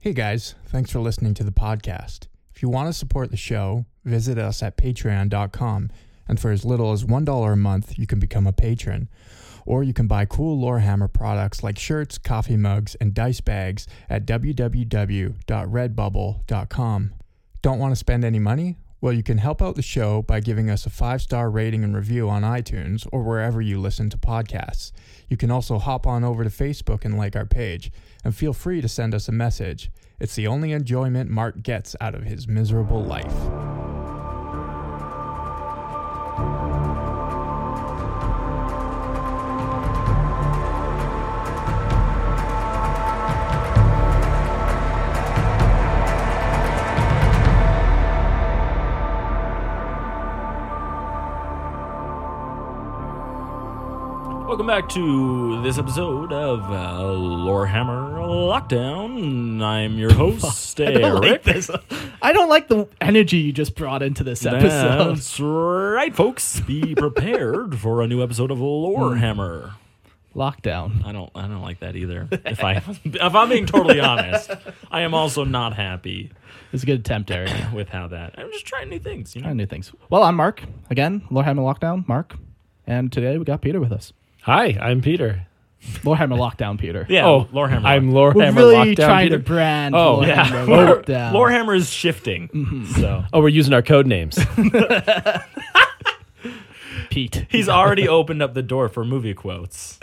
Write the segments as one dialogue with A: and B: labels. A: Hey guys, thanks for listening to the podcast. If you want to support the show, visit us at patreon.com. And for as little as $1 a month, you can become a patron. Or you can buy cool Lorehammer products like shirts, coffee mugs, and dice bags at www.redbubble.com. Don't want to spend any money? Well, you can help out the show by giving us a five star rating and review on iTunes or wherever you listen to podcasts. You can also hop on over to Facebook and like our page, and feel free to send us a message. It's the only enjoyment Mark gets out of his miserable life.
B: Welcome back to this episode of uh, Lorehammer Lockdown. I'm your host,
C: I don't like
B: Eric.
C: this. I don't like the energy you just brought into this episode.
B: That's right, folks. Be prepared for a new episode
C: Hmm.
B: of Lorehammer.
C: Lockdown.
B: I don't. I don't like that either. If I, if I'm being totally honest, I am also not happy
C: It's a good attempt, Eric.
B: with how that. I'm just trying new things. You
C: I
B: know.
C: knew things. Well, I'm Mark again. Lorehammer Lockdown, Mark, and today we got Peter with us.
D: Hi, I'm Peter.
C: Lorehammer Lockdown, Peter.
B: Yeah.
D: oh,
B: Lorehammer.
D: I'm
C: we're
D: Lorehammer
C: really
D: Lockdown.
C: trying
D: Peter.
C: to brand.
D: Oh,
C: Lorehammer
B: yeah.
C: Lockdown.
B: Lorehammer is shifting.
C: Mm-hmm.
B: So
D: oh, we're using our code names.
C: Pete.
B: he's already opened up the door for movie quotes.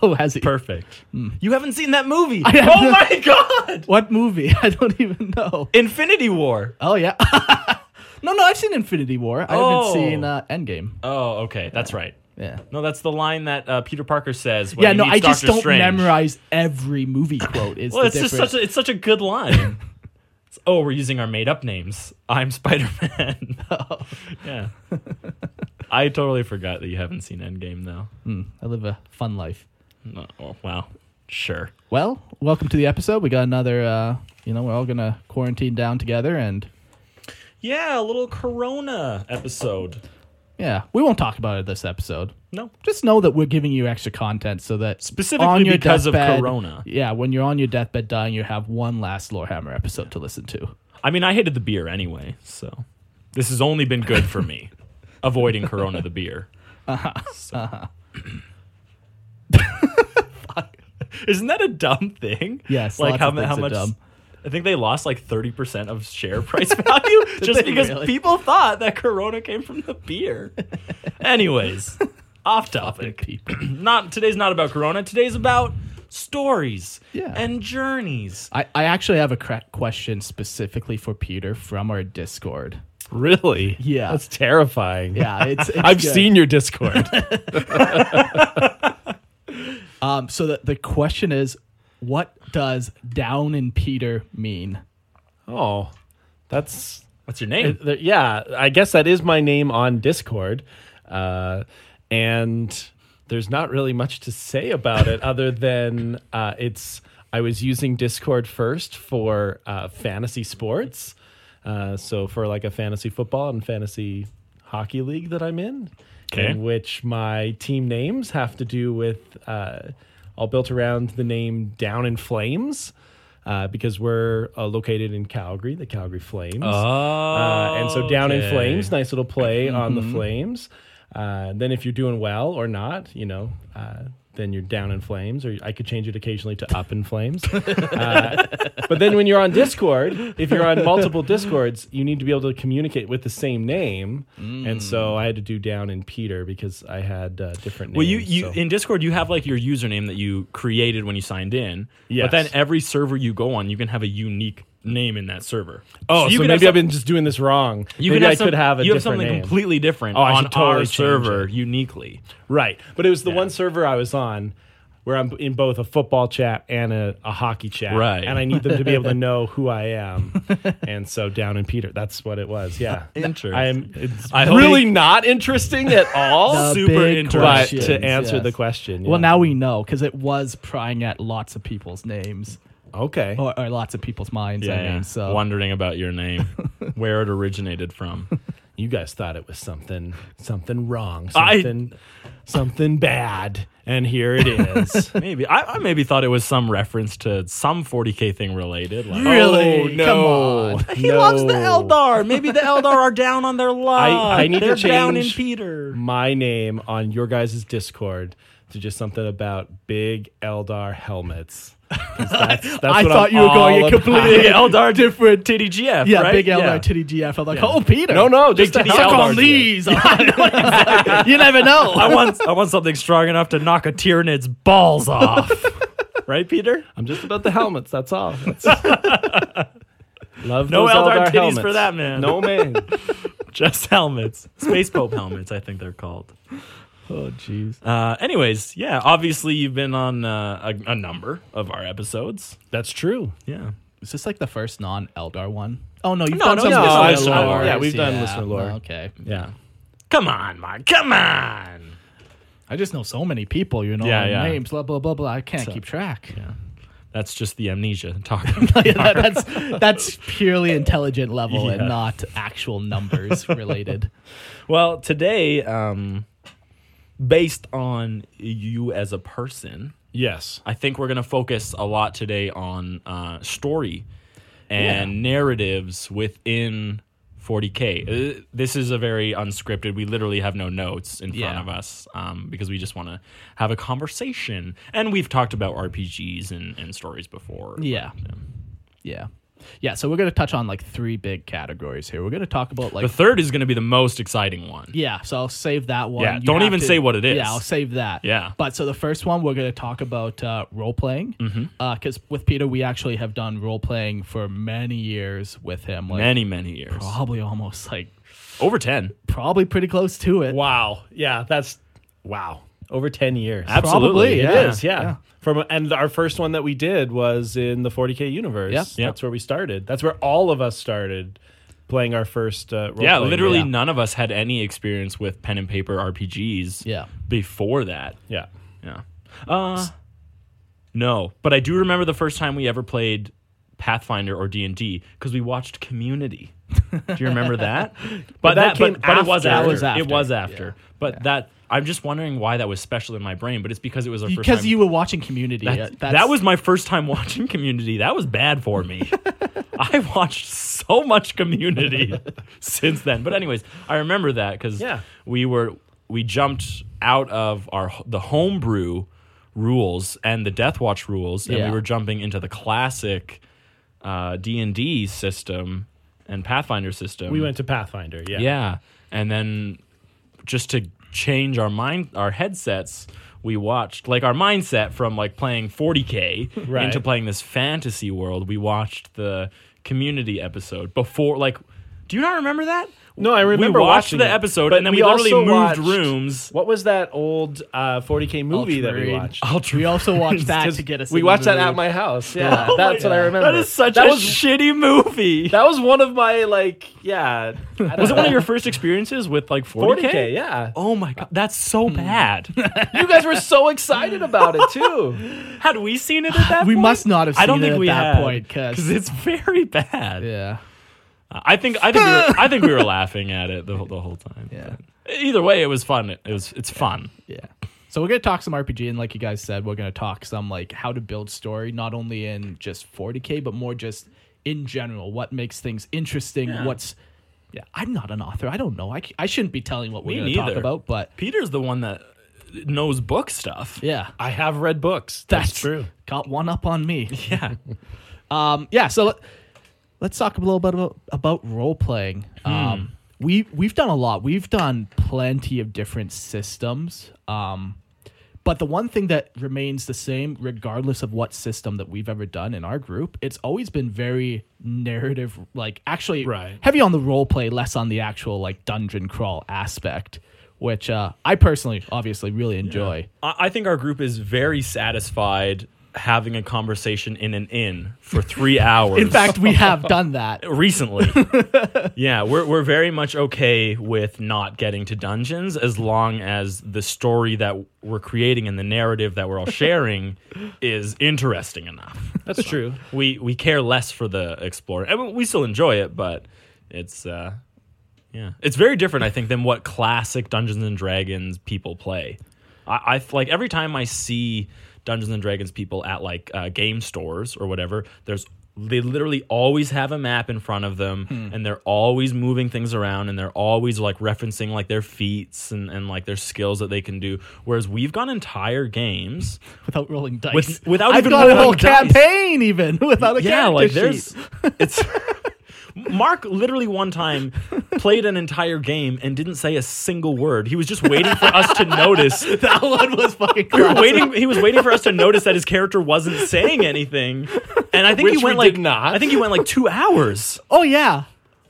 C: oh, has he?
B: Perfect. You haven't seen that movie.
C: have
B: oh my god!
C: What movie? I don't even know.
B: Infinity War.
C: Oh yeah. no, no, I've seen Infinity War. I
B: Oh.
C: haven't seen uh, Endgame.
B: Oh, okay, that's right.
C: Yeah.
B: No, that's the line that uh, Peter Parker says. When
C: Yeah,
B: he
C: no,
B: meets
C: I just
B: Doctor
C: don't
B: Strange.
C: memorize every movie quote. Is
B: Well,
C: the
B: it's just
C: difference.
B: such a, it's such a good line. It's, oh, we're using our made up names. I'm Spider Man. Yeah. I totally forgot that you haven't seen Endgame though.
C: I live a fun life.
B: No, oh, wow. Sure.
C: Well, welcome to the episode. We got another. Uh, you know, we're all gonna quarantine down together, and
B: Yeah, a little Corona episode.
C: yeah, we won't talk about it this episode.
B: No.
C: Just know that we're giving you extra content so that
B: Specifically
C: on your
B: because of
C: deathbed-
B: Corona.
C: Yeah, when you're on your deathbed dying, you have one last Lorehammer episode to listen to.
B: I mean, I hated the beer anyway, so this has only been good for me. Avoiding Corona the beer. So. Isn't that a dumb thing?
C: Yes,
B: Like
C: lots
B: how,
C: of
B: mu-
C: things
B: how
C: are
B: much?
C: dumb.
B: I think they lost like thirty percent of share price value just
C: they
B: because
C: really?
B: people thought that Corona came from the beer. Anyways, off topic.
C: people.
B: not today's not about Corona. Today's about stories
C: Yeah.
B: and journeys.
C: I, I actually have a cra- question specifically for Peter from our Discord.
D: really?
C: Yeah.
D: That's terrifying.
C: Yeah, it's, it's
D: I've
C: good.
D: seen your Discord.
C: Um, so the, the question is, what does down in Peter mean?
D: oh, that's
B: What's your name?
D: it- th- yeah. I guess that is my name on Discord, uh, and there's not really much to say about it other than uh, it's. I was using Discord first for uh, fantasy sports, uh, so for like a fantasy football and fantasy hockey league that I'm in,
B: Okay.
D: in which my team names have to do with uh, all built around the name Down in Flames. Uh, because we're uh, located in Calgary, the Calgary Flames.
B: Oh.
D: Uh, and so down in
B: Okay. Mm-hmm.
D: flames, nice little play on the flames. Uh, then if you're doing well or not, you know, uh, then you're down in flames. Or I could change it occasionally to up in flames. Uh, but then when you're on Discord, if you're on multiple Discords, you need to be able to communicate with the same name. And so I had to do down in Peter because I had uh, different
B: Mm. Well,
D: names.
B: you, you
D: so-
B: in Discord you have like your username that you created when you signed in. But
D: Yes.
B: then every server you go on, you can have a unique name in that server.
D: oh,
B: you
D: so
B: can have
D: maybe I've
B: some-
D: been just doing this wrong.
B: You
D: maybe
B: could have
D: I
B: some-
D: could have a
B: you have
D: different
B: something
D: name.
B: completely different
D: Oh, I
B: on
D: should totally
B: our
D: change
B: server
D: it.
B: uniquely.
D: Right. But it was the one server I was on. where I'm in both a football chat and a, a hockey chat.
B: Right.
D: And I need them to be able to know who I am. and so down in Peter, that's what it was. Yeah.
B: Interesting.
D: I'm it's
B: I hope-
D: really not interesting at all.
C: The
B: super
C: big
D: but
B: interesting.
D: to answer
C: yes.
D: the question.
C: Well,
D: yeah.
C: now we know because it was prying at lots of people's names
D: Okay.
B: Oh,
C: or, or lots of people's minds. I
B: yeah,
C: mean, so
B: wondering about your name, where it originated from.
D: You guys thought it was something something wrong.
B: I-
D: Something something bad. And here it is.
B: Maybe I, I maybe thought it was some reference to some 40k thing related. Like,
D: Really?
B: Oh,
D: Come
B: no.
D: on.
B: He loves the
D: No.
B: Eldar. Maybe the Eldar are down on their luck.
D: I need to
B: They're down in
D: change-
B: Peter.
D: my name on your guys' Discord to just something about big Eldar helmets. 'Cause That's, that's
C: I
D: what
C: thought
D: I'm
C: you were going
D: all
C: a completely
D: about.
C: Eldar different.
B: Titty GF.
C: Yeah,
B: right?
C: big Eldar
D: Yeah.
C: titty GF. I'm like, oh Peter,
D: No, no, just
B: Big
D: the
B: titty
D: helmet.
C: suck
B: Eldar
C: on
B: GF.
C: these. you never know.
B: I want I want something strong enough to knock a Tyranid's balls off. right, Peter?
D: I'm just about the helmets. That's all. That's- Love
B: No
D: those
B: Eldar
D: Eldar,
B: titties
D: helmets.
B: for that, man.
D: No man.
B: Just helmets. Space Pope helmets, I think they're called.
C: oh jeez.
B: Uh, anyways, yeah, obviously you've been on uh, a, a number of our episodes.
D: that's true.
B: Yeah.
C: Is this like the first non-Eldar one? Oh no, you've
B: No,
C: done
B: no,
C: some
B: no,
C: listener
B: I've- I've-
C: lore. Oh,
B: yeah,
D: we've done listener lore.
C: Okay,
D: Yeah.
B: Come on, Mark. Come on.
C: I just know so many people. You know,
B: Yeah,
C: and
B: yeah.
C: names, blah blah blah blah. I can't keep track.
B: That's just the amnesia talking.
C: Yeah, that- that's that's purely intelligent level
B: Yeah.
C: and not actual numbers related.
B: well, today, um, based on you as a person,
D: Yes.
B: I think we're going to focus a lot today on uh, story and narratives within 40K. Uh, this is a very unscripted. We literally have no notes in front
C: Yeah.
B: of us um, because we just want to have a conversation. And we've talked about RPGs and, and stories before.
C: Yeah. Yeah. Yeah, so we're going to touch on like three big categories here. We're going to talk about like
B: The third is going to be the most exciting one.
C: Yeah, so I'll save that one.
B: Yeah,
C: You
B: don't
C: have
B: even
C: to-
B: say what it is.
C: Yeah, I'll save that.
B: Yeah.
C: But so the first one, we're going to talk about uh, role playing. Because
B: Mm-hmm.
C: with Peter, we actually have done role playing for many years with him. Like,
B: Many, many years.
C: Probably almost like,
B: Over 10.
C: probably pretty close to it.
D: Wow. Yeah. That's wow. Over 10 years.
B: Absolutely.
D: It is,
B: yeah.
D: yeah. From and our first one that we did was in the 40k universe.
C: Yeah.
B: Yeah.
D: that's where we started. That's where all of us started playing our first. Uh, role
B: Yeah,
D: playing
B: literally
D: game.
B: none of us had any experience with pen and paper RPGs
C: Yeah.
B: before that.
D: Yeah,
B: Yeah. Uh no, but I do remember the first time we ever played Pathfinder or D&D cuz we watched Community. Do you remember that? But,
D: that came
B: but, but it was
D: after.
B: after.
D: That
C: was
B: It was
C: after.
B: after. But that I'm just wondering why that was special in my brain, but it's because it was our first
C: Because
B: time-
C: you were watching Community.
B: that,
C: uh, that's-
B: that was my first time watching Community. That was bad for me. I watched so much Community since then. But anyways, I remember that because
D: Yeah.
B: we were we jumped out of our the homebrew rules and the Death Watch rules, and
C: Yeah.
B: we were jumping into the classic uh, D and D system and Pathfinder system.
D: we went to Pathfinder. Yeah,
B: Yeah. And then just to change our mind our headsets, we watched like our mindset from like playing 40K
D: Right.
B: into playing this fantasy world. We watched the community episode before like do you not remember that?
D: No, I remember
B: we watched
D: watching
B: the
D: it,
B: episode
D: but
B: and then we, literally
D: also
B: moved
D: watched-
B: rooms.
D: What was that old uh, 40k movie that we
C: Ultramarine. Oh,
D: watched?
C: We also watched that to get us.
D: we
C: into
D: watched
C: the
D: that at
C: mood.
D: my house. Yeah,
C: Oh
D: that's what I remember.
B: That is such
D: that
B: a
D: was
B: shitty movie.
D: that was one of my like yeah.
B: was it one of your first experiences with like 40K?
D: 40k? Yeah, Hmm.
B: Oh my god, that's so bad.
D: you guys were so excited about it too.
B: Had we seen it at that
C: We
B: point?
C: must not have
B: I don't
C: seen it
B: think
C: at
B: we
C: that
B: had,
C: point, 'cause-
B: it's very bad.
C: Yeah.
B: I think I think we were, I think we were laughing at it the, whole- the whole time.
C: Yeah.
B: Either way, it was fun. It was it's fun.
C: Yeah. So we're gonna talk some RPG, and like you guys said, we're gonna talk some like how to build story, not only in just 40k, but more just in general. What makes things interesting? What's yeah, I'm not an author. I don't know. I, c- I shouldn't be telling what we're
B: Me
C: gonna talk
B: neither.
C: about, but
B: Peter's the one that knows book stuff.
C: yeah,
D: I have read books.
C: Got one up on me.
B: Yeah.
C: Um, yeah. So let, let's talk a little bit about, about role playing. Um, we we've done a lot. We've done plenty of different systems. Um, but the one thing that remains the same, regardless of what system that we've ever done in our group, it's always been very narrative, like actually
D: Right.
C: heavy on the role play, less on the actual like dungeon crawl aspect. which uh, I personally, obviously, really enjoy.
B: I I think our group is very satisfied having a conversation in an inn for three hours.
C: In fact, we have done that.
B: recently. yeah, we're we're very much okay with not getting to dungeons as long as the story that we're creating and the narrative that we're all sharing is interesting enough.
D: That's true.
B: We we care less for the explorer. I mean, we still enjoy it, but it's uh yeah, it's very different. I think than what classic Dungeons and Dragons people play. I, I f- like every time I see Dungeons and Dragons people at like uh, game stores or whatever. There's they literally always have a map in front of them, and they're always moving things around, and they're always like referencing like their feats and and like their skills that they can do. Whereas we've gone entire games
C: Without rolling dice,
B: With- without
C: I've
B: even
C: got a whole
B: rolling dice.
C: campaign, even without a
B: yeah,
C: character
B: like
C: sheet.
B: there's it's Mark literally one time played an entire game and didn't say a single word. He was just waiting for us to notice.
C: That one was fucking.
B: We were
C: classic.
B: waiting. He was waiting for us to notice that his character wasn't saying anything, and I think
D: Which
B: he went
D: we did
B: like
D: not.
B: I think he went like two hours.
C: Oh yeah,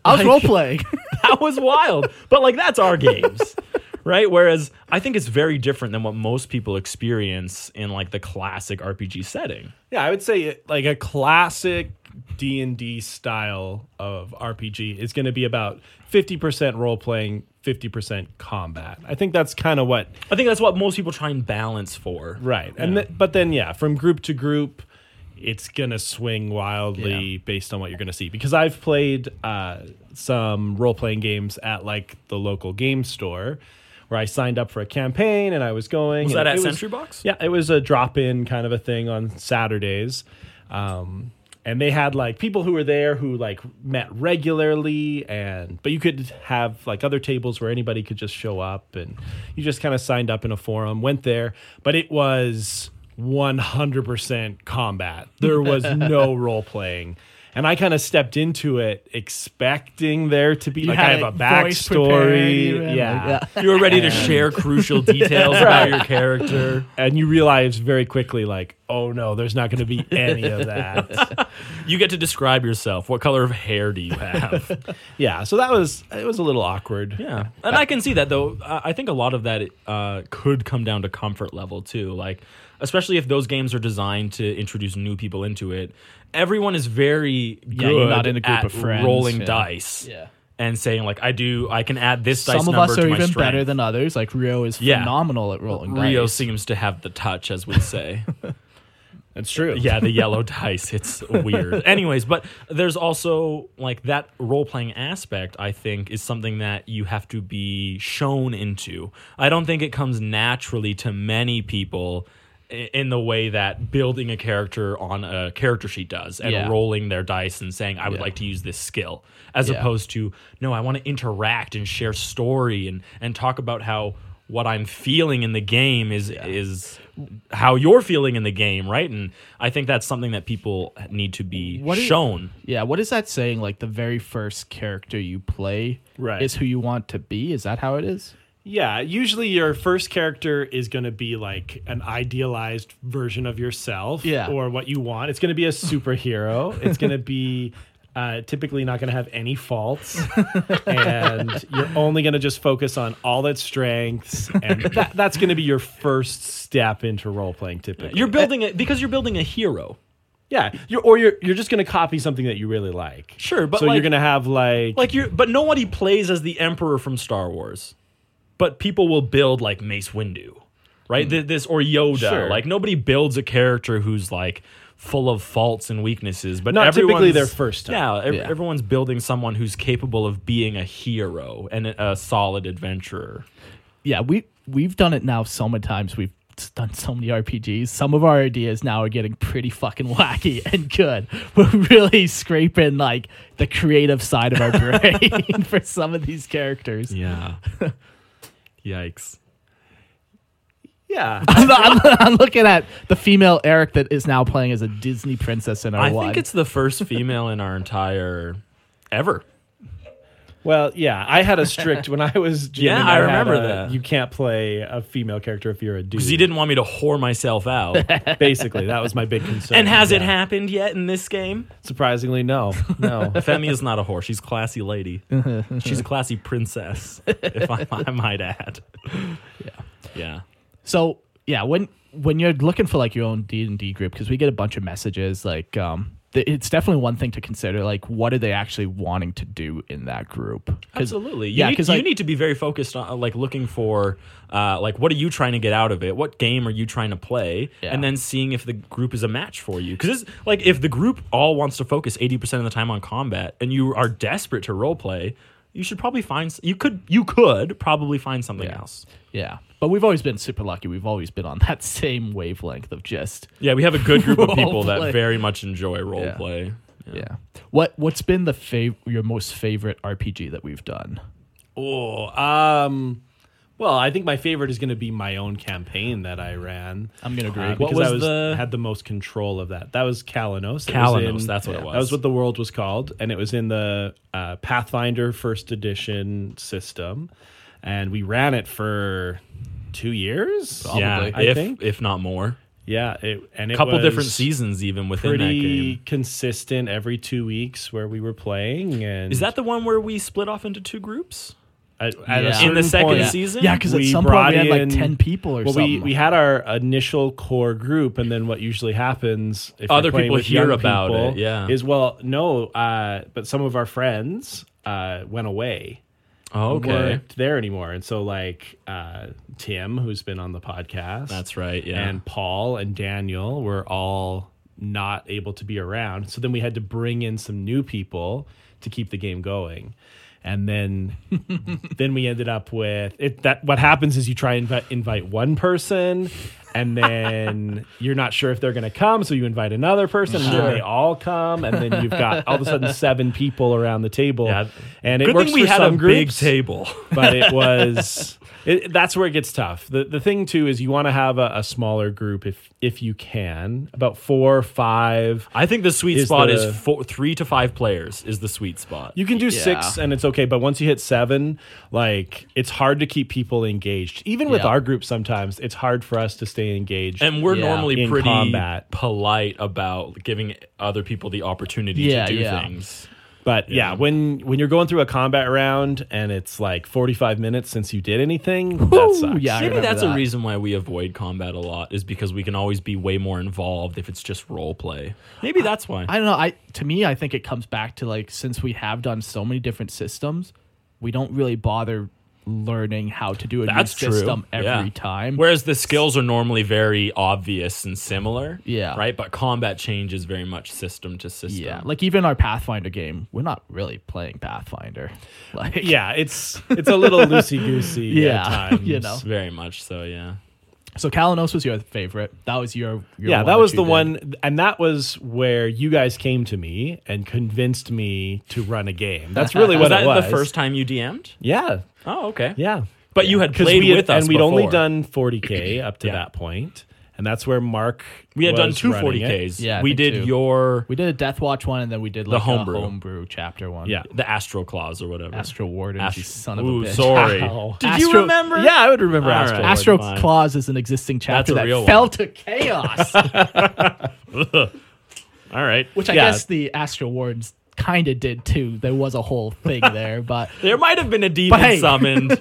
C: I was role playing.
B: that was wild. But like that's our games. Right? Whereas I think it's very different than what most people experience in like the classic RPG setting.
D: Yeah, I would say it- like a classic D and D style of RPG is going to be about fifty percent role playing, fifty percent combat. I think that's kind of what
B: I think that's what most people try and balance for.
D: right. And th- but then yeah, from group to group, it's going to swing wildly based on what you're going to see. Because I've played uh, some role playing games at like the local game store. Where I signed up for a campaign and I was going.
B: Was
D: and
B: that
D: it
B: at Sentry Box?
D: Yeah, it was a drop in kind of a thing on Saturdays. Um, and they had like people who were there who like met regularly and but you could have like other tables where anybody could just show up and you just kind of signed up in a forum, went there, but it was 100% combat. There was no role playing. And I kind of stepped into it expecting there to be like I
C: had
D: have a
C: a voice
D: backstory.
C: prepared,
D: yeah.
B: You were ready to share crucial details about your character.
D: and you realize very quickly like oh no there's not going to be any of that
B: You get to describe yourself. What color of hair do you have?
D: yeah so that was it was a little awkward
B: Yeah, and I can see that though. I I think a lot of that uh, could come down to comfort level too. Like, especially if those games are designed to introduce new people into it. Everyone is very
C: Yeah,
B: good
C: you're not in a group
B: at
C: of friends,
B: rolling
C: yeah.
B: dice
C: Yeah.
B: and saying like, I do, I can add this dice
C: Some of
B: number
C: us
B: to
C: are
B: my
C: even
B: strength.
C: better than others. Like Rio is
B: Yeah.
C: phenomenal at rolling
B: Rio
C: dice.
B: seems to have the touch, as we say.
D: that's true
B: yeah, the yellow dice. It's weird. Anyways, but there's also like that role playing aspect, I think, is something that you have to be shown into. I don't think it comes naturally to many people i- in the way that building a character on a character sheet does and
C: Yeah.
B: rolling their dice and saying, I would
C: Yeah.
B: like to use this skill, as
C: Yeah.
B: opposed to, no, I want to interact and share story and, and talk about how. What I'm feeling in the game is is how you're feeling in the game, right? And I think that's something that people need to be
C: What do you-
B: shown.
C: Yeah, what is that saying? Like the very first character you play
D: Right.
C: is who you want to be. Is that how it is?
D: yeah usually your first character is going to be like an idealized version of yourself
C: Yeah.
D: or what you want it's going to be a superhero it's going to be uh, typically not going to have any faults and you're only going to just focus on all its strengths and that, that's going to be your first step into role playing typically
B: You're building it because you're building a hero.
D: Yeah, you're, or you're you're just gonna copy something that you really like.
B: Sure, but
D: so you're
B: like-
D: gonna have like,
B: Like you're but nobody plays as the emperor from Star Wars. But people will build like Mace Windu, right? Th- This or Yoda.
D: Hmm. Sure.
B: Like nobody builds a character who's like full of faults and weaknesses, but
D: Not typically
B: everyone's-
D: their first time.
B: Yeah, ev-
C: Yeah.
B: everyone's building someone who's capable of being a hero and a, a solid adventurer.
C: Yeah, we we've done it now so many times. We've done so many RPGs. Some of our ideas now are getting pretty fucking wacky and good. We're really scraping like the creative side of our brain for some of these characters.
B: Yeah. Yikes.
D: yeah,
C: I'm, I'm- I'm looking at the female Eric that is now playing as a Disney princess in our
B: I
C: one.
B: think it's the first female in our entire ever.
D: Well, yeah, I had a strict when I was. GMing,
B: Yeah, I
D: had
B: remember
D: a-
B: that.
D: You can't play a female character if you're a dude.
B: because he didn't want me to whore myself out.
D: Basically, that was my big concern.
B: and has it
D: Yeah.
B: happened yet in this game?
D: Surprisingly, no, no.
B: Femi is not a whore. She's a classy lady. She's a classy princess, if I, I might add. Yeah. Yeah.
C: So yeah, when when you're looking for like your own D and D group, because we get a bunch of messages like um, th- it's definitely one thing to consider like what are they actually wanting to do in that group? 'Cause-
B: Absolutely. You
C: yeah,
B: need,
C: because
B: you
C: like,
B: need to be very focused on like looking for uh, like what are you trying to get out of it? What game are you trying to play?
C: Yeah.
B: And then seeing if the group is a match for you. Because like if the group all wants to focus eighty percent of the time on combat, and you are desperate to role play, you should probably find s- you could you could probably find something
C: Yeah.
B: else.
C: yeah, but we've always been super lucky. We've always been on that same wavelength of just
B: Yeah, we have a good group of people
C: Roleplay.
B: that very much enjoy role
C: Yeah.
B: play.
C: yeah. What what's been the fav- your most favorite RPG that we've done?
D: Oh, um, well, I think my favorite is going to be my own campaign that I ran.
C: I'm gonna agree.
D: Uh,
B: What
D: because
B: was
D: I was,
B: the-
D: had the most control of that. That was Kalanos. It was
B: Kalanos, that's what it
D: That was
B: was.
D: what the world was called, and it was in the uh, Pathfinder First Edition system, and we ran it for two years.
B: yeah,
D: I
B: if
D: think.
B: if not more,
D: Yeah, it, and it
B: a couple
D: was
B: different seasons even within that
D: Pretty
B: game.
D: consistent every two weeks where we were playing, and
B: Is that the one where we split off into two groups?
D: at,
C: Yeah.
D: a
C: In
D: certain
B: the second
D: point-
B: season? season?
C: Yeah, because at
D: we
C: some point
D: brought
C: we had like
D: in-
C: ten people or
D: well,
C: something.
D: we, we had our initial core group, and then what usually happens if you're
B: Other
D: playing
B: people
D: with
B: hear
D: young
B: about
D: people
B: it, yeah.
D: is well, no, uh, but some of our friends uh, went away,
B: Oh, okay,
D: weren't there anymore, and so like uh, Tim, who's been on the podcast,
B: that's right. Yeah,
D: and Paul and Daniel were all not able to be around. So then we had to bring in some new people to keep the game going. And then then we ended up with it that what happens is you try and invite, invite one person and then you're not sure if they're going to come so you invite another person and then they all come and then you've got all of a sudden seven people around the table
B: Yeah.
D: and it
B: good
D: works
B: thing we
D: for
B: had
D: some
B: a
D: groups
B: big table.
D: but it was it, that's where it gets tough. The the thing too is you want to have a, a smaller group if if you can, about four or five.
B: I think the sweet
D: Is
B: spot
D: the-
B: is four, three to five players is the sweet spot.
D: You can do six
C: Yeah.
D: and it's okay, but once you hit seven, like it's hard to keep people engaged. Even with
C: Yeah.
D: our group, sometimes it's hard for us to stay engaged.
B: and we're
C: Yeah.
B: normally
D: In
B: pretty
D: combat.
B: polite about giving other people the opportunity
C: Yeah,
B: to do
C: yeah.
B: things.
D: But yeah. when when you're going through a combat round and it's like 45 minutes since you did anything, that sucks.
C: yeah. I
B: Maybe
C: remember
B: that's a
C: that.
B: reason why we avoid combat a lot is because we can always be way more involved if it's just role play. Maybe that's why.
C: I don't know. I to me, I think it comes back to like since we have done so many different systems, we don't really bother learning how to do a
B: that's
C: new
B: true.
C: system every
B: Yeah.
C: time.
B: Whereas the skills are normally very obvious and similar.
C: Yeah.
B: Right? But combat changes very much system to system.
C: yeah, like even our Pathfinder game, we're not really playing Pathfinder. Like
D: Yeah, it's it's a little loosey goosey
C: Yeah,
D: at times.
C: you know.
B: very much so, yeah.
C: So Kalanos was your favorite. That was your, your
D: yeah,
C: one
D: that was
C: you
D: the
C: did.
D: one, and that was where you guys came to me and convinced me to run a game. That's really
B: was
D: what
B: that
D: it was.
B: the first time you DM'd?
D: yeah,
B: Oh, okay.
D: yeah.
B: But you had
D: 'Cause
B: played
D: we had-
B: with us
D: and we'd only
B: before.
D: done 40k up to
B: Yeah.
D: that point, and that's where Mark
B: We had done
D: was
B: two
D: running it.
B: 40Ks.
C: Yeah, I
B: we
C: think
B: did
C: two.
B: your
C: We did a Death Watch one, and then we did like
B: homebrew.
C: a homebrew chapter one.
D: Yeah.
B: the Astro Claws or whatever.
C: Astro Warden, you son of
B: Ooh,
C: a bitch.
B: sorry.
D: Wow.
B: Did you
C: Astro-
B: remember?
D: Yeah, I would remember
B: All right.
D: Astro. Lord.
C: Astro
B: Fine.
C: Claws is an existing chapter
B: a
C: that
B: real
C: fell
B: one.
C: to chaos.
B: All right.
C: which I
D: Yeah.
C: guess the Astro Wards kind of did too. There was a whole thing there, but
B: There might have been a demon
C: hey.
B: summoned.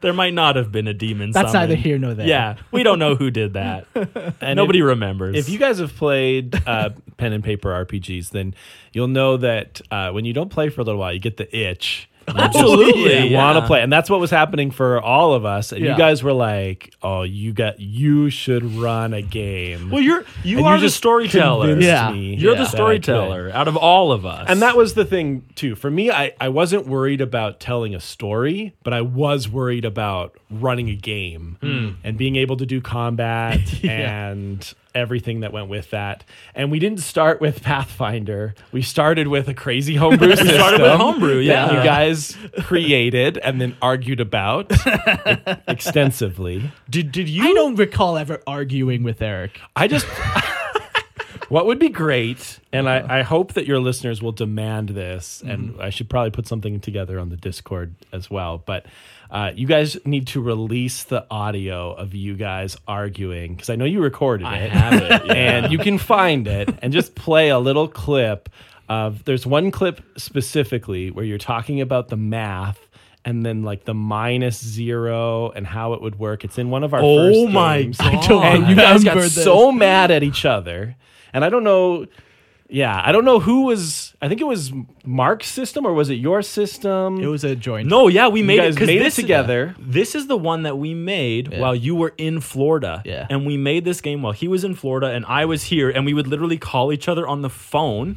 B: there might not have been a demon
C: That's
B: summoned.
C: neither here nor there.
B: Yeah. We don't know who did that.
D: And
B: Nobody
D: if,
B: remembers.
D: if you guys have played uh, pen and paper RPGs, then you'll know that uh, when you don't play for a little while, you get the itch.
B: Absolutely,
D: you
B: yeah.
D: want to play, and that's what was happening for all of us. And
C: Yeah.
D: you guys were like, "Oh, you got you should run a game."
B: well, you're you
D: And
B: are
D: you
B: the
D: just
B: storyteller.
D: convinced
C: Yeah.
D: me
B: You're
D: that I
B: the
D: could.
B: storyteller out of all of us.
D: And that was the thing too. For me, I, I wasn't worried about telling a story, but I was worried about running a game
B: Hmm.
D: and being able to do combat and everything that went with that. And we didn't start with Pathfinder. We started with a crazy homebrew we system.
B: started with homebrew,
D: that
B: yeah.
D: you guys created and then argued about extensively.
B: did did you
C: I don't recall ever arguing with Eric.
D: I just What would be great, and I, I hope that your listeners will demand this,
B: Mm-hmm.
D: and I should probably put something together on the Discord as well. But uh, you guys need to release the audio of you guys arguing because I know you recorded
B: I
D: it,
B: have it, yeah.
D: and you can find it and just play a little clip of. There's one clip specifically where you're talking about the math. And then like the minus zero and how it would work. It's in one of our
B: Oh
D: first
B: my
D: games.
B: God.
C: I don't
D: And Oh, you guys got
C: remember this.
D: so mad at each other. And I don't know. Yeah, I don't know who was. I think it was Mark's system or was it your system?
C: It was a joint.
B: No, yeah, we made
D: guys
B: it 'cause
D: made it
B: this
D: together.
B: This is the one that we made while you were in Florida.
C: Yeah.
B: And we made this game while he was in Florida and I was here, and we would literally call each other on the phone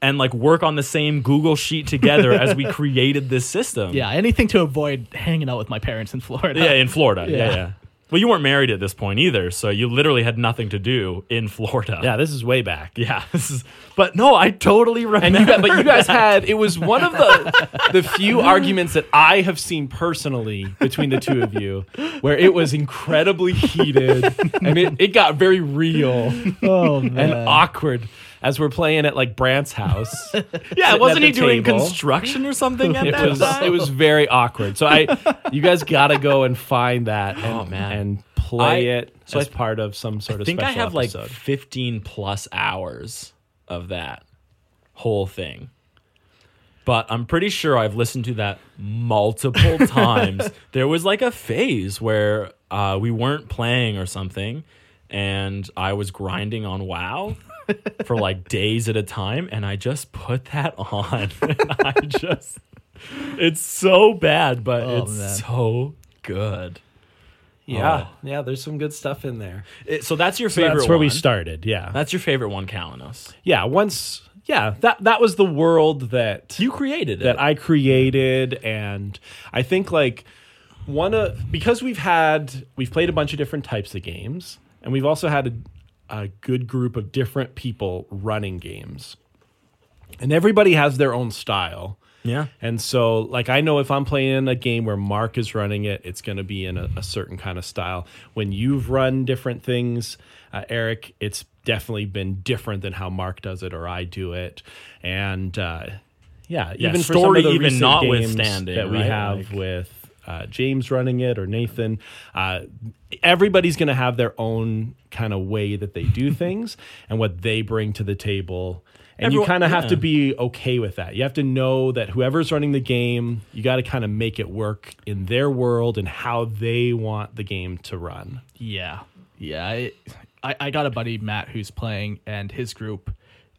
B: and like work on the same Google sheet together as we created this system.
C: Yeah, anything to avoid hanging out with my parents in Florida.
B: Yeah, in Florida. Yeah. yeah,
C: Yeah.
B: Well, you weren't married at this point either, so you literally had nothing to do in Florida.
D: yeah, this is way back.
B: Yeah. This is, but no, I totally
D: And
B: remember.
D: you guys, but you guys had it was one of the the few arguments that I have seen personally between the two of you, where it was incredibly heated and it, it got very real
C: Oh man.
D: and awkward as we're playing at like Brant's house.
B: yeah,
D: at
B: wasn't
D: the
B: he doing
D: table.
B: construction or something at
D: it
B: that
D: was
B: time?
D: it was very awkward. So I, you guys gotta go and find that and,
B: Oh, man.
D: and play
B: I-
D: it
B: so
D: as
B: I-
D: part of some sort
B: I
D: of
B: think I
D: special
B: have like
D: episode.
B: 15 plus hours of that whole thing. But I'm pretty sure I've listened to that multiple times. There was like a phase where uh, we weren't playing or something, and I was grinding on WoW for like days at a time, and I just put that on. And I just, it's so bad, but
C: Oh,
B: it's
C: man.
B: so good.
D: yeah,
B: Oh.
D: yeah. There's some good stuff in there.
B: It- so that's your
D: So
B: favorite.
D: that's where we
B: one.
D: started. Yeah,
B: That's your favorite one, Kalanos.
D: yeah. Once, yeah. That that was the world that
B: You created it.
D: that I created, and I think like one of because we've had we've played a bunch of different types of games, and we've also had a, a good group of different people running games, and everybody has their own style.
B: yeah.
D: And so, like, I know if I'm playing a game where Mark is running it, it's going to be in a, a certain kind of style. When you've run different things, uh, Eric, it's definitely been different than how Mark does it or I do it. And uh, yeah, even for some
B: story
D: of the
B: even
D: recent
B: notwithstanding,
D: games that we
B: right?
D: have
B: Like-
D: with uh, James running it or Nathan, uh, everybody's going to have their own kind of way that they do things and what they bring to the table. And
B: Everyone-
D: you kind of have
B: yeah.
D: to be okay with that. You have to know that whoever's running the game, you got to kind of make it work in their world and how they want the game to run.
C: Yeah, yeah. I, I I got a buddy Matt who's playing, and his group,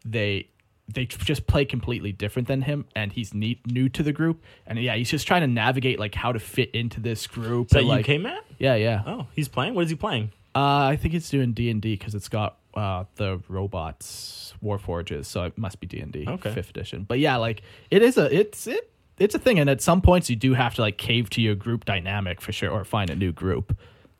C: they they tr- just play completely different than him, and he's neat, new to the group, and yeah, he's just trying to navigate like how to fit into this group.
B: Is that
C: and, like,
B: UK Matt?
C: Yeah, yeah.
B: Oh, he's playing? What is he playing?
C: Uh, I think it's doing D and D because it's got uh the robots Warforges, so it must be D and D
B: Okay.
C: fifth edition. But yeah, like it is a it's it. It's a thing, and at some points you do have to like cave to your group dynamic for sure, or find a new group.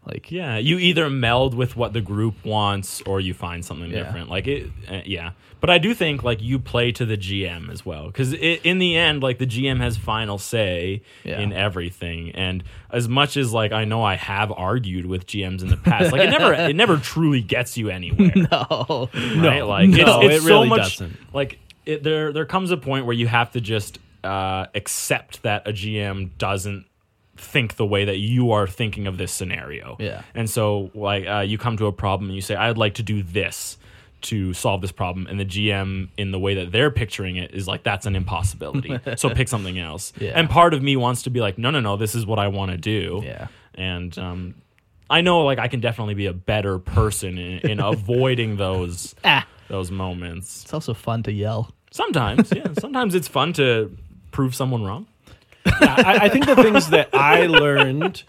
C: Like,
B: Yeah, you either meld with what the group wants or you find something
C: Yeah.
B: different. Like it, uh, yeah. But I do think like you play to the GM as well, because in the end, like the GM has final say
C: Yeah.
B: in everything. And as much as like I know I have argued with GMs in the past, like it never it never truly gets you anywhere.
C: oh,
B: right? Like
C: No,
B: it's, it's so
D: it really
B: much
D: doesn't.
B: like it, there there comes a point where you have to just uh, accept that a GM doesn't think the way that you are thinking of this scenario.
C: Yeah.
B: And so like uh, you come to a problem and you say I'd like to do this to solve this problem and the GM in the way that they're picturing it is like that's an impossibility. so pick something else.
C: Yeah.
B: And part of me wants to be like no no no this is what I want to do.
C: Yeah.
B: And um I know like I can definitely be a better person in, in avoiding those
C: ah.
B: those moments.
C: It's also fun to yell.
B: Sometimes, yeah. Sometimes it's fun to prove someone wrong.
D: I, I think the things that I learned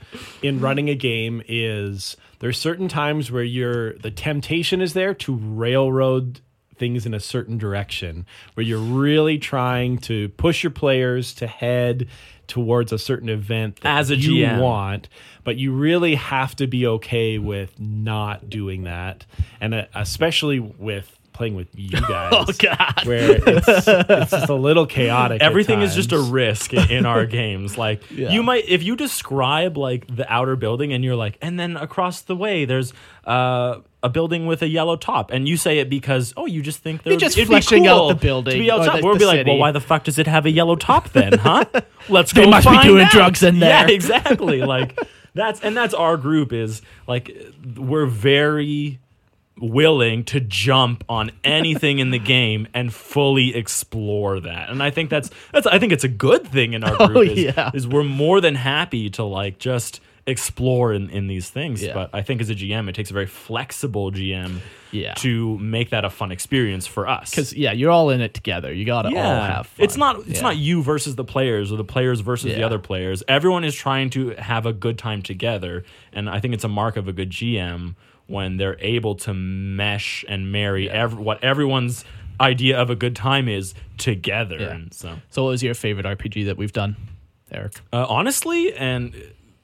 D: in running a game is there's certain times where you're the temptation is there to railroad things in a certain direction where you're really trying to push your players to head towards a certain event that
B: As a
D: you
B: GM.
D: want but you really have to be okay with not doing that and uh, especially with
E: playing with you guys.
C: Oh god.
E: Where it's, it's just a little chaotic. at
B: Everything is just a
E: times.
B: risk in, in our games. Like
C: Yeah.
B: you might, if you describe like the outer building, and you're like, and then across the way there's uh, a building with a yellow top, and you say it because oh, you just think they're
C: just fleshing out the building
B: to be yellow
C: or
B: top.
C: the-
B: we'll
C: the
B: be like,
C: city.
B: well, why the fuck does it have a yellow top then, huh? Let's
C: They
B: go
C: must be
B: find
C: doing
B: out.
C: drugs in
B: Yeah,
C: there.
B: exactly. like that's and that's our group is like we're very willing to jump on anything in the game and fully explore that. And I think that's that's I think it's a good thing in our group is,
C: Oh, yeah.
B: is we're more than happy to like just explore in, in these things.
C: Yeah.
B: But I think as a GM it takes a very flexible GM
C: Yeah.
B: to make that a fun experience for us.
C: Because yeah, you're all in it together. You gotta all have fun.
B: It's not it's
C: Yeah.
B: not you versus the players or the players versus the
C: Yeah.
B: other players. Everyone is trying to have a good time together, and I think it's a mark of a good GM when they're able to mesh and marry ev- what everyone's idea of a good time is together.
C: Yeah.
B: And so,
C: So what was your favorite RPG that we've done, Eric?
B: uh, honestly, and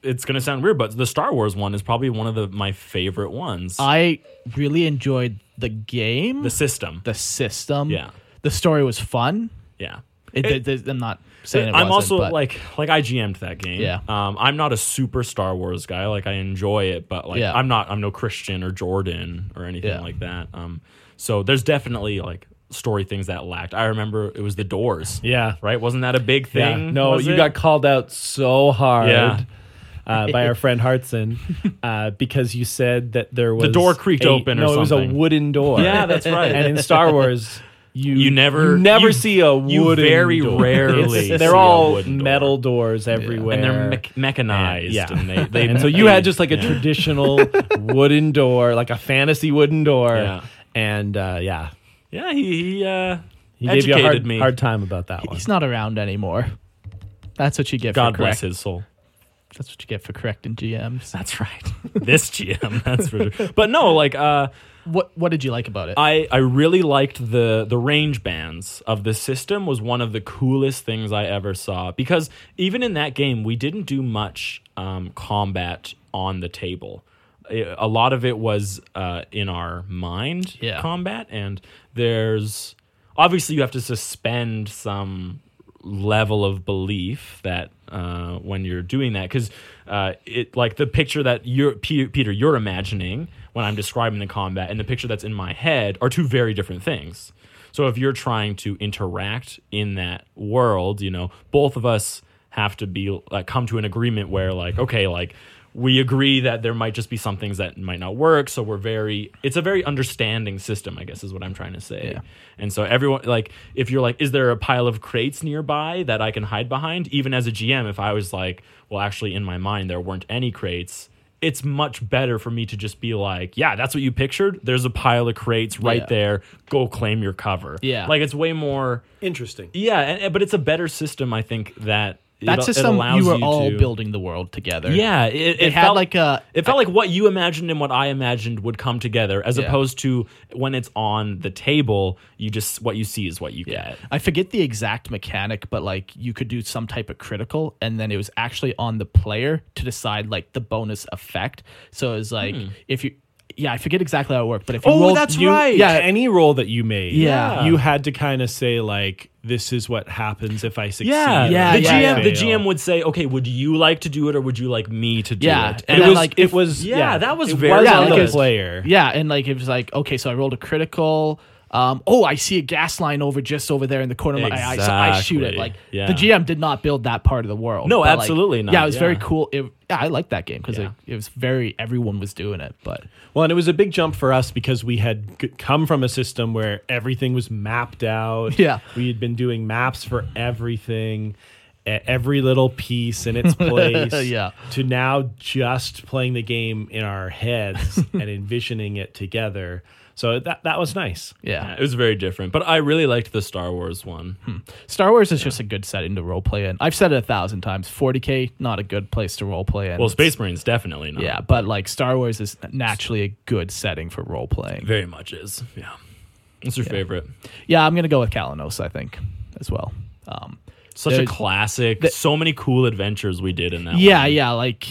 B: it's going to sound weird, but the Star Wars one is probably one of the my favorite ones.
C: I really enjoyed the game,
B: the
C: the,
B: system.
C: system.
B: Yeah.
C: The story was fun.
B: yeah.
C: It,
B: It-
C: th- th- I'm not saying it
B: Uh, I'm
C: wasn't,
B: also
C: but-
B: like like I GM'd that game.
C: Yeah.
B: Um, I'm not a super Star Wars guy. Like I enjoy it, but like
C: Yeah.
B: I'm not I'm no Christian or Jordan or anything
C: Yeah.
B: like that. Um, so there's definitely like story things that lacked. I remember it was the Doors.
E: Yeah.
B: Right? Wasn't that a big
E: Yeah.
B: thing?
E: No,
B: was
E: you
B: it?
E: got called out so hard
B: Yeah.
E: uh, by our friend Hartson uh, because you said that there was
B: door creaked
E: a-
B: open or
E: no, it was a
B: something.
E: wooden door.
B: Yeah, that's right.
E: and in Star Wars. You,
B: You never-
E: never
B: you-
E: see a wooden
B: you very
E: door.
B: rarely
E: It's-
B: see a
E: they're all
B: wooden door.
E: metal doors everywhere
B: and they're mech- mechanized.
E: yeah.
B: And they, they
E: and so you had
B: they-
E: just like a
B: yeah.
E: traditional wooden door, like a fantasy wooden door,
B: Yeah.
E: and uh, yeah,
B: Yeah, he, he uh
E: he
B: educated
E: gave you a hard,
B: me.
E: hard time about that one.
C: he's not around anymore. That's what you get.
B: God
C: for
B: bless
C: correct,
B: his soul.
C: That's what you get for correcting GMs.
B: That's right. this GM, that's for sure. But no, like uh
C: What What did you like about it?
B: I, I really liked the the range bands of the system was one of the coolest things I ever saw because even in that game we didn't do much um, combat on the table. I- a lot of it was uh, in our mind
C: Yeah.
B: combat, and there's obviously you have to suspend some level of belief that uh, when you're doing that because uh, it like the picture that you're P- peter you're imagining when i'm describing the combat and the picture that's in my head are two very different things so if you're trying to interact in that world you know both of us have to be like come to an agreement where like okay like we agree that there might just be some things that might not work so we're very it's a very understanding system i guess is what i'm trying to say and so everyone like if you're like is there a pile of crates nearby that i can hide behind even as a gm if i was like well actually in my mind there weren't any crates it's much better for me to just be like yeah that's what you pictured there's a pile of crates right
C: Yeah.
B: there go claim your cover
C: Yeah.
B: like it's way more
E: Interesting.
B: yeah and, and- but it's a better system i think that it-
C: that
B: it
C: system,
B: allows
C: you were all
B: to-
C: building the world together.
B: yeah, it, it,
C: It had
B: felt
C: like a-
B: It felt like what you imagined and what I imagined would come together, as
C: Yeah.
B: opposed to when it's on the table. You just what you see is what you get.
C: I forget the exact mechanic, but like you could do some type of critical, and then it was actually on the player to decide like the bonus effect. So it was like
B: Hmm.
C: if you, yeah, I forget exactly how it worked, but if you
E: Oh,
C: rolled-
E: that's
C: you-
E: right.
C: yeah,
D: any role that you made,
C: Yeah.
D: you had to kind of say like, "This is what happens if I succeed."
B: Yeah,
D: or
C: Yeah,
B: The
D: if
C: yeah,
D: I
B: GM,
C: yeah.
B: the
D: fail."
B: GM would say, "Okay, would you like to do it, or would you like me to do
C: Yeah,
B: it?"
C: and
B: And
C: then,
B: it was,
C: like,
D: it was
B: yeah, that was
D: it
B: very
D: was
C: Yeah,
D: on
C: like
D: the
C: it's-
D: player.
C: yeah, and like it was like okay, so I rolled a critical. Um, oh, I see a gas line over just over there in the corner. of my eye, so I shoot it.
B: Exactly.
C: Like
B: Yeah.
C: the GM did not build that part of the world.
B: No,
C: but, like,
B: absolutely not,
C: Yeah, it was very
B: yeah.
C: cool. It, yeah, I liked that game because
B: Yeah.
C: it, it was very everyone was doing it. But
D: Well, and it was a big jump for us because we had g- come from a system where everything was mapped out.
C: Yeah.
D: We had been doing maps for everything, e- every little piece in its place.
C: Yeah.
D: To now just playing the game in our heads and envisioning it together. So that, that was nice.
C: yeah,
B: it was very different. But I really liked the Star Wars one.
C: Hmm. Star Wars is just a good setting to role play in. I've said it a thousand times. 40k not a good place to role play in.
B: Well, Space Marines definitely not.
C: yeah, but like Star Wars is naturally a good setting for role playing.
B: very much is. Yeah, what's your favorite?
C: Yeah, I'm gonna go with Kalanos. I think as well. Um,
B: Such a
C: There's-
B: classic.
C: the-
B: so many cool adventures we did in that.
C: yeah,
B: one.
C: yeah, like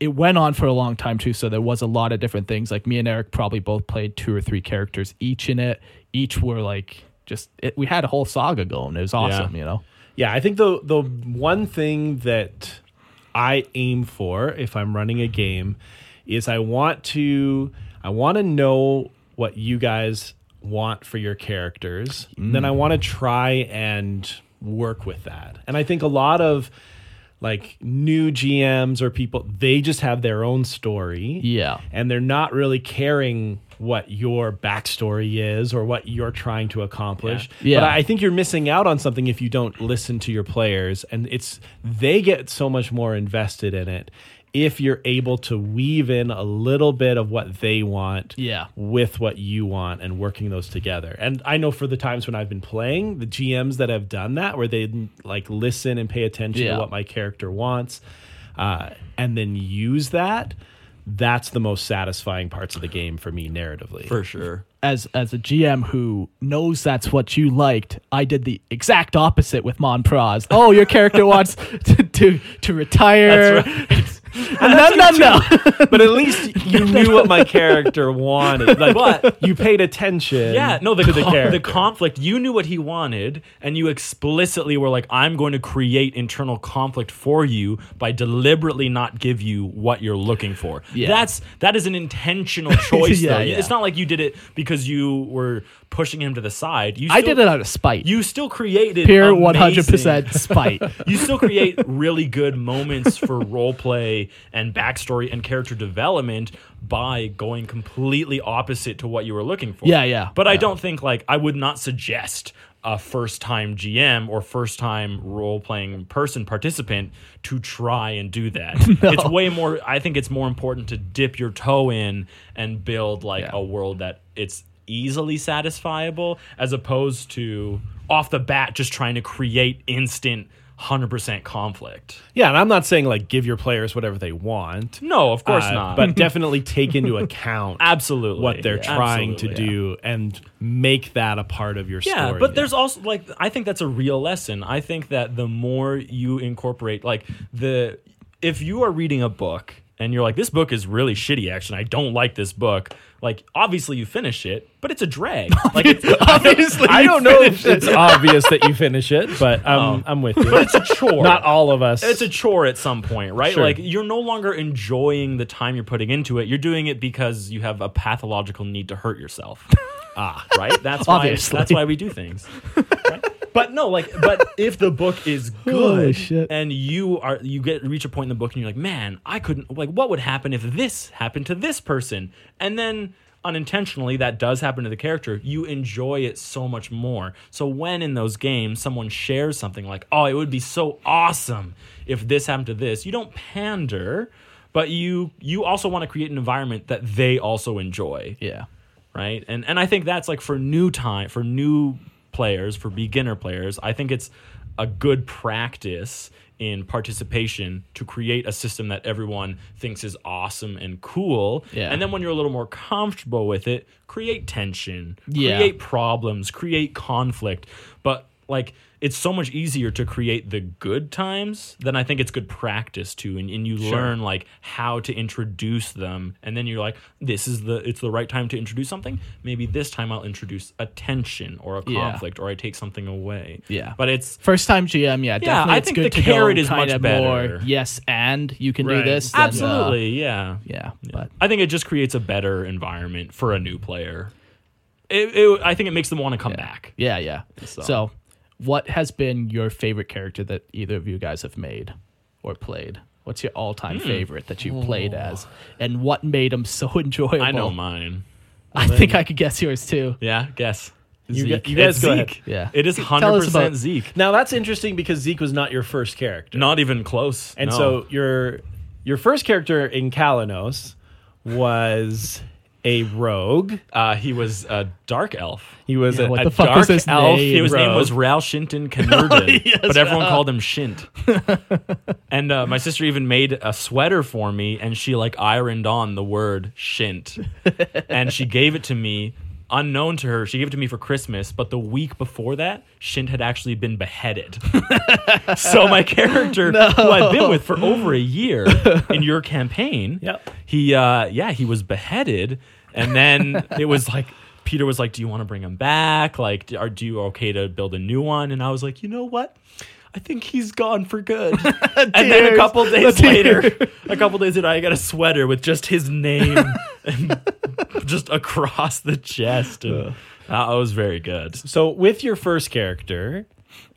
C: it went on for a long time too, so there was a lot of different things. Like me and Eric probably both played two or three characters each in it. Each were like just it, we had a whole saga going. It was awesome, you know.
D: Yeah, I think the the one thing that I aim for if I'm running a game is I want to I want to know what you guys want for your characters. Then I
C: Mm.
D: want to try and work with that. And I think a lot of like new GMs or people they just have their own story
C: Yeah.
D: and they're not really caring what your backstory is or what you're trying to accomplish.
C: Yeah.
D: But I think you're missing out on something if you don't listen to your players and it's they get so much more invested in it if you're able to weave in a little bit of what they want
C: Yeah.
D: with what you want and working those together. And I know for the times when I've been playing, the GMs that have done that where they like listen and pay attention
C: Yeah.
D: to what my character wants uh, and then use that, that's the most satisfying parts of the game for me narratively.
B: for sure.
C: As as a GM who knows that's what you liked, I did the exact opposite with Monpraz. Oh, your character wants to to, to retire. no, no, no.
D: but at least you knew what my character wanted. Like
B: But-
D: you paid attention.
B: Yeah, no, the
D: to the
B: con-
D: character.
B: the conflict. You knew what he wanted, and you explicitly were like, "I'm going to create internal conflict for you by deliberately not give you what you're looking for."
C: Yeah.
B: that's that is an intentional choice.
C: Yeah,
B: though.
C: yeah.
B: It's not like you did it because you were pushing him to the side. You
C: I
B: still-
C: did it out of spite.
B: You still created
C: pure
B: amazing-
C: one hundred percent spite.
B: you still create really good moments for role play and backstory and character development by going completely opposite to what you were looking for.
C: Yeah, yeah.
B: But I don't think like I would not suggest a first-time GM or first-time role-playing person participant to try and do that. It's way more I think it's more important to dip your toe in and build like a world that it's easily satisfiable as opposed to off the bat just trying to create instant 100% conflict.
D: yeah, and I'm not saying like give your players whatever they want.
B: No, of course
D: uh,
B: not.
D: But definitely take into account
B: absolutely
D: what they're
B: Yeah.
D: trying to
B: Absolutely.
D: do and make that a part of your
B: Yeah,
D: story.
B: but there's also like I think that's a real lesson. I think that the more you incorporate like the if you are reading a book and you're like this book is really shitty action. I don't like this book. Like obviously you finish it, but it's a drag. Like it's, obviously
D: I don't know if it's obvious that you finish it, but um, I'm with you.
B: Oh. it's a chore.
D: Not all of us.
B: it's a chore at some point, right? Like you're no longer enjoying the time you're putting into it. You're doing it because you have a pathological need to hurt yourself. ah, right. That's why.
C: Obviously.
B: That's why we do things. right? But no, like, but if the book is good
C: shit.
B: and you are you get reach a point in the book and you're like, man, I couldn't like, what would happen if this happened to this person? And then unintentionally that does happen to the character you enjoy it so much more so when in those games someone shares something like oh it would be so awesome if this happened to this you don't pander but you you also want to create an environment that they also enjoy
C: Yeah.
B: right? And and I think that's like for new time for new players, for beginner players, I think it's a good practice in participation to create a system that everyone thinks is awesome and cool.
C: Yeah.
B: And then when you're a little more comfortable with it, create tension,
C: Yeah.
B: create problems, create conflict. But like it's so much easier to create the good times than I think it's good practice to and, and you learn like how to introduce them and then you're like this is the it's the right time to introduce something maybe this time I'll introduce a tension or a
C: Yeah.
B: conflict or I take something away
C: Yeah.
B: but it's
C: First time GM, yeah, definitely.
B: I
C: it's
B: think
C: good
B: the
C: to
B: carrot
C: go
B: is much
C: kinda
B: better.
C: More, yes, and you can do
E: Right.
C: this. than, uh,
B: absolutely yeah
C: yeah, but
B: I think it just creates a better environment for a new player it, it, I think it makes them want to come back
C: yeah, yeah. So. what has been your favorite character that either of you guys have made or played? What's your all-time favorite that you played as, and what made them so enjoyable?
B: I know mine
C: I think I could guess yours too.
B: yeah guess
D: You
B: Zeke.
D: gu- you guys
B: It's
D: go ahead.
B: Zeke.
C: Yeah.
B: it is
C: Tell us
B: 100%
C: about-
B: Zeke
D: now that's interesting because Zeke was not your first character.
B: Not even close.
D: And
B: no.
D: so your your first character in Kalanos was a rogue.
B: uh, he was a dark elf.
D: He was a,
C: what
D: a
C: the fuck
D: dark
C: was his
D: elf.
C: name?
D: He
B: His name was Ral Shinton
D: Oh,
B: Canurden, but everyone called him Shint. and uh, my sister even made a sweater for me, and she like ironed on the word Shint, and she gave it to me unknown to her, she gave it to me for Christmas. But the week before that, Shint had actually been beheaded. so my character, who I've been with for over a year in your campaign,
E: Yep.
B: he, uh, yeah, he was beheaded, and then it was like. Peter was like, "Do you want to bring him back? Like, d- are do you okay to build a new one?" And I was like, "You know what? I think he's gone for good." and then a
C: Tears.
B: couple days
C: The
B: later, a couple days later, I got a sweater with just his name and just across the chest, and that was very good.
D: So with your first character,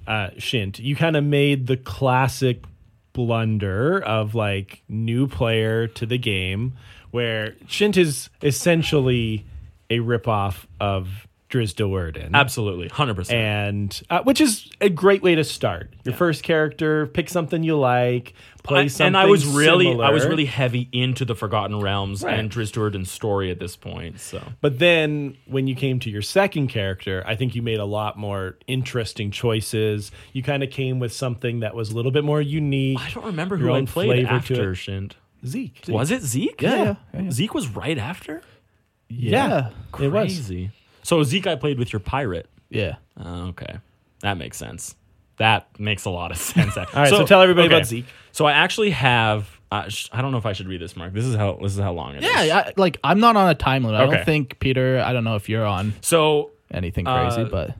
D: uh, Shint, you kind of made the classic blunder of like new player to the game, where Shint is essentially a ripoff of Drizda Worden.
B: Absolutely, hundred percent.
D: And uh, which is a great way to start. Your first character, pick something you like, play something.
B: and I was really, I was
D: similar.
B: really heavy into the Forgotten Realms
D: Right.
B: and Driz Jordan's story at this point. So
D: But then when you came to your second character, I think you made a lot more interesting choices. You kind of came with something that was a little bit more unique.
B: I don't remember
D: Your
B: who I
D: own
B: played
D: flavor to
B: after
D: it.
B: Shint.
D: Zeke.
B: Was it Zeke?
C: Yeah, yeah, yeah, yeah.
B: Zeke was right after.
D: Yeah.
B: Crazy.
D: It was.
B: So Zeke, I played with your pirate.
C: Yeah.
B: Oh, okay, that makes sense. That makes a lot of sense. All
D: right, so tell everybody about Zeke.
B: So I actually have. Uh, sh- I don't know if I should read this, Mark. This is how this is how long it is.
C: Yeah, I, like I'm not on a time limit. I
B: Okay.
C: don't think Peter. I don't know if you're on
B: So
C: anything
B: Uh,
C: crazy, but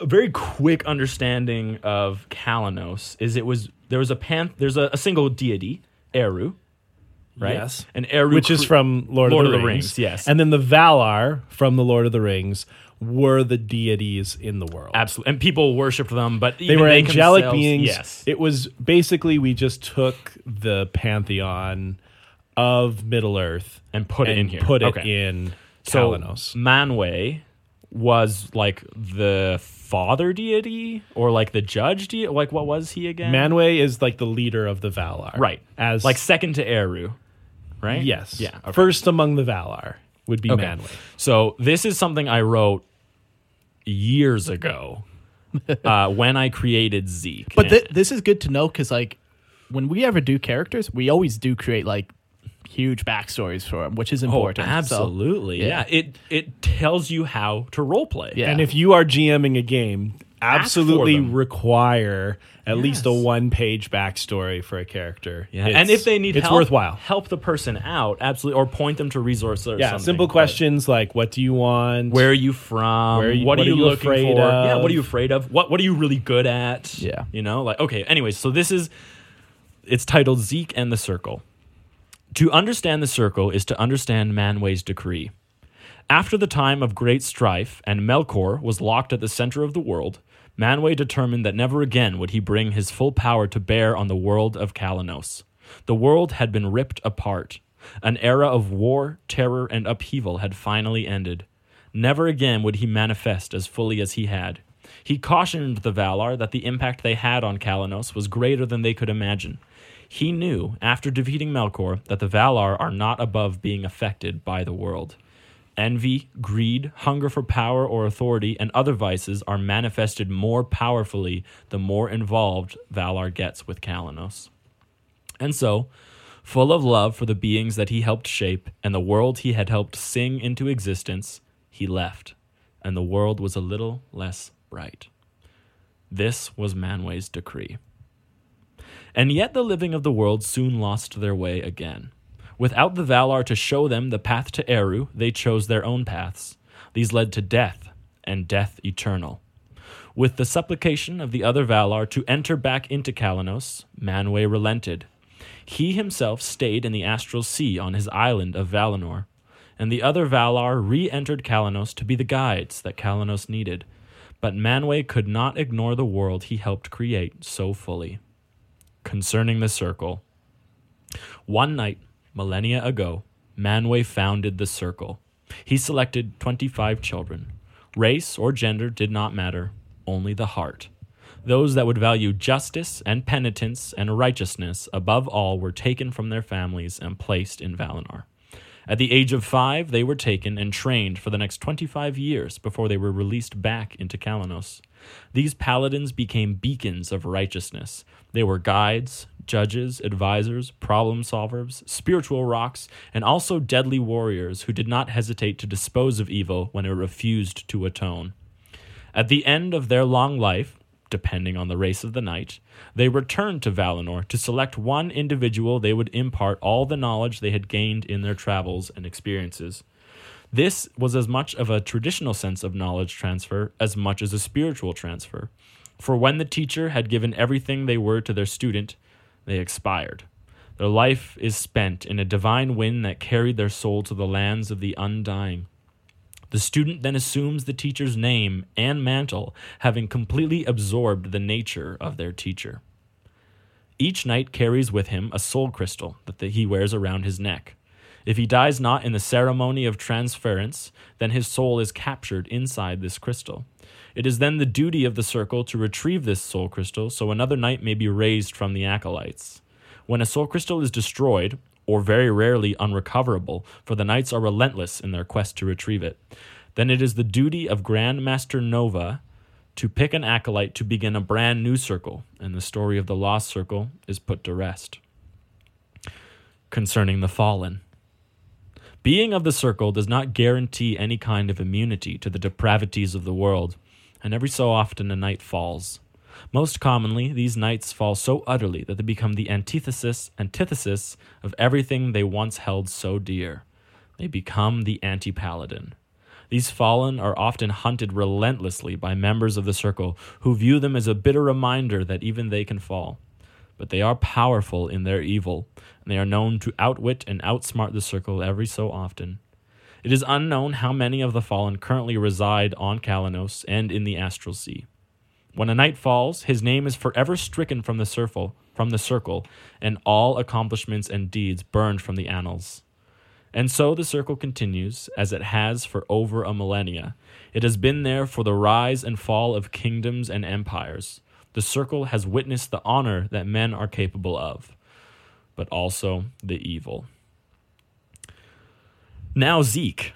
B: a very quick understanding of Kalanos is it was there was a pan there's a, a single deity Eru, right?
D: Yes.
B: and Eru
D: Which is
B: cre-
D: from Lord, of, the Rings.
B: yes.
D: And then the Valar from the Lord of the Rings were the deities in the world.
B: absolutely and people worshipped them, but
D: They were angelic beings.
B: Yes,
D: It was basically we just took the pantheon of Middle Earth
B: and put it in here.
D: Put it
B: Okay.
D: in
B: So
D: Kalanos.
B: Manwe was like the father deity or like the judge deity. Like what was he again?
D: Manwe is like the leader of the Valar.
B: right?
D: As
B: like second to Eru, right?
D: yes.
B: Yeah. okay.
D: First among the Valar would be
B: Okay.
D: Manwe.
B: So this is something I wrote years ago uh, when I created Zeke.
C: but th- this is good to know because like when we ever do characters, we always do create like huge backstories for them, which is
B: oh,
C: important. So-
B: absolutely, yeah.
C: yeah.
B: It it tells you how to role play.
C: Yeah.
D: And if you are GMing a game, absolutely
B: them.
D: require at least a
B: Yes.
D: one-page backstory for a character.
B: Yeah.
D: It's-
B: and if they need
D: it's
B: help,
D: worthwhile.
B: help the person out absolutely, or point them to resources. Or
D: Yeah,
B: something,
D: simple
B: but-
D: questions like what do you want?
B: Where are you from?
D: Where are you-
B: what, are you, looking
D: afraid
B: for? Yeah, what
D: of?
B: are you afraid of? What what are you really good at?
C: Yeah.
B: You know, like okay, anyways, so this is it's titled Zeke and the Circle. To understand the circle is to understand Manway's decree. After the time of great strife and Melkor was locked at the center of the world, Manwe determined that never again would he bring his full power to bear on the world of Kalanos. The world had been ripped apart. An era of war, terror, and upheaval had finally ended. Never again would he manifest as fully as he had. He cautioned the Valar that the impact they had on Kalanos was greater than they could imagine. He knew, after defeating Melkor, that the Valar are not above being affected by the world. Envy, greed, hunger for power or authority, and other vices are manifested more powerfully the more involved Valar gets with Kalanos. And so, full of love for the beings that he helped shape and the world he had helped sing into existence, he left, and the world was a little less bright. This was Manway's decree. And yet the living of the world soon lost their way again. Without the Valar to show them the path to Eru, they chose their own paths. These led to death, and death eternal. With the supplication of the other Valar to enter back into Kalanos, Manwë relented. He himself stayed in the Astral Sea on his island of Valinor, and the other Valar re entered Kalanos to be the guides that Kalanos needed. But Manwë could not ignore the world he helped create so fully concerning the circle. One night, millennia ago, Manwë founded the circle. He selected 25 children. Race or gender did not matter, only the heart. Those that would value justice and penitence and righteousness above all were taken from their families and placed in Valinor. At the age of five, they were taken and trained for the next 25 years before they were released back into Kalanos. These paladins became beacons of righteousness. They were guides, judges, advisors, problem solvers, spiritual rocks, and also deadly warriors who did not hesitate to dispose of evil when it refused to atone. At the end of their long life, depending on the race of the night, they returned to Valinor to select one individual they would impart all the knowledge they had gained in their travels and experiences. This was as much of a traditional sense of knowledge transfer as much as a spiritual transfer. For when the teacher had given everything they were to their student, they expired. Their life is spent in a divine wind that carried their soul to the lands of the undying. The student then assumes the teacher's name and mantle, having completely absorbed the nature of their teacher. Each knight carries with him a soul crystal that the- he wears around his neck. If he dies not in the ceremony of transference, then his soul is captured inside this crystal. It is then the duty of the circle to retrieve this soul crystal so another knight may be raised from the acolytes. When a soul crystal is destroyed, or very rarely unrecoverable, for the knights are relentless in their quest to retrieve it, then it is the duty of Grand Master Nova to pick an acolyte to begin a brand new circle, and the story of the lost circle is put to rest. Concerning the fallen. Being of the circle does not guarantee any kind of immunity to the depravities of the world, and every so often a knight falls. Most commonly, these knights fall so utterly that they become the antithesis, antithesis of everything they once held so dear. They become the anti paladin. These fallen are often hunted relentlessly by members of the circle who view them as a bitter reminder that even they can fall but they are powerful in their evil, and they are known to outwit and outsmart the circle every so often. It is unknown how many of the fallen currently reside on Kalanos and in the Astral Sea. When a knight falls, his name is forever stricken from the circle, from the circle, and all accomplishments and deeds burned from the annals. And so the circle continues, as it has for over a millennia. It has been there for the rise and fall of kingdoms and empires. The circle has witnessed the honor that men are capable of, but also the evil. Now, Zeke.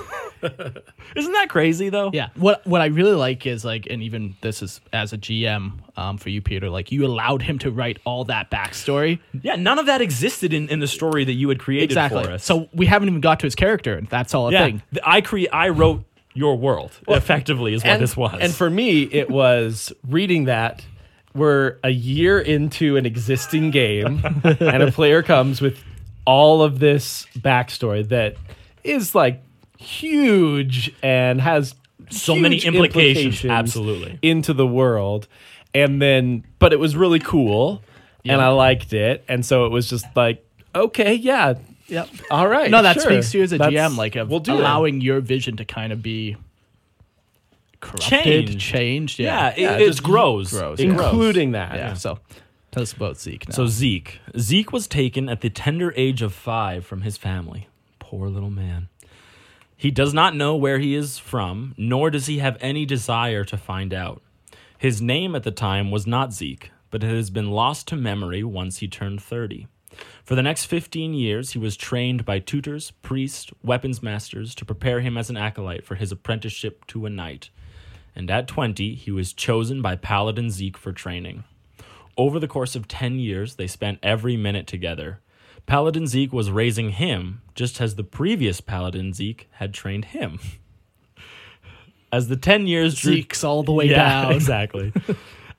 B: Isn't that crazy, though?
C: Yeah. What what I really like is like, and even this is as a GM um, for you, Peter. Like you allowed him to write all that backstory.
B: Yeah, none of that existed in, in the story that you had created for us.
C: So we haven't even got to his character, and that's all a
B: yeah,
C: thing.
B: th- I cre- I wrote your world. effectively, is what
E: and,
B: this was.
E: And for me, it was reading that we're a year into an existing game, and a player comes with all of this backstory that is like huge and has
B: So many
E: huge
B: implications, absolutely.
E: into the world, and then but it was really cool, and I liked it, and so it was just like okay, yeah,
C: Yep.
E: all right.
C: No, that
E: sure.
C: speaks to you as a
E: That's-
C: GM, like of
E: we'll do it.
C: allowing your vision to kind of be corrupted,
B: Changed.
C: changed. Yeah.
B: yeah, it, it
E: just
B: grows.
C: grows,
B: It
C: yeah.
B: grows.
E: including that.
C: Yeah. So tell us about Zeke now.
B: So Zeke, Zeke was taken at the tender age of five from his family. Poor little man. He does not know where he is from, nor does he have any desire to find out. His name at the time was not Zeke, but it has been lost to memory once he turned 30. For the next 15 years, he was trained by tutors, priests, weapons masters to prepare him as an acolyte for his apprenticeship to a knight. And at 20, he was chosen by Paladin Zeke for training. Over the course of 10 years, they spent every minute together. Paladin Zeke was raising him, just as the previous Paladin Zeke had trained him. As the 10 years drew
C: Zeke's all the way
B: yeah,
C: down.
B: Exactly.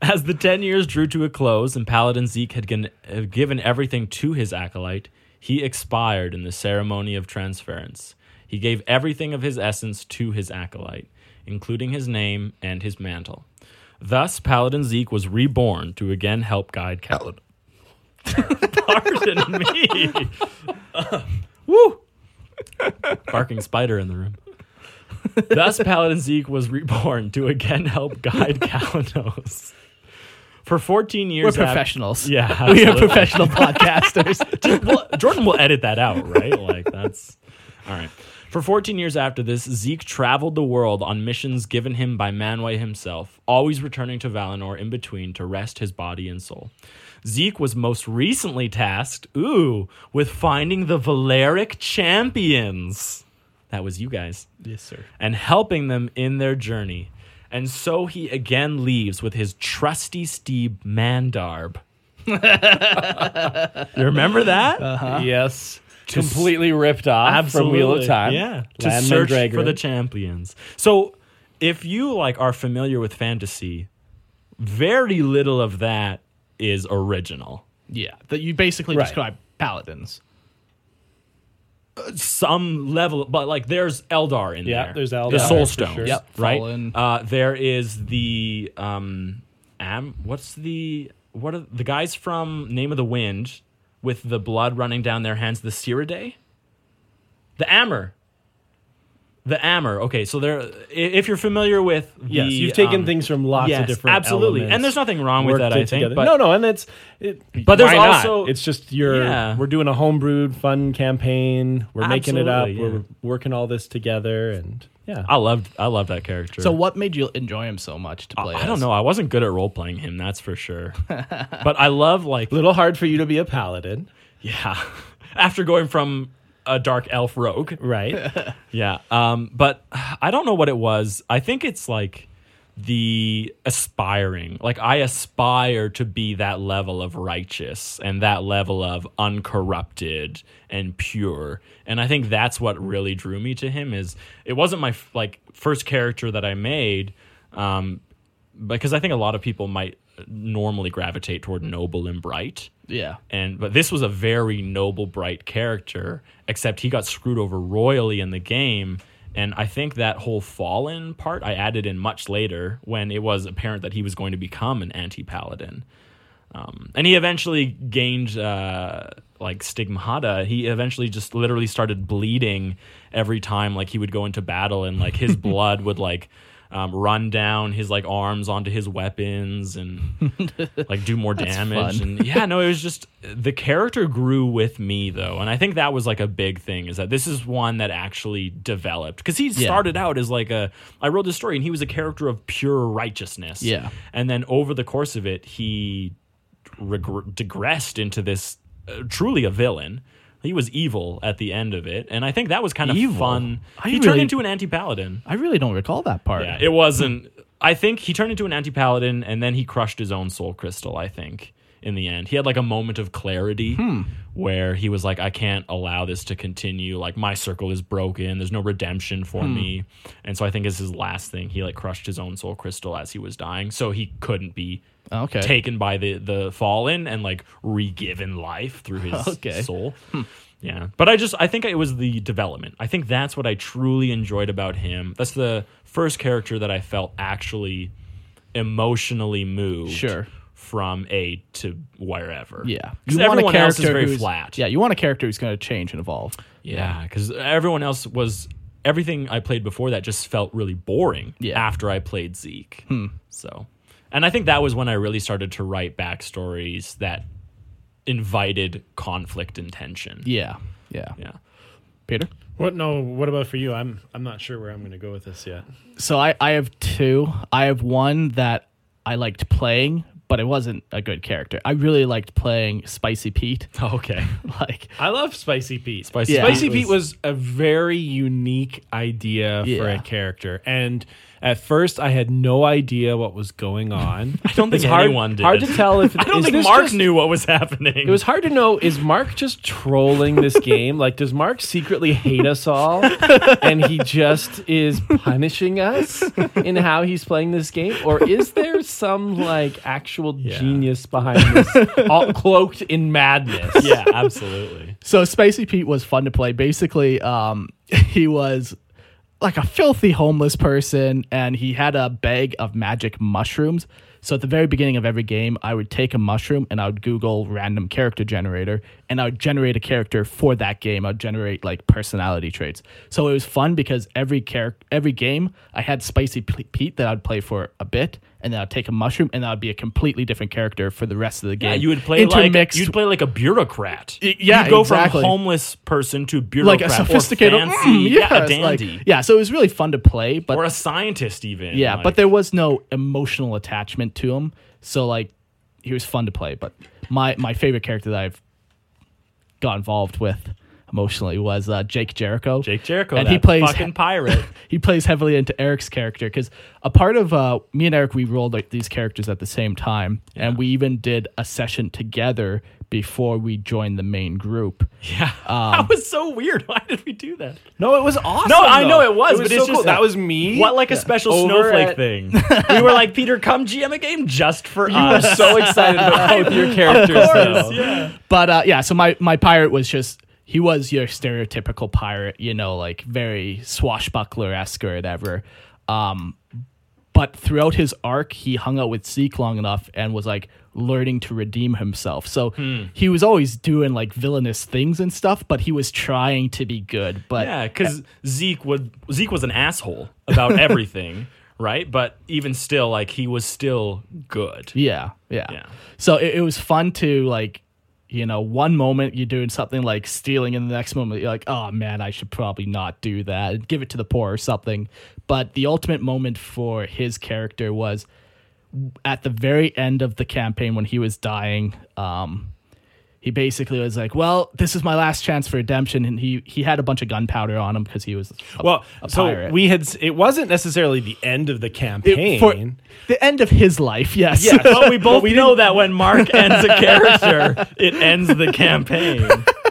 B: As the 10 years drew to a close and Paladin Zeke had gin- uh, given everything to his acolyte, he expired in the ceremony of transference. He gave everything of his essence to his acolyte, including his name and his mantle. Thus, Paladin Zeke was reborn to again help guide Caladon. Pardon me. Woo! Barking spider in the room. Thus, Paladin Zeke was reborn to again help guide Kalanos. For 14
C: We're
B: years, af-
C: professionals.
B: yeah,
C: We are
B: absolutely.
C: professional podcasters.
B: well, Jordan will edit that out, right? Like that's all right. For 14 years after this, Zeke traveled the world on missions given him by Manway himself, always returning to Valinor in between to rest his body and soul. Zeke was most recently tasked, ooh, with finding the Valeric champions. That was you guys
C: yes, sir.
B: and helping them in their journey. And so he again leaves with his trusty steed Mandarb. You remember that?
D: Yes. Completely ripped off
B: Absolutely.
D: Uh-huh. from Wheel of Time.
B: Yeah.
D: Landman
B: to search for
D: Dragoran.
B: the champions. So if you like are familiar with fantasy, very little of that is original.
C: Yeah, that you basically
D: Right.
C: describe paladins.
B: Some level, but like there's Eldar in
D: Yeah,
B: there.
D: there's Eldar,
B: The
D: for
B: Soul Stones.
D: sure.
C: Yep,
B: Right.
C: Fallen.
B: Uh, there is the um, Am. What's the what are the guys from Name of the Wind with the blood running down their hands? The Siridae. The Ammer. The Ammer. Okay, so there. i- If you're familiar with, the,
D: Yes, you've taken
B: um,
D: things from lots
B: yes,
D: of different
B: absolutely,
D: elements,
B: and there's nothing wrong with
D: worked
B: that.
D: it
B: I think,
D: together.
B: but
D: no, no, and that's it,
B: But there's
D: why not?
B: also-
D: it's just your
B: Yeah.
D: we're doing a homebrewed fun campaign. We're making it up.
B: Absolutely, yeah.
D: We're working all this together, and yeah,
B: I loved I loved that character.
C: So what made you enjoy him so much to play?
B: I don't
C: as?
B: know. I wasn't good at role playing him, that's for sure. but I love like
D: little hard for you to be a paladin,
B: Yeah. After going from a dark elf rogue.
D: right?
B: Yeah. Um, but I don't know what it was. I think it's like the aspiring. Like I aspire to be that level of righteous and that level of uncorrupted and pure. And I think that's what really drew me to him is it wasn't my f- like first character that I made um because I think a lot of people might normally gravitate toward noble and bright
C: Yeah,
B: and but this was a very noble bright character except he got screwed over royally in the game and i think that whole fallen part i added in much later when it was apparent that he was going to become an anti-paladin um, and he eventually gained uh, like stigmata he eventually just literally started bleeding every time like he would go into battle and like his blood would like um, run down his like arms onto his weapons and like do more damage
C: fun.
B: and yeah no it was just the character grew with me though and i think that was like a big thing is that this is one that actually developed because he started out as like a i wrote this story and he was a character of pure righteousness
C: Yeah.
B: and then over the course of it he regr digressed into this uh, truly a villain. He was evil at the end of it, and I think that was kind of
C: Evil?
B: fun.
C: I
B: he turned
C: really-
B: into an anti-paladin.
C: I really don't recall that part.
B: Yeah, it wasn't. I think he turned into an anti-paladin, and then he crushed his own soul crystal. I think in the end, he had like a moment of clarity where he was like, "I can't allow this to continue. Like my circle is broken. There's no redemption for me." And so I think is his last thing. He like crushed his own soul crystal as he was dying, so he couldn't be
C: okay.
B: taken by the the fallen and like re-given life through his
C: Okay. Hmm.
B: soul. Yeah, but I just I think it was the development. I think that's what I truly enjoyed about him. That's the first character that I felt actually emotionally moved.
C: Sure.
B: From A to wherever.
C: Yeah,
B: Because everyone else is very
C: who's-
B: flat.
C: Yeah, you want a character who's going to change and evolve.
B: Yeah, because everyone else was everything I played before that just felt really boring.
C: Yeah. Hmm.
B: After I played Zeke, so, and I think that was when I really started to write backstories that invited conflict and tension.
C: Yeah, yeah.
B: Yeah.
C: Peter.
E: What? No. What about for you? I'm I'm not sure where I'm going to go with this yet.
C: So I, I have two. I have one that I liked playing, but it wasn't a good character. I really liked playing Spicy Pete.
B: Okay.
C: like,
D: I love Spicy Pete.
B: Spicy
C: Yeah.
D: Spicy Pete was a very unique idea for
C: Yeah.
D: a character, and at first I had no idea what was going on. I
B: don't think
D: hard,
B: anyone did.
D: Hard to tell if
B: I don't
D: is
B: think
D: this
B: Mark
D: just-
B: knew what was happening.
D: It was hard to know is Mark just trolling this game? Like, does Mark secretly hate us all, and he just is punishing us in how he's playing this game, or is there some like actual genius behind this, all cloaked in madness?
B: yeah, absolutely.
C: so Spicy Pete was fun to play. Basically, um, he was like a filthy homeless person, and he had a bag of magic mushrooms. So at the very beginning of every game, I would take a mushroom and I would Google random character generator, and I would generate a character for that game. I'd generate like personality traits. So it was fun because every character, every game, I had Spicy P- Pete that I'd play for a bit. And then I'd take a mushroom, and that would be a completely different character for the rest of the game.
B: Yeah, you would play like
C: intermixed
B: you'd play like a bureaucrat.
C: Y- yeah,
B: You'd go
C: exactly.
B: from homeless person to bureaucrat,
C: like a sophisticated,
B: or fancy,
C: mm,
B: yeah, a
C: yes, like-
B: dandy,
C: yeah, so it was really fun to play, but
B: or a scientist even.
C: yeah,
B: like-
C: but there was no emotional attachment to him, so like he was fun to play. But my my favorite character that I've got involved with emotionally was uh, Jake Jericho.
B: Jake Jericho,
C: and
B: that
C: he plays
B: fucking pirate.
C: he plays heavily into Eric's character because a part of uh, me and Eric we rolled like, these characters at the same time, and we even did a session together before we joined the main group.
B: Yeah, that was so weird. Why did we do that?
D: No, it was awesome.
B: No, I
D: though.
B: know it was, but
D: so
B: it's just
D: cool. that was me.
B: What like a special
D: Over
B: snowflake
D: at-
B: thing? we were like, Peter, come GM a game just for
D: I
B: us.
D: was so excited about both your characters. though.
B: yeah.
C: But uh, yeah, so my my pirate was just he was your stereotypical pirate, you know, like very swashbuckler esque or whatever. Um, but throughout his arc, he hung out with Zeke long enough and was like learning to redeem himself. So he was always doing like villainous things and stuff, but he was trying to be good. But
B: Yeah, because Zeke would Zeke was an asshole about everything, right? But even still, like he was still good.
C: Yeah, yeah.
B: Yeah.
C: So it, it was fun to like, you know, one moment you're doing something like stealing, and the next moment you're like, oh man, I should probably not do that. Give it to the poor or something. But the ultimate moment for his character was at the very end of the campaign when he was dying. Um, he basically was like, "Well, this is my last chance for redemption," and he he had a bunch of gunpowder on him because he was a,
D: Well,
C: a
D: so
C: pirate.
D: we had. s- It wasn't necessarily the end of the campaign.
C: It- for the end of his life, yes,
B: Yeah, but we both know that when Mark ends a character, it ends the campaign.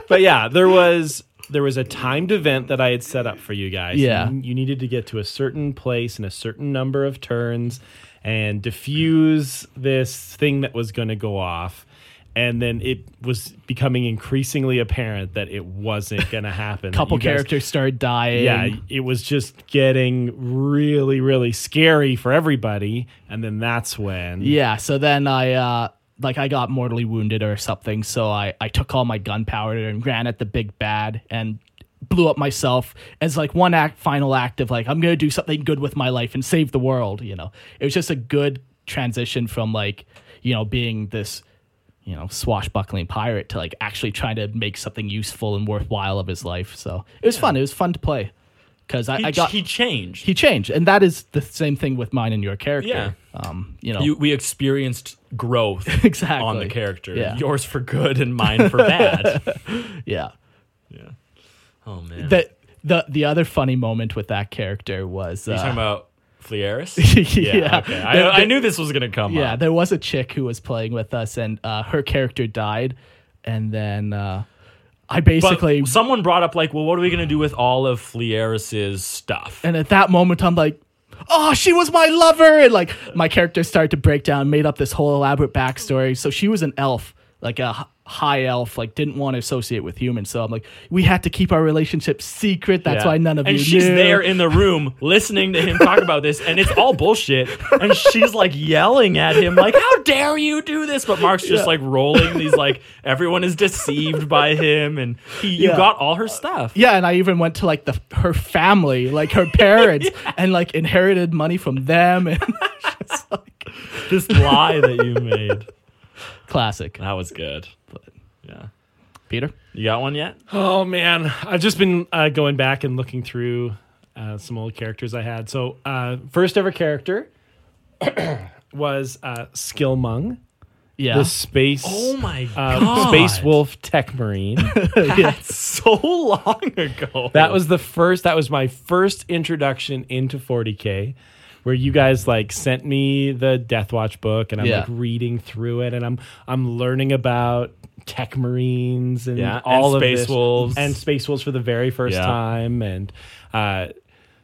D: but yeah, there was there was a timed event that I had set up for you guys.
C: Yeah.
D: you, you needed to get to a certain place in a certain number of turns and diffuse this thing that was going to go off. And then it was becoming increasingly apparent that it wasn't going to happen. that
C: couple
D: you guys-
C: characters started dying.
D: Yeah, it was just getting really, really scary for everybody. And then that's when.
C: Yeah, so then I uh like I got mortally wounded or something, so I I took all my gunpowder and ran at the big bad and blew up myself as like one act final act of like I'm going to do something good with my life and save the world, you know. It was just a good transition from like, you know, being this you know, swashbuckling pirate to like actually trying to make something useful and worthwhile of his life. So it was fun. It was fun to play because I,
B: He,
C: I got
B: he
C: he,
B: changed.
C: changed, and that is the same thing with mine and your character.
B: Yeah.
C: Um, you know,
B: you, we experienced growth
C: Exactly.
B: on the character.
C: Yeah.
B: Yours for good and mine for bad.
C: yeah.
B: oh man.
C: The the the other funny moment with that character was
B: Are you talking
C: uh,
B: about Flieris?
C: yeah,
B: Okay. I,
C: There-
B: I knew this was gonna come
C: yeah.
B: up.
C: There was a chick who was playing with us, and uh, her character died, and then uh, I
B: But
C: basically
B: someone brought up like, well, what are we gonna do with all of Flieris's stuff?
C: and at that moment I'm like. Oh, she was my lover, and like my character started to break down, made up this whole elaborate backstory. So she was an elf, like a h- high elf, like didn't want to associate with humans. So I'm like, we had to keep our relationship secret. That's
B: Yeah.
C: why none of
B: and
C: you
B: she's
C: knew.
B: there in the room listening to him talk about this, and it's all bullshit. And she's like yelling at him, like, "How dare you do this?" But Mark's just like rolling these, like everyone is deceived by him, and he, you
C: Yeah.
B: got all her stuff.
C: Yeah, and I even went to like the her family, like her parents, and like inherited money from them. And
B: This lie that you made.
C: classic,
B: That was good. yeah,
C: Peter.
B: you got one yet?
D: Oh man, I've just been uh, going back and looking through uh, some old characters I had. So uh, first ever character was uh, Skillmung,
C: Yeah,
D: the space
B: Oh my
D: uh,
B: god,
D: space wolf tech marine.
B: That's so long ago.
D: that was the first. That was my first introduction into 40k, where you guys like sent me the Death Watch book, and I'm
C: Yeah.
D: like reading through it, and I'm I'm learning about tech marines and
B: Yeah, and
D: all of
B: space
D: this-
B: wolves.
D: and space wolves for the very first
B: Yeah.
D: time, and. uh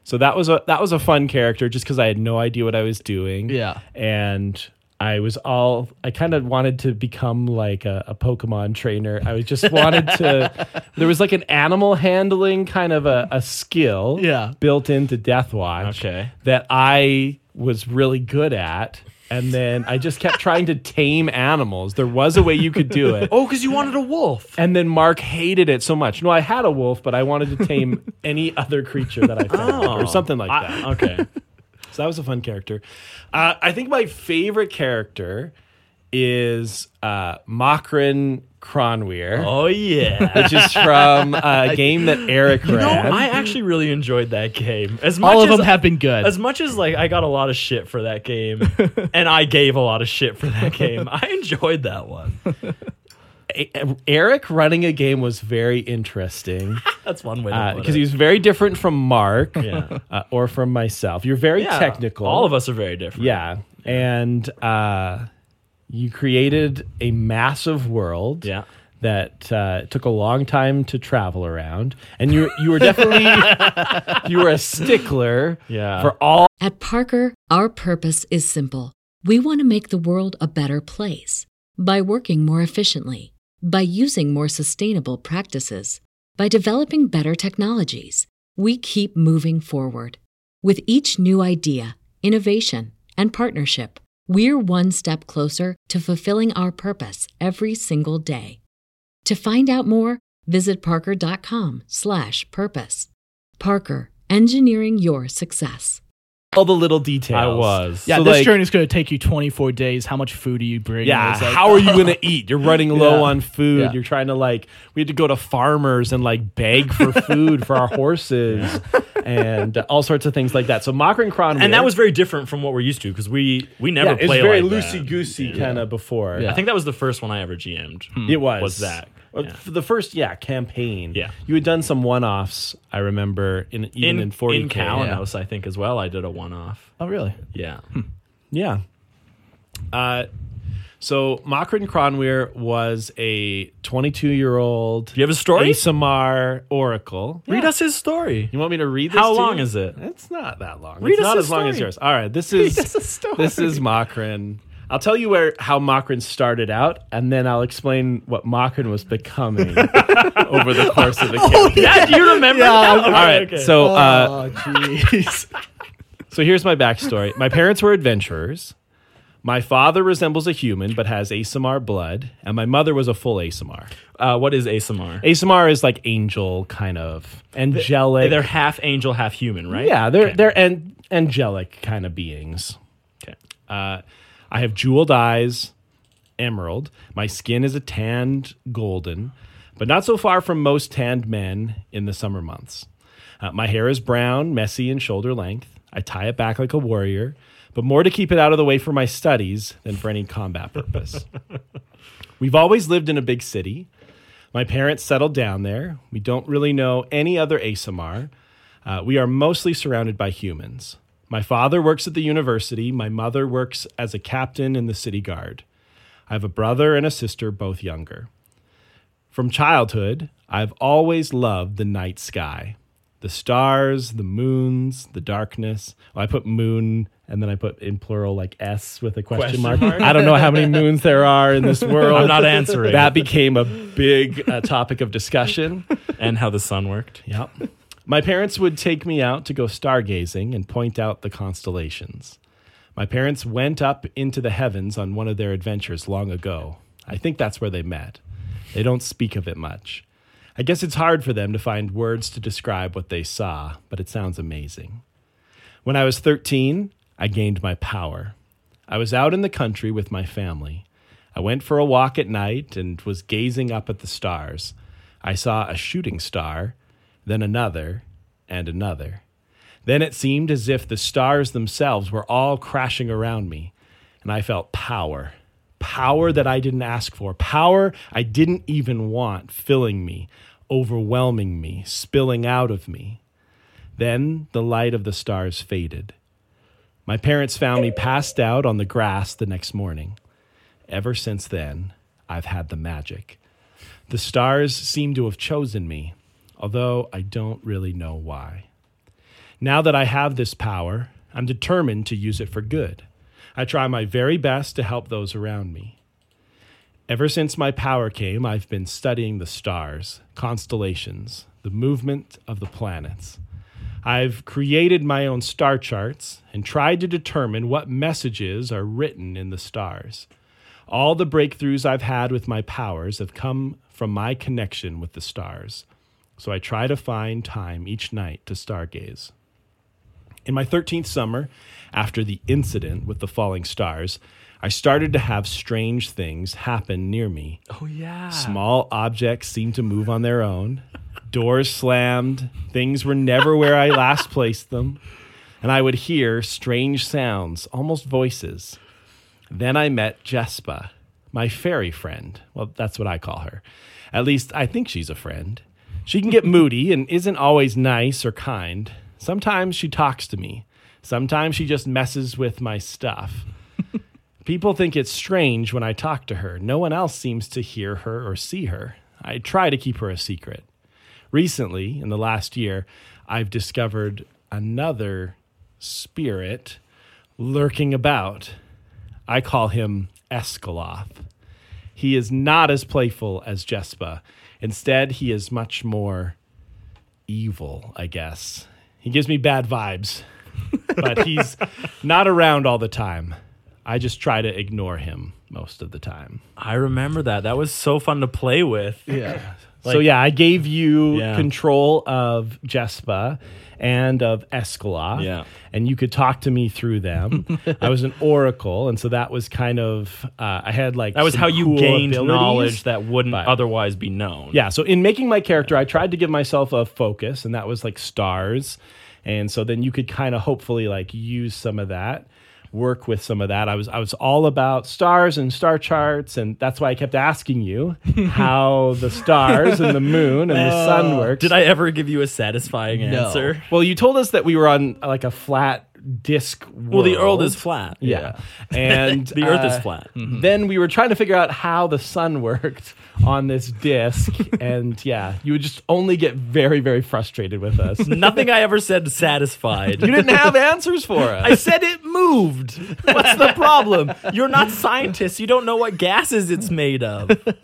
D: so that was a that was a fun character just because I had no idea what I was doing.
C: Yeah.
D: and I was all I kind of wanted to become like a, a Pokemon trainer. I was just wanted to. There was like an animal handling kind of a, a skill,
C: Yeah.
D: built into Deathwatch.
B: Okay.
D: that I was really good at. And then I just kept trying to tame animals. There was a way you could do it.
B: Oh, because you wanted a wolf.
D: And then Mark hated it so much. No, I had a wolf, but I wanted to tame any other creature that I found or something like that.
B: Oh. I- okay.
D: So that was a fun character. Uh, I think my favorite character is uh, Makrin Cronweir,
B: Oh yeah.
D: which is from a game that Eric
B: No,
D: ran.
B: I actually really enjoyed that game. As much
C: all of
B: as,
C: them have been good.
B: as much as like I got a lot of shit for that game, and I gave a lot of shit for that game. I enjoyed that one.
D: E- Eric running a game was very interesting
B: That's one way. to put
D: because
B: it.
D: Uh, he was very different from Mark uh, or from myself. You're very
B: Yeah,
D: technical.
B: All of us are very different.
D: Yeah. And uh, you created a massive world.
B: Yeah.
D: That uh, took a long time to travel around, and you you were definitely you were a stickler
B: Yeah.
D: for all
F: At Parker, our purpose is simple. We want to make the world a better place by working more efficiently, by using more sustainable practices, by developing better technologies. We keep moving forward. With each new idea, innovation, and partnership, we're one step closer to fulfilling our purpose every single day. To find out more, visit parker.com/purpose. Parker, engineering your success.
D: all the little details.
B: I was.
C: Yeah,
D: So,
C: this
D: like-
C: journey is going to take you 24 days. How much food do you bring?
D: Yeah,
C: It's like-
D: how are you gonna eat? You're running low
C: Yeah.
D: on food.
C: Yeah.
D: You're trying to like. We had to go to farmers and like beg for food for our horses and all sorts of things like that. So Mocker and Cron,
B: and that was very different from what we're used to because we we never
D: yeah, it was
B: play
D: very
B: like that.
D: loosey goosey kind of before.
C: Yeah.
B: I think that was the first one I ever GM'd.
D: It was
B: Was Hmm, that.
D: Uh,
B: Yeah.
D: for the first yeah campaign?
B: Yeah.
D: you had done some one offs. I remember in even
B: in
D: in,
B: in,
D: 40
B: Calanos, I think as well. I did a one off.
C: Oh, really?
B: Yeah.
D: Hmm. Yeah. Uh, so Makrin Cronweir was a 22 year old.
B: you have a story?
D: Asamar Oracle.
B: Read us his story.
D: You want me to read this?
B: How
D: to
B: long
D: you?
B: is it?
D: It's not that long.
B: Read
D: it's
B: us
D: not
B: a
D: as long as
B: story.
D: yours. All right, this is
C: us a story.
D: this is Makrin. I'll tell you where how Makrin started out, and then I'll explain what Makrin was becoming over the course of the campaign.
B: Oh, Yeah, do you remember?
D: All right, so uh,
C: oh, jeez.
D: So here's my backstory. My parents were adventurers. My father resembles a human but has ASMR blood, and my mother was a full ASMR.
B: Uh, what is ASMR?
D: ASMR is like angel kind of angelic.
B: They're half angel, half human, right?
D: yeah, they're they're an, angelic kind of beings.
B: Okay.
D: Uh, I have jeweled eyes, emerald. My skin is a tanned golden, but not so far from most tanned men in the summer months. Uh, my hair is brown, messy, and shoulder length. I tie it back like a warrior, but more to keep it out of the way for my studies than for any combat purpose. We've always lived in a big city. My parents settled down there. We don't really know any other ASMR. Uh, we are mostly surrounded by humans. My father works at the university. My mother works as a captain in the city guard. I have a brother and a sister, both younger. From childhood, I've always loved the night sky the stars, the moons, the darkness. Well, I put moon and then I put in plural like S with a
B: Question
D: question, mark.
B: mark.
D: I don't know how many moons there are in this world.
B: I'm not answering.
D: That became a big uh, topic of discussion.
B: And how the sun worked.
D: Yep. My parents would take me out to go stargazing and point out the constellations. My parents went up into the heavens on one of their adventures long ago. I think that's where they met. They don't speak of it much. I guess it's hard for them to find words to describe what they saw, but it sounds amazing. When I was 13, I gained my power. I was out in the country with my family. I went for a walk at night and was gazing up at the stars. I saw a shooting star, then another, and another. Then it seemed as if the stars themselves were all crashing around me, and I felt power. Power that I didn't ask for, power I didn't even want, filling me, overwhelming me, spilling out of me. Then the light of the stars faded. My parents found me passed out on the grass the next morning. Ever since then, I've had the magic. The stars seem to have chosen me, although I don't really know why. Now that I have this power, I'm determined to use it for good. I try my very best to help those around me. Ever since my power came, I've been studying the stars, constellations, the movement of the planets. I've created my own star charts and tried to determine what messages are written in the stars. All the breakthroughs I've had with my powers have come from my connection with the stars. So I try to find time each night to stargaze. In my 13th summer, after the incident with the falling stars, I started to have strange things happen near me.
B: Oh yeah.
D: Small objects seemed to move on their own. Doors slammed. Things were never where I last placed them. And I would hear strange sounds, almost voices. Then I met Jespa, my fairy friend. Well, that's what I call her. At least I think she's a friend. She can get moody and isn't always nice or kind. Sometimes she talks to me. Sometimes she just messes with my stuff. People think it's strange when I talk to her. No one else seems to hear her or see her. I try to keep her a secret. Recently, in the last year, I've discovered another spirit lurking about. I call him Escaloth. He is not as playful as Jespa. Instead, he is much more evil, I guess. He gives me bad vibes, but he's not around all the time. I just try to ignore him most of the time.
B: I remember that. That was so fun to play with.
C: Yeah.
D: so yeah, I gave you
B: Yeah.
D: control of Jespa and of Escala.
B: Yeah.
D: And you could talk to me through them. I was an oracle, and so that was kind of uh, I had like
B: That was
D: some
B: how you
D: cool
B: gained
D: abilities.
B: knowledge that wouldn't
D: but-
B: otherwise be known.
D: Yeah, so in making my character, I tried to give myself a focus, and that was like stars. And so then you could kind of hopefully like use some of that, work with some of that. I was I was all about stars and star charts, and that's why I kept asking you how the stars and the moon and the sun works.
B: Uh, Did I ever give you a satisfying
C: No.
B: answer?
D: Well, you told us that we were on uh, like a flat disc.
B: Well, the
D: world.
B: Earth is flat.
D: Yeah. And
B: The Earth
D: uh,
B: is flat.
D: Then we were trying to figure out how the sun worked on this disc. and yeah, you would just only get very, very frustrated with us. you
B: Nothing I ever said satisfied.
D: didn't have answers for us.
B: I said it moved. What's the problem? You're not scientists. You don't know what gases it's made of.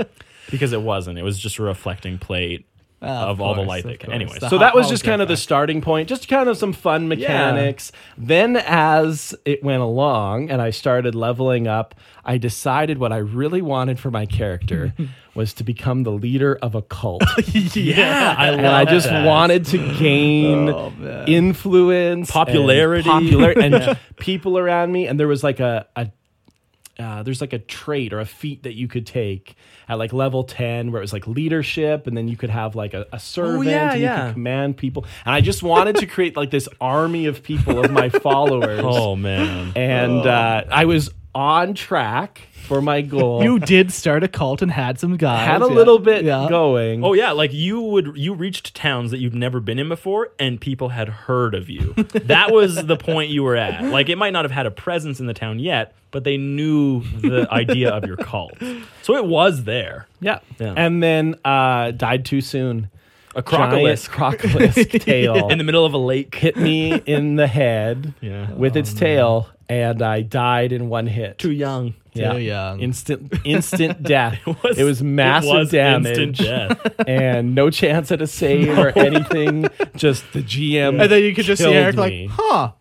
B: Because it wasn't. It was just a reflecting plate of, all the
C: course,
B: light
C: of
B: that came.
C: course.
B: Anyways,
C: The
D: So that was
C: I'll
D: just
C: get
D: kind of the starting point, just kind of some fun mechanics. Then, as it went along and I started leveling up, I decided what I really wanted for my character was to become the leader of a cult.
B: yeah, I
D: and I
B: love
D: just
B: that.
D: wanted to gain influence,
B: Popularity.
D: and, popular- and people around me. And there was like a, a uh, there's like a trait or a feat that you could take at like level 10 where it was like leadership and then you could have like a, a servant
B: Oh, yeah,
D: and you
B: yeah.
D: could command people and i just wanted to create like this army of people of my followers
B: Oh man.
D: and uh, i was on track for my goal
C: You did start a cult and had some guys.
D: Oh. had a
C: yeah.
D: little bit
C: Yeah.
D: going
B: Oh yeah, like you would you reached towns that you'd never been in before and people had heard of you. that was the point you were at. Like it might not have had a presence in the town yet, but they knew the idea of your cult. So it was there.
D: Yeah.
B: Yeah.
D: And then uh, died too soon. A
B: crocolisk.
D: crocolisk tail
B: In the middle of a lake.
D: hit me in the head
B: Yeah.
D: with its tail, and I died in one hit.
B: Too young.
D: yeah.
C: Too young.
D: Instant, instant death. it, was, massive
B: was
D: damage,
B: Instant death.
D: and no chance at a save or anything. Just the GM.
C: And then you could just see
D: killed
C: Eric
D: me.
C: like, huh.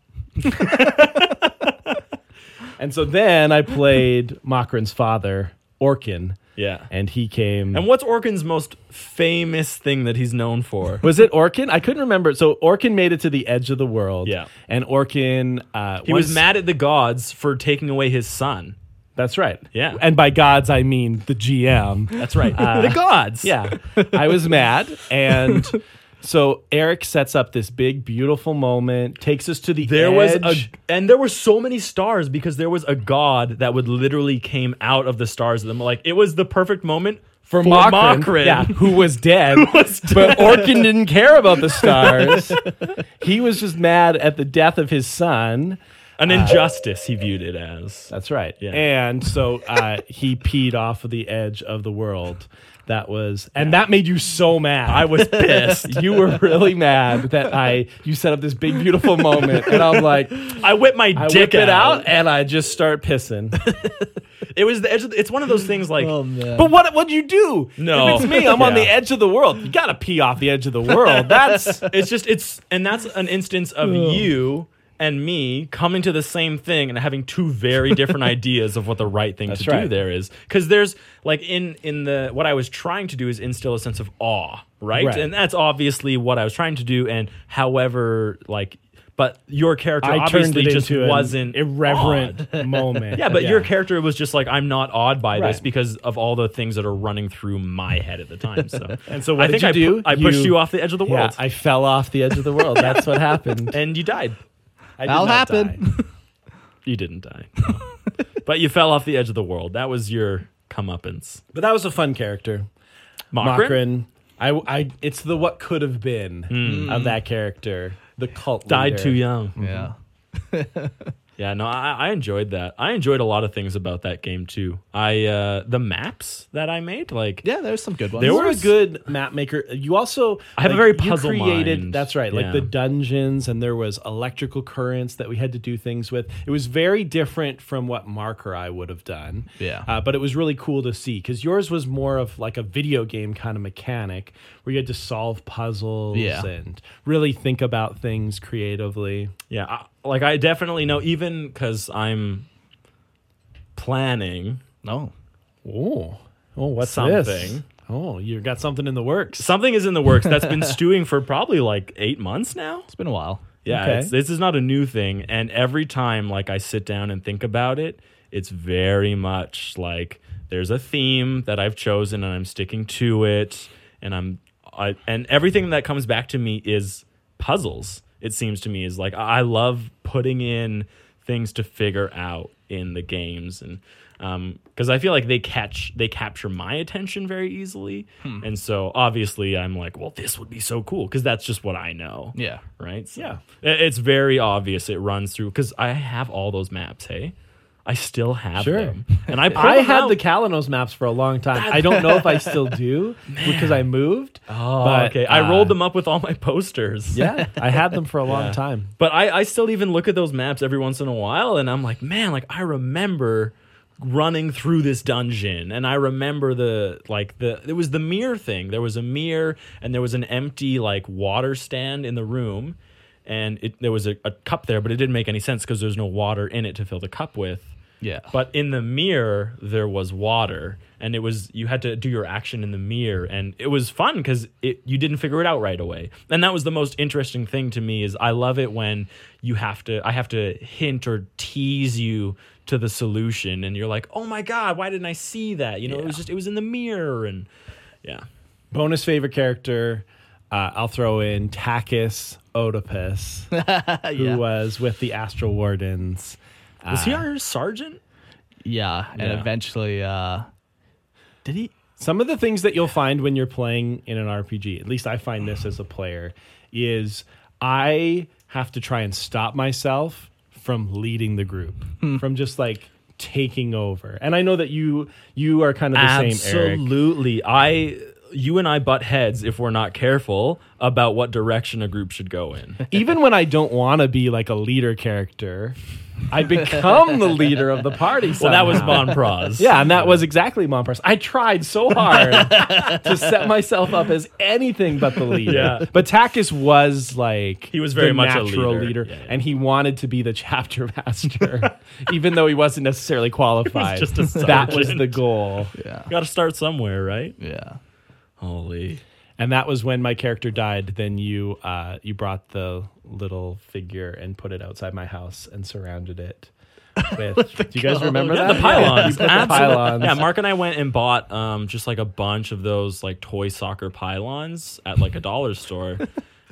D: And so then I played Makrin's father, Orkin,
B: yeah.
D: and he came.
B: And what's Orkin's most famous thing that he's known for?
D: Was it Orkin? I couldn't remember. So Orkin made it to the edge of the world.
B: Yeah.
D: And Orkin. Uh,
B: He was
D: once-
B: mad at the gods for taking away his son.
D: That's right.
B: Yeah.
D: And by gods, I mean the GM.
B: That's right. the gods.
D: Uh, yeah. I was mad. And so Eric sets up this big, beautiful moment, takes us to the
B: There was a
D: edge.
B: and there were so many stars because there was a god that would literally came out of the stars of them. Like it was the perfect moment for,
D: Makrin,
B: Makrin.
D: Yeah, who was dead. But Orkin didn't care about the stars. he was just mad at the death of his son.
B: An injustice he viewed it as.
D: That's right.
B: Yeah.
D: And so uh, he peed off of the edge of the world. That was, and that made you so mad.
B: I was pissed.
D: you were really mad that I you set up this big beautiful moment, and I'm like,
B: I whipped my
D: I
B: dick
D: whip it out, and I just start pissing.
B: It was the edge of the, it's one of those things like
C: Oh, man.
D: but what what'd you do?
B: No.
D: if it's me. I'm on the
B: Yeah.
D: edge of the world. You gotta pee off the edge of the world. That's
B: it's just it's and that's an instance of you and me coming to the same thing and having two very different ideas of what the right thing to do
D: right.
B: there is because there's like in in the what i was trying to do is instill a sense of awe right?
D: Right.
B: and that's obviously what i was trying to do and however like but your character
D: I turned
B: obviously
D: it
B: just
D: into an
B: wasn't awed.
D: irreverent moment.
B: Yeah, but your character was just like, I'm not awed by this
D: Right.
B: because of all the things that are running through my head at the time. So, and
D: so what
B: I
D: did
B: think I
D: you do?
B: pu- I pushed
D: You-
B: you off the edge of the
D: yeah,
B: world,
D: I fell off the edge of the world. That's what happened.
B: and you died.
D: I did
C: That'll
D: not
C: happen.
D: die.
B: You didn't die. No. but you fell off the edge of the world. That was your comeuppance.
D: But that was a fun character.
B: Makrin
D: Makrin. I, I, it's the what could have been of that character. The cult
B: Hmm. died
D: leader.
B: too young.
D: Mm-hmm.
C: Yeah.
B: Yeah, no, I, I enjoyed that. I enjoyed a lot of things about that game too. I uh the maps that I made, like
C: Yeah, there's some good ones.
D: They were a good map maker. You also
B: I have a
D: like,
B: very
D: you
B: puzzle
D: created,
B: mind.
D: That's right. Like
B: Yeah.
D: the dungeons, and there was electrical currents that we had to do things with. It was very different from what Marker I would have done.
C: Yeah.
D: Uh, but it was really cool to see because yours was more of like a video game kind of mechanic where you had to solve puzzles
C: Yeah.
D: and really think about things creatively.
B: Yeah, I, like I definitely know even because I'm planning
C: No.
D: Oh, oh, what's
B: something.
D: this? Oh, you got something in the works.
B: Something is in the works that's been stewing for probably like eight months now.
C: It's been a while.
B: Yeah,
D: Okay.
B: it's, this is not a new thing. And every time, like, I sit down and think about it, it's very much like there's a theme that I've chosen and I'm sticking to it. And I'm, I, and everything that comes back to me is puzzles. It seems to me is like I I love putting in things to figure out in the games and um because i feel like they catch they capture my attention very easily and so obviously i'm like well this would be so cool because that's just what i know
C: Yeah.
B: right? So yeah, it's very obvious. It runs through because I have all those maps. Hey, I still have
D: Sure.
B: them, and I
D: I had the
B: the.
D: Kalanos maps for a long time. I don't know if I still do because I moved.
B: Oh,
D: but, uh,
B: okay. I rolled them up with all my posters.
D: Yeah, I had them for a long time.
B: But I, I still even look at those maps every once in a while and I'm like, man, like I remember running through this dungeon and I remember the like the it was the mirror thing. There was a mirror and there was an empty like water stand in the room and it there was a, a cup there, but it didn't make any sense because there's no water in it to fill the cup with.
C: Yeah.
B: But in the mirror there was water and it was you had to do your action in the mirror and it was fun cuz it you didn't figure it out right away. And that was the most interesting thing to me is I love it when you have to I have to hint or tease you to the solution and you're like, "Oh my god, why didn't I see that?" You know, it was just it was in the mirror and yeah.
D: Bonus favorite character, uh, I'll throw in Takis Oedipus, who was with the Astral Wardens. Ah.
B: Was he our sergeant?
C: Yeah. And
B: Yeah.
C: eventually, uh, did he?
D: Some of the things that you'll find when you're playing in an RPG, at least I find this as a player, is I have to try and stop myself from leading the group,
B: Hmm.
D: from just like taking over. And I know that you you are kind of the same, Eric.
B: Absolutely. I you and I butt heads if we're not careful about what direction a group should go in.
D: even when I don't want to be like a leader character, I become the leader of the party.
B: Well, that was
D: somehow.
B: Bon Pros.
D: Yeah, and that was exactly Monpers. I tried so hard to set myself up as anything but the leader.
B: Yeah.
D: But Takis was like
B: He was very
D: the
B: much a
D: natural
B: leader. Yeah, yeah.
D: and he wanted to be the chapter master, even though he wasn't necessarily qualified.
B: just a
D: that was
B: sergeant.
D: the goal.
C: Yeah.
B: Got to start somewhere, right?
C: Yeah.
B: Holy.
D: And that was when my character died. Then you uh, you brought the little figure and put it outside my house and surrounded it. With, do you guys remember that?
B: The pylons.
D: Yeah, you put the
B: Absolutely.
D: pylons.
B: Yeah, Mark and I went and bought um, just like a bunch of those like toy soccer pylons at like a dollar store.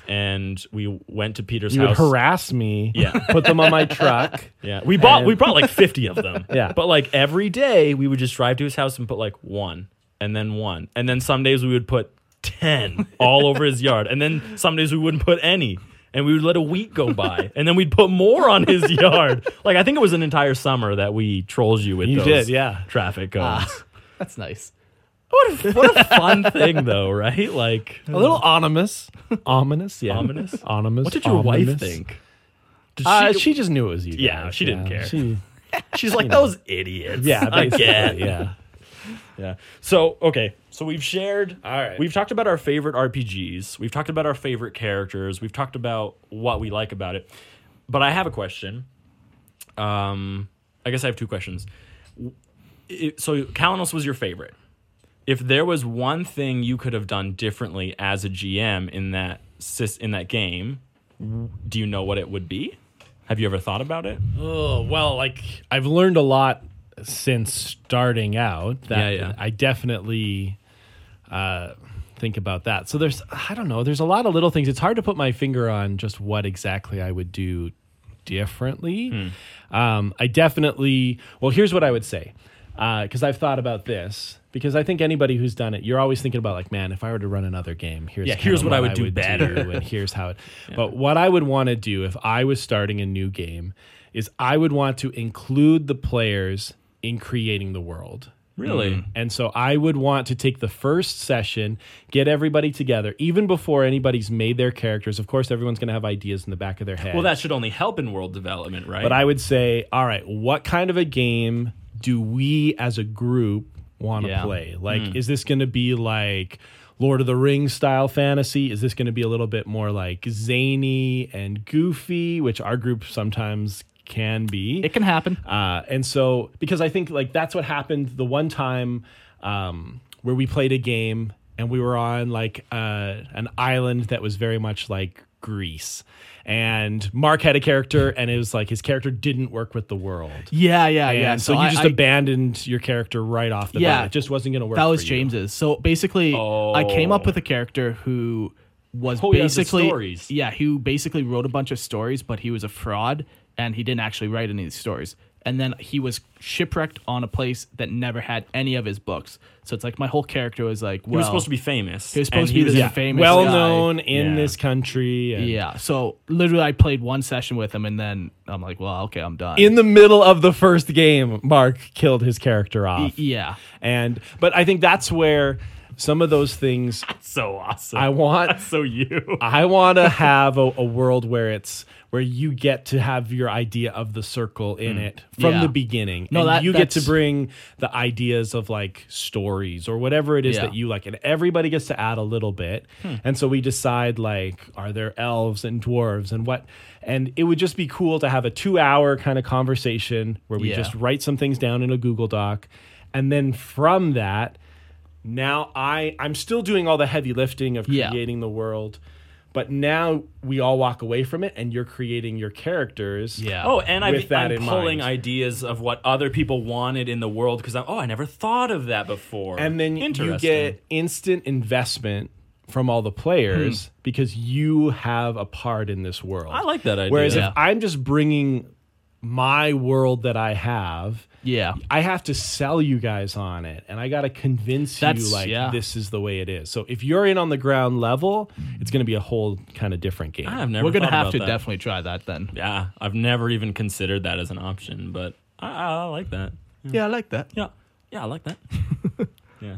B: and we went to Peter's
D: you would
B: house.
D: harass me.
B: Yeah.
D: Put them on my truck.
B: yeah. We bought we brought like 50 of them.
D: Yeah.
B: But like every day we would just drive to his house and put like one and then one. And then some days we would put 10 all over his yard. And then some days we wouldn't put any. And we would let a week go by, and then we'd put more on his yard. Like I think it was an entire summer that we trolled you with
D: You
B: those
D: did, yeah. Ah.
B: traffic cones.
C: That's nice.
B: What a, what a fun thing, though, right? Like,
D: A little ominous. ominous, yeah.
B: Ominous?
D: Ominous.
B: what did your wife
D: ominous.
B: think? Did
D: Uh, she, just knew it was you.
B: Yeah,
D: guys,
B: she didn't care.
D: She,
B: she's like those idiots.
D: yeah,
B: again.
D: basically, yeah.
B: yeah. So okay, so we've shared.
D: All right.
B: We've talked about our favorite RPGs. We've talked about our favorite characters. We've talked about what we like about it. But I have a question. Um, I guess I have two questions. W- it- so Kalanos was your favorite. If there was one thing you could have done differently as a GM in that sys- in that game, w- do you know what it would be? Have you ever thought about it?
D: Oh, well, like I've learned a lot since starting out that
B: Yeah, yeah.
D: I definitely uh, think about that. So there's I don't know, there's a lot of little things. It's hard to put my finger on just what exactly I would
B: Hmm.
D: do differently. Um, I definitely well, here's what I would say. because I've thought about this. Because I think anybody who's done it, you're always thinking about like, man, if I were to run another game, here's
B: Yeah,
D: kinda
B: here's what I would do better.
D: and here's how it. But what I would want to do if I was starting a new game is I would want to include the players in creating the world.
B: Really?
D: And so I would want to take the first session, get everybody together, even before anybody's made their characters. Of course, everyone's going to have ideas in the back of their head.
B: Well, that should only help in world development, right?
D: But I would say, all right, what kind of a game do we as a group want to
C: Yeah.
D: play? Like, is this going to be like Lord of the Rings style fantasy? Is this going to be a little bit more like zany and goofy, which our group sometimes can be?
C: It can happen.
D: Uh, and so, because I think like that's what happened the one time um, where we played a game and we were on like uh, an island that was very much like Greece. And Mark had a character, and it was like his character didn't work with the world.
C: Yeah, yeah,
D: And
C: yeah.
D: so, you
C: I-
D: just
C: I-
D: abandoned your character right off the
C: Yeah.
D: bat. It just wasn't going to work.
C: that was
D: for you.
C: James's. So basically, I came up
B: Oh.
C: with a character who was
B: Oh, yeah, the
C: basically
B: stories.
C: yeah, who basically wrote a bunch of stories, but he was a fraud and he didn't actually write any of the stories. And then he was shipwrecked on a place that never had any of his books. So it's like my whole character was like, well,
B: he was supposed to be famous.
C: he was supposed
B: and
C: to be this
B: yeah.
C: famous,
D: Well
C: guy.
D: known in
B: Yeah.
D: this country. and-
C: Yeah. So literally, I played one session with him, and then I'm like, well, okay, I'm done.
D: In the middle of the first game, Mark killed his
C: E-
D: character off.
C: yeah.
D: And but I think that's where some of those things
B: so awesome.
D: I want
B: so you.
D: I want to have a, a world where it's where you get to have your idea of the circle in it
C: Mm.
D: from
C: Yeah.
D: the beginning.
C: No,
D: and
C: that-
D: you get to
C: that's-
D: bring the ideas of like stories or whatever it is
C: Yeah. Hmm.
D: that you like, and everybody gets to add a little bit. And so we decide like, are there elves and dwarves and what? And it would just be cool to have a two-hour kind of conversation where we
C: Yeah.
D: just write some things down in a Google Doc, and then from that now I I'm still doing all the heavy lifting of
C: Yeah.
D: creating the world, but now we all walk away from it, and you're creating your characters.
C: Yeah.
B: Oh, and I,
D: With
B: I'm
D: that in
B: pulling
D: mind.
B: ideas of what other people wanted in the world because I'm. Oh, I never thought of that before.
D: and then you
B: Interesting.
D: get instant investment from all the players because you have a part in this world.
B: Hmm. I like that idea.
D: Whereas
C: Yeah.
D: if I'm just bringing my world that I have.
C: Yeah.
D: I have to sell you guys on it, and I got to convince
C: That's-
D: you like
C: yeah.
D: this is the way it is. So if you're in on the ground level, it's going to be a whole kind of different game.
B: I've never
C: We're gonna
B: thought
C: have
B: about
C: to
B: that.
C: definitely try that then.
B: Yeah, I've never even considered that as an option, but I, I, I like that.
C: Yeah, I like that.
B: Yeah, yeah, I like that. yeah.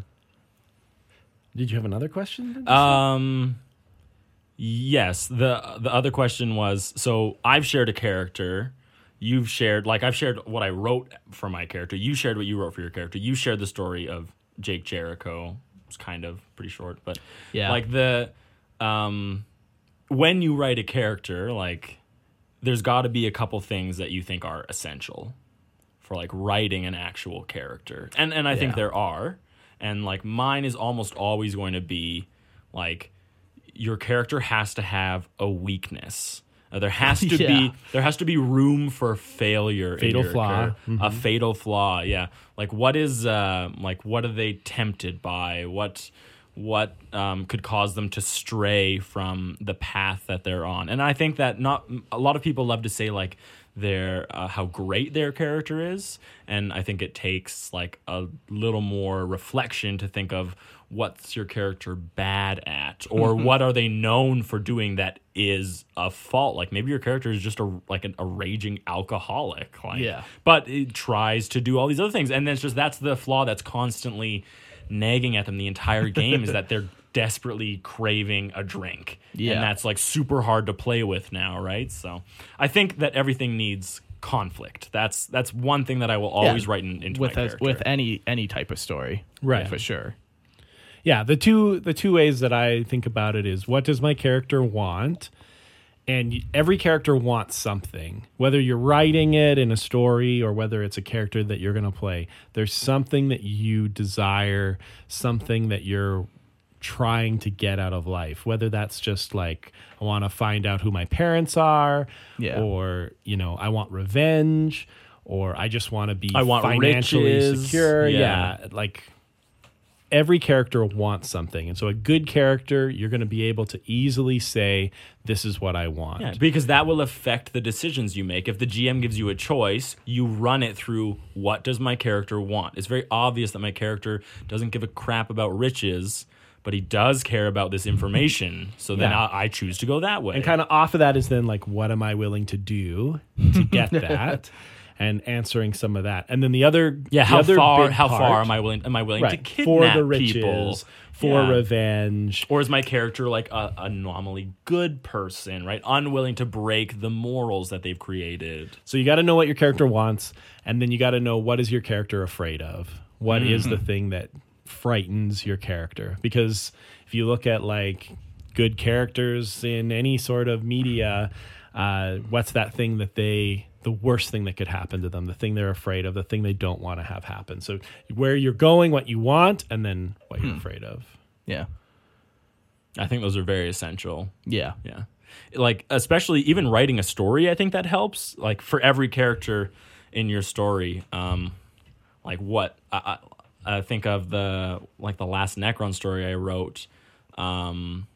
D: Did you have another question?
B: Um. Yes. the The other question was: so I've shared a character. You've shared like I've shared what I wrote for my character. You shared what you wrote for your character. You shared the story of Jake Jericho. It's kind of pretty short, but
C: Yeah.
B: like the um, when you write a character, like there's got to be a couple things that you think are essential for like writing an actual character. And and I think there are. And like mine is almost always going to be like your character has to have a weakness. Uh, there has to
C: Yeah.
B: be there has to be room for failure.
D: Fatal
B: in your
D: flaw.
B: char- A fatal flaw. Yeah. Like what is uh like what are they tempted by? What what um, could cause them to stray from the path that they're on? And I think that not a lot of people love to say like their uh, how great their character is, and I think it takes like a little more reflection to think of what's your character bad at or what are they known for doing that is a fault like maybe your character is just a like an, a raging alcoholic like
C: Yeah.
B: but it tries to do all these other things and then it's just that's the flaw that's constantly nagging at them the entire game is that they're desperately craving a drink
C: Yeah.
B: and that's like super hard to play with now right so i think that everything needs conflict that's that's one thing that i will always write in, into
C: with
B: my
C: a,
B: character
C: with any any type of story,
D: Right.
C: For sure.
D: Yeah, the two the two ways that I think about it is what does my character want? And y- every character wants something. Whether you're writing it in a story or whether it's a character that you're going to play, there's something that you desire, something that you're trying to get out of life. Whether that's just like I want to find out who my parents are
C: Yeah.
D: or, you know, I want revenge or I just want to be
B: I want
D: financially
B: riches.
D: secure.
B: Yeah.
D: yeah, like every character wants something. And so a good character, you're going to be able to easily say, this is what I want.
B: Yeah, because that will affect the decisions you make. If the GM gives you a choice, you run it through what does my character want? It's very obvious that my character doesn't give a crap about riches, but he does care about this information. So then
D: Yeah.
B: I, I choose to go that way.
D: And kind of off of that is then like, what am I willing to do to get that? and answering some of that. And then the other,
B: yeah,
D: the
B: how
D: other
B: far
D: big
B: how far
D: part-
B: am I willing am I willing to
D: right,
B: kidnap
D: for the riches,
B: people?
D: for
B: Yeah.
D: revenge,
B: Or is my character like a anomaly good person, right? Unwilling to break the morals that they've created.
D: So you got to know what your character wants, and then you got to know what is your character afraid of. What is the thing that frightens your character? Because if you look at like good characters in any sort of media, uh, what's that thing that they the worst thing that could happen to them, the thing they're afraid of, the thing they don't want to have happen. So where you're going, what you want, and then what you're afraid of.
C: Yeah.
B: I think those are very essential.
C: Yeah.
B: Yeah. Like especially even writing a story, I think that helps. Like for every character in your story, um, like what I, I, I think of the like the last Necron story I wrote. Um,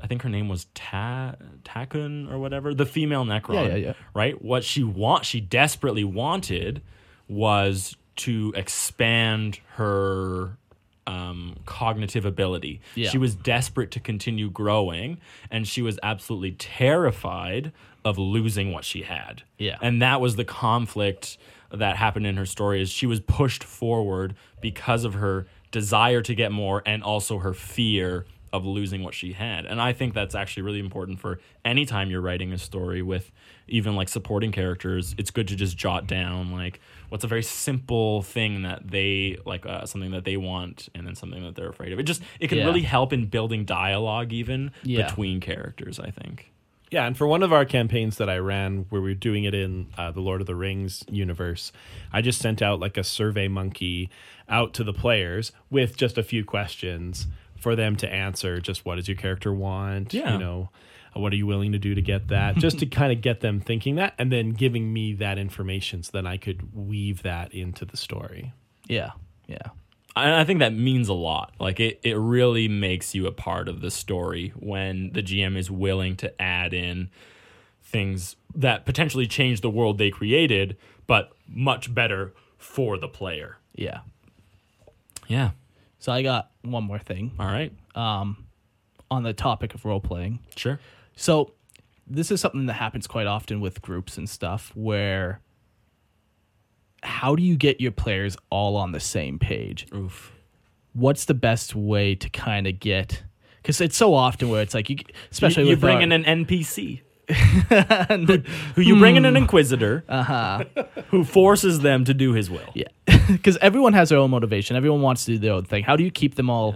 B: I think her name was Ta Takun or whatever, the female Necron.
C: Yeah, yeah, yeah.
B: Right. What she want, she desperately wanted, was to expand her um, cognitive ability.
C: Yeah.
B: She was desperate to continue growing, and she was absolutely terrified of losing what she had.
C: Yeah.
B: and that was the conflict that happened in her story. Is she was pushed forward because of her desire to get more, and also her fear of losing what she had. And I think that's actually really important for any time you're writing a story with even like supporting characters. It's good to just jot down like what's a very simple thing that they like uh, something that they want and then something that they're afraid of. It just it can
C: Yeah.
B: really help in building dialogue even
C: Yeah.
B: between characters, I think.
D: Yeah, and for one of our campaigns that I ran, where we were doing it in uh, the Lord of the Rings universe, I just sent out like a survey monkey out to the players with just a few questions for them to answer. Just what does your character want?
B: Yeah.
D: You know, what are you willing to do to get that? just to kind of get them thinking that, and then giving me that information so then I could weave that into the story.
C: Yeah. Yeah.
B: And I think that means a lot. Like it, it really makes you a part of the story when the GM is willing to add in things that potentially change the world they created, but much better for the player.
C: Yeah.
B: Yeah.
C: So I got one more thing
B: All right.
C: on the topic of role playing.
B: Sure.
C: So this is something that happens quite often with groups and stuff where how do you get your players all on the same page?
B: Oof.
C: What's the best way to kind of get because it's so often where it's like you especially
B: you, you
C: with
B: bring
C: our-
B: in an NPC. who, who you bring in an inquisitor Uh-huh. who forces them to do his will.
C: Yeah. Because everyone has their own motivation. Everyone wants to do their own thing. How do you keep them all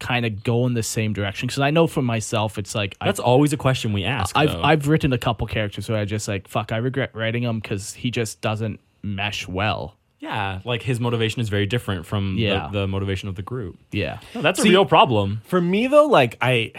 C: kind of go in the same direction? Because I know for myself, it's like
B: That's always a question we ask.
C: I've,
B: though.
C: I've, I've written a couple characters where I just like, fuck, I regret writing him because he just doesn't mesh well.
B: yeah, like his motivation is very different from
C: Yeah.
B: the, the motivation of the group.
C: Yeah.
B: No, that's
D: See-
B: a real problem.
D: for me though like i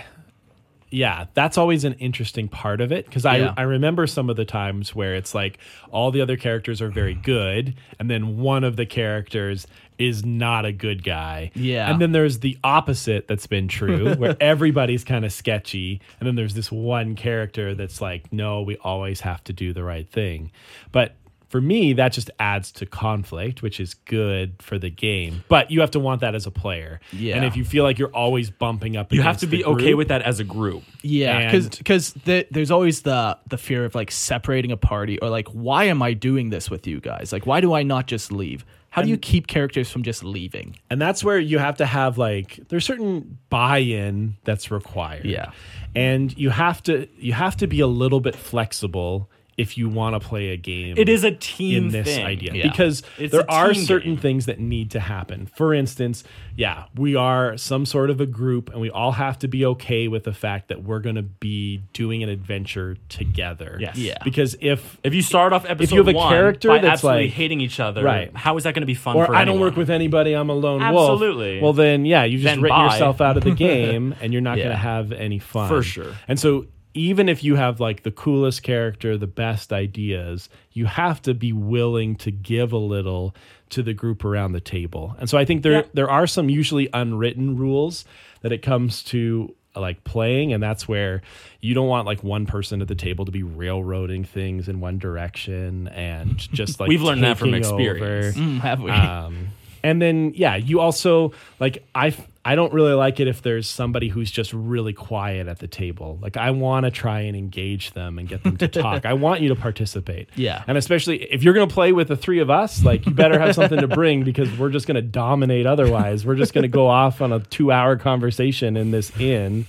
D: yeah that's always an interesting part of it because I,
C: Yeah.
D: I remember some of the times where it's like all the other characters are very good and then one of the characters is not a good guy
C: Yeah.
D: and then there's the opposite that's been true where everybody's kind of sketchy and then there's this one character that's like no we always have to do the right thing but for me that just adds to conflict which is good for the game but you have to want that as a player
C: Yeah.
D: and if you feel like you're always bumping up,
B: You have
D: against
B: to
D: the
B: be okay
D: group.
B: with that as a group.
C: Yeah. Because
D: And-
C: because the, there's always the the fear of like separating a party or like, why am I doing this with you guys? Like, why do I not just leave? How do you keep characters from just leaving?
D: and that's where you have to have like there's certain buy-in that's required.
C: Yeah.
D: and you have to you have to be a little bit flexible if you want to play a game.
B: It is a team
D: in this
B: thing.
D: idea
C: Yeah.
D: because
B: It's a
D: there are
B: team
D: certain
B: game.
D: things that need to happen. For instance, yeah, we are some sort of a group and we all have to be okay with the fact that we're going to be doing an adventure together.
B: Yes.
C: Yeah.
D: Because if
B: If you start off episode
D: If you have a
B: one
D: character
B: by
D: that's
B: absolutely
D: like-
B: hating each other,
D: Right.
B: how is that going to be fun
D: or
B: for
D: I don't
B: anyone?
D: work with anybody. I'm a lone wolf.
B: Absolutely.
D: Well, then, yeah, you've just
B: Then
D: written
B: bye.
D: yourself out of the game, and you're not
C: Yeah.
D: going to have any fun
B: For sure.
D: And so, even if you have like the coolest character, the best ideas, you have to be willing to give a little to the group around the table. And so I think there there are some usually unwritten rules that it comes to like playing and that's where you don't want like one person at the table to be railroading things in one direction and just like
B: We've learned that from
D: taking
B: experience.
D: over.
C: Mm, have we?
B: Uh,
D: Um, and then yeah, you also like I I don't really like it if there's somebody who's just really quiet at the table. Like I want to try and engage them and get them to talk. I want you to participate.
C: Yeah.
D: And especially if you're going to play with the three of us, like you better have something to bring because we're just going to dominate otherwise. We're just going to go off on a 2-hour conversation in this inn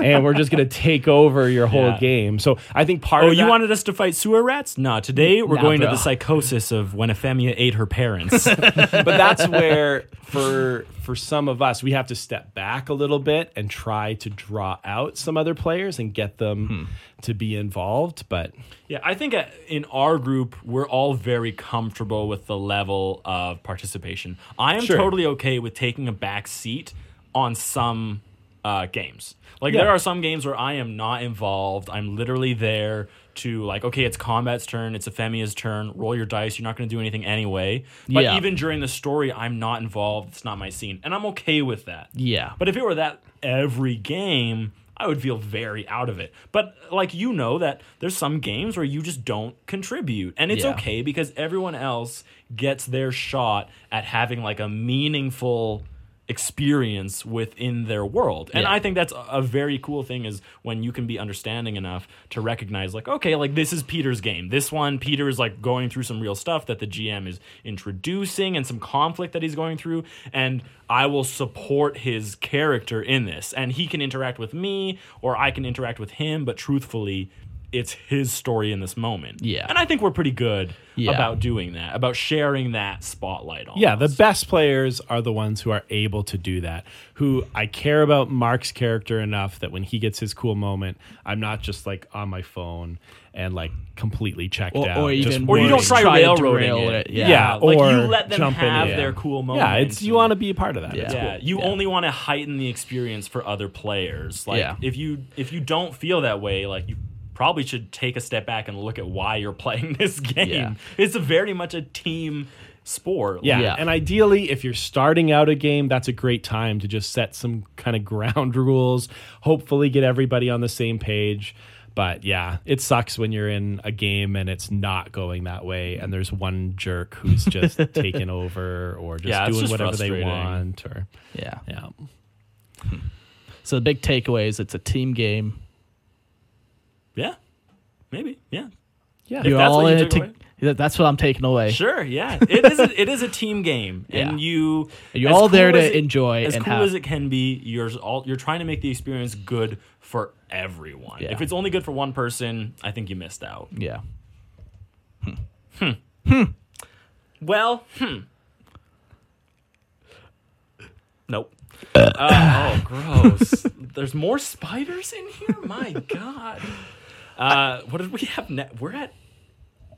D: and we're just going to take over your whole
B: Yeah.
D: game. So I think part
B: Oh,
D: of
B: you
D: that-
B: wanted us to fight sewer rats? Nah, today we're
C: Nah,
B: going to
C: bro.
B: the psychosis of when Ephemia ate her parents.
D: but that's where for for some of us we have to step back a little bit and try to draw out some other players and get them
B: Hmm.
D: to be involved but
B: Yeah, I think uh, in our group, we're all very comfortable with the level of participation. I am
D: Sure.
B: totally okay with taking a back seat on some uh, games. Like, there
D: Yeah.
B: are some games where I am not involved. I'm literally there to, like, okay, it's combat's turn, it's Ephemia's turn, roll your dice, you're not going to do anything anyway. But
C: Yeah.
B: even during the story, I'm not involved, it's not my scene. And I'm okay with that.
C: Yeah.
B: But if it were that every game, I would feel very out of it. But like you know that there's some games where you just don't contribute. And it's
C: Yeah.
B: okay because everyone else gets their shot at having like a meaningful experience within their world. And
C: Yeah.
B: I think that's a- a very cool thing is when you can be understanding enough to recognize like okay, like this is Peter's game. This one Peter is like going through some real stuff that the GM is introducing and some conflict that he's going through and I will support his character in this and he can interact with me or I can interact with him, but truthfully it's his story in this moment.
C: Yeah.
B: And I think we're pretty good
C: Yeah.
B: about doing that, about sharing that spotlight on.
D: yeah the best players are the ones who are able to do that who i care about mark's character enough that when he gets his cool moment i'm not just like on my phone and like completely checked
C: Or-
D: out
C: or
D: just
C: even
B: or you
C: Right.
B: don't
D: worried.
B: try
C: Try to
B: railroading
C: derail
B: it.
C: it, yeah.
D: Yeah,
B: like you
D: or
B: let them
D: jump in,
B: have
D: yeah.
B: their cool moments.
D: yeah it's you want to be a part of that
C: Yeah.
D: It's
B: Yeah,
D: cool.
B: you only want to heighten the experience for other players. Like
C: Yeah.
B: if you if you don't feel that way, like you probably should take a step back and look at why you're playing this game.
C: Yeah.
B: It's a very much a team sport.
D: Yeah.
C: Yeah.
D: And ideally, if you're starting out a game, that's a great time to just set some kind of ground rules, hopefully, get everybody on the same page. But yeah, it sucks when you're in a game and it's not going that way, and there's one jerk who's just taking over or just
B: Yeah, it's
D: doing
B: just
D: whatever they
B: frustrating.
D: want. Or
C: yeah.
D: yeah,
C: So the big takeaway is it's a team game.
B: Yeah. Maybe. Yeah.
D: yeah,
B: If
C: You're
B: that's what
C: all
B: you
C: in it
B: took
C: to- that- That's what I'm taking away.
B: Sure, yeah. It is a, it is a team game. And
C: Yeah.
B: you
C: You're
B: as
C: all there
B: cool
C: to
B: as it-
C: enjoy
B: as
C: and
B: cool
C: have-
B: as it can be, you're s- all you're trying to make the experience good for everyone.
C: Yeah.
B: If it's only good for one person, I think you missed out.
C: Yeah.
B: Well, hmm. Nope. Uh, oh, gross. There's more spiders in here? My God. Uh, what did we have next? We're at,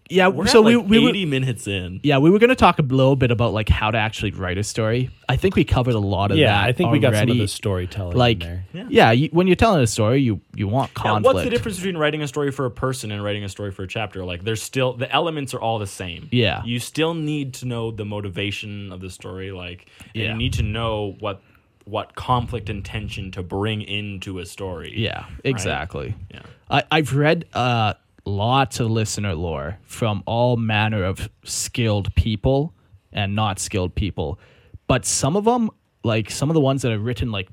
C: Yeah.
B: we're
C: Uh, so
B: at
C: we,
B: like
C: we were-
B: 80 minutes in.
C: yeah, we were going to talk a little bit about like how to actually write a story. I think we covered a lot of
D: yeah.
C: that.
D: I think we got some of
C: already.
D: the storytelling
C: Like,
D: in there.
C: yeah, you, when you're telling a story, you you want
B: Yeah,
C: conflict.
B: what's the difference between writing a story for a person and writing a story for a chapter? Like, there's still the elements are all the same.
C: Yeah.
B: you still need to know the motivation of the story. Like, and
C: Yeah.
B: you need to know what what conflict and tension to bring into a story.
C: Yeah, exactly.
B: Yeah.
C: I, I've read uh, lots of listener lore from all manner of skilled people and not skilled people, but some of them, like some of the ones that are written like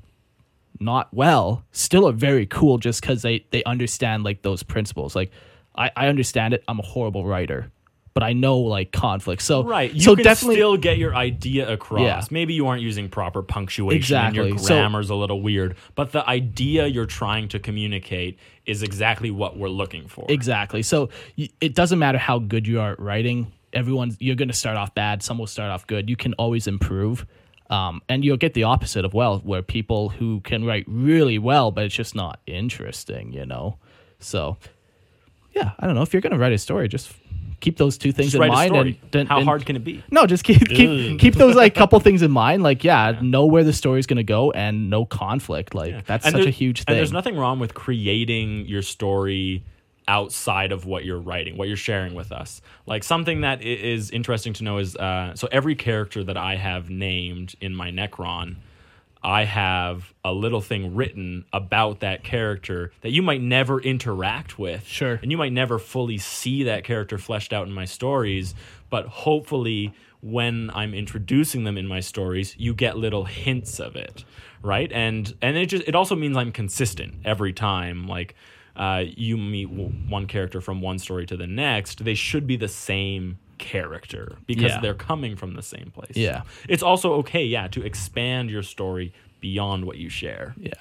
C: not well, still are very cool just because they they understand like those principles. Like I, I understand it. I'm a horrible writer, but I know like conflict. So
B: Right, you
C: so
B: can
C: definitely
B: still get your idea across.
C: Yeah.
B: Maybe you aren't using proper punctuation and your
C: Exactly. So-
B: grammar's a little weird, but the idea you're trying to communicate is exactly what we're looking for.
C: Exactly. So y- it doesn't matter how good you are at writing. Everyone's you're going to start off bad. Some will start off good. You can always improve, um, and you'll get the opposite of well, where people who can write really well, but it's just not interesting. You know. So, yeah, I don't know if you're going to write a story, just f- keep those two things
B: Just
C: in
B: write a
C: mind.
B: story.
C: And, and-
B: How
C: and-
B: hard can it be?
C: No, just keep keep, keep those like couple things in mind. Like, yeah, know where the story's gonna go and no conflict. Like, that's
B: And
C: such
B: there-
C: a huge thing.
B: And there's nothing wrong with creating your story outside of what you're writing, what you're sharing with us. Like something that i- is interesting to know is uh, so every character that I have named in my Necron, I have a little thing written about that character that you might never interact with.
C: Sure.
B: And you might never fully see that character fleshed out in my stories, but hopefully when I'm introducing them in my stories, you get little hints of it, right? And and it just it also means I'm consistent every time like uh, you meet w- one character from one story to the next, they should be the same character because
C: Yeah.
B: they're coming from the same place.
C: Yeah.
B: It's also okay, yeah, to expand your story beyond what you share.
C: Yeah.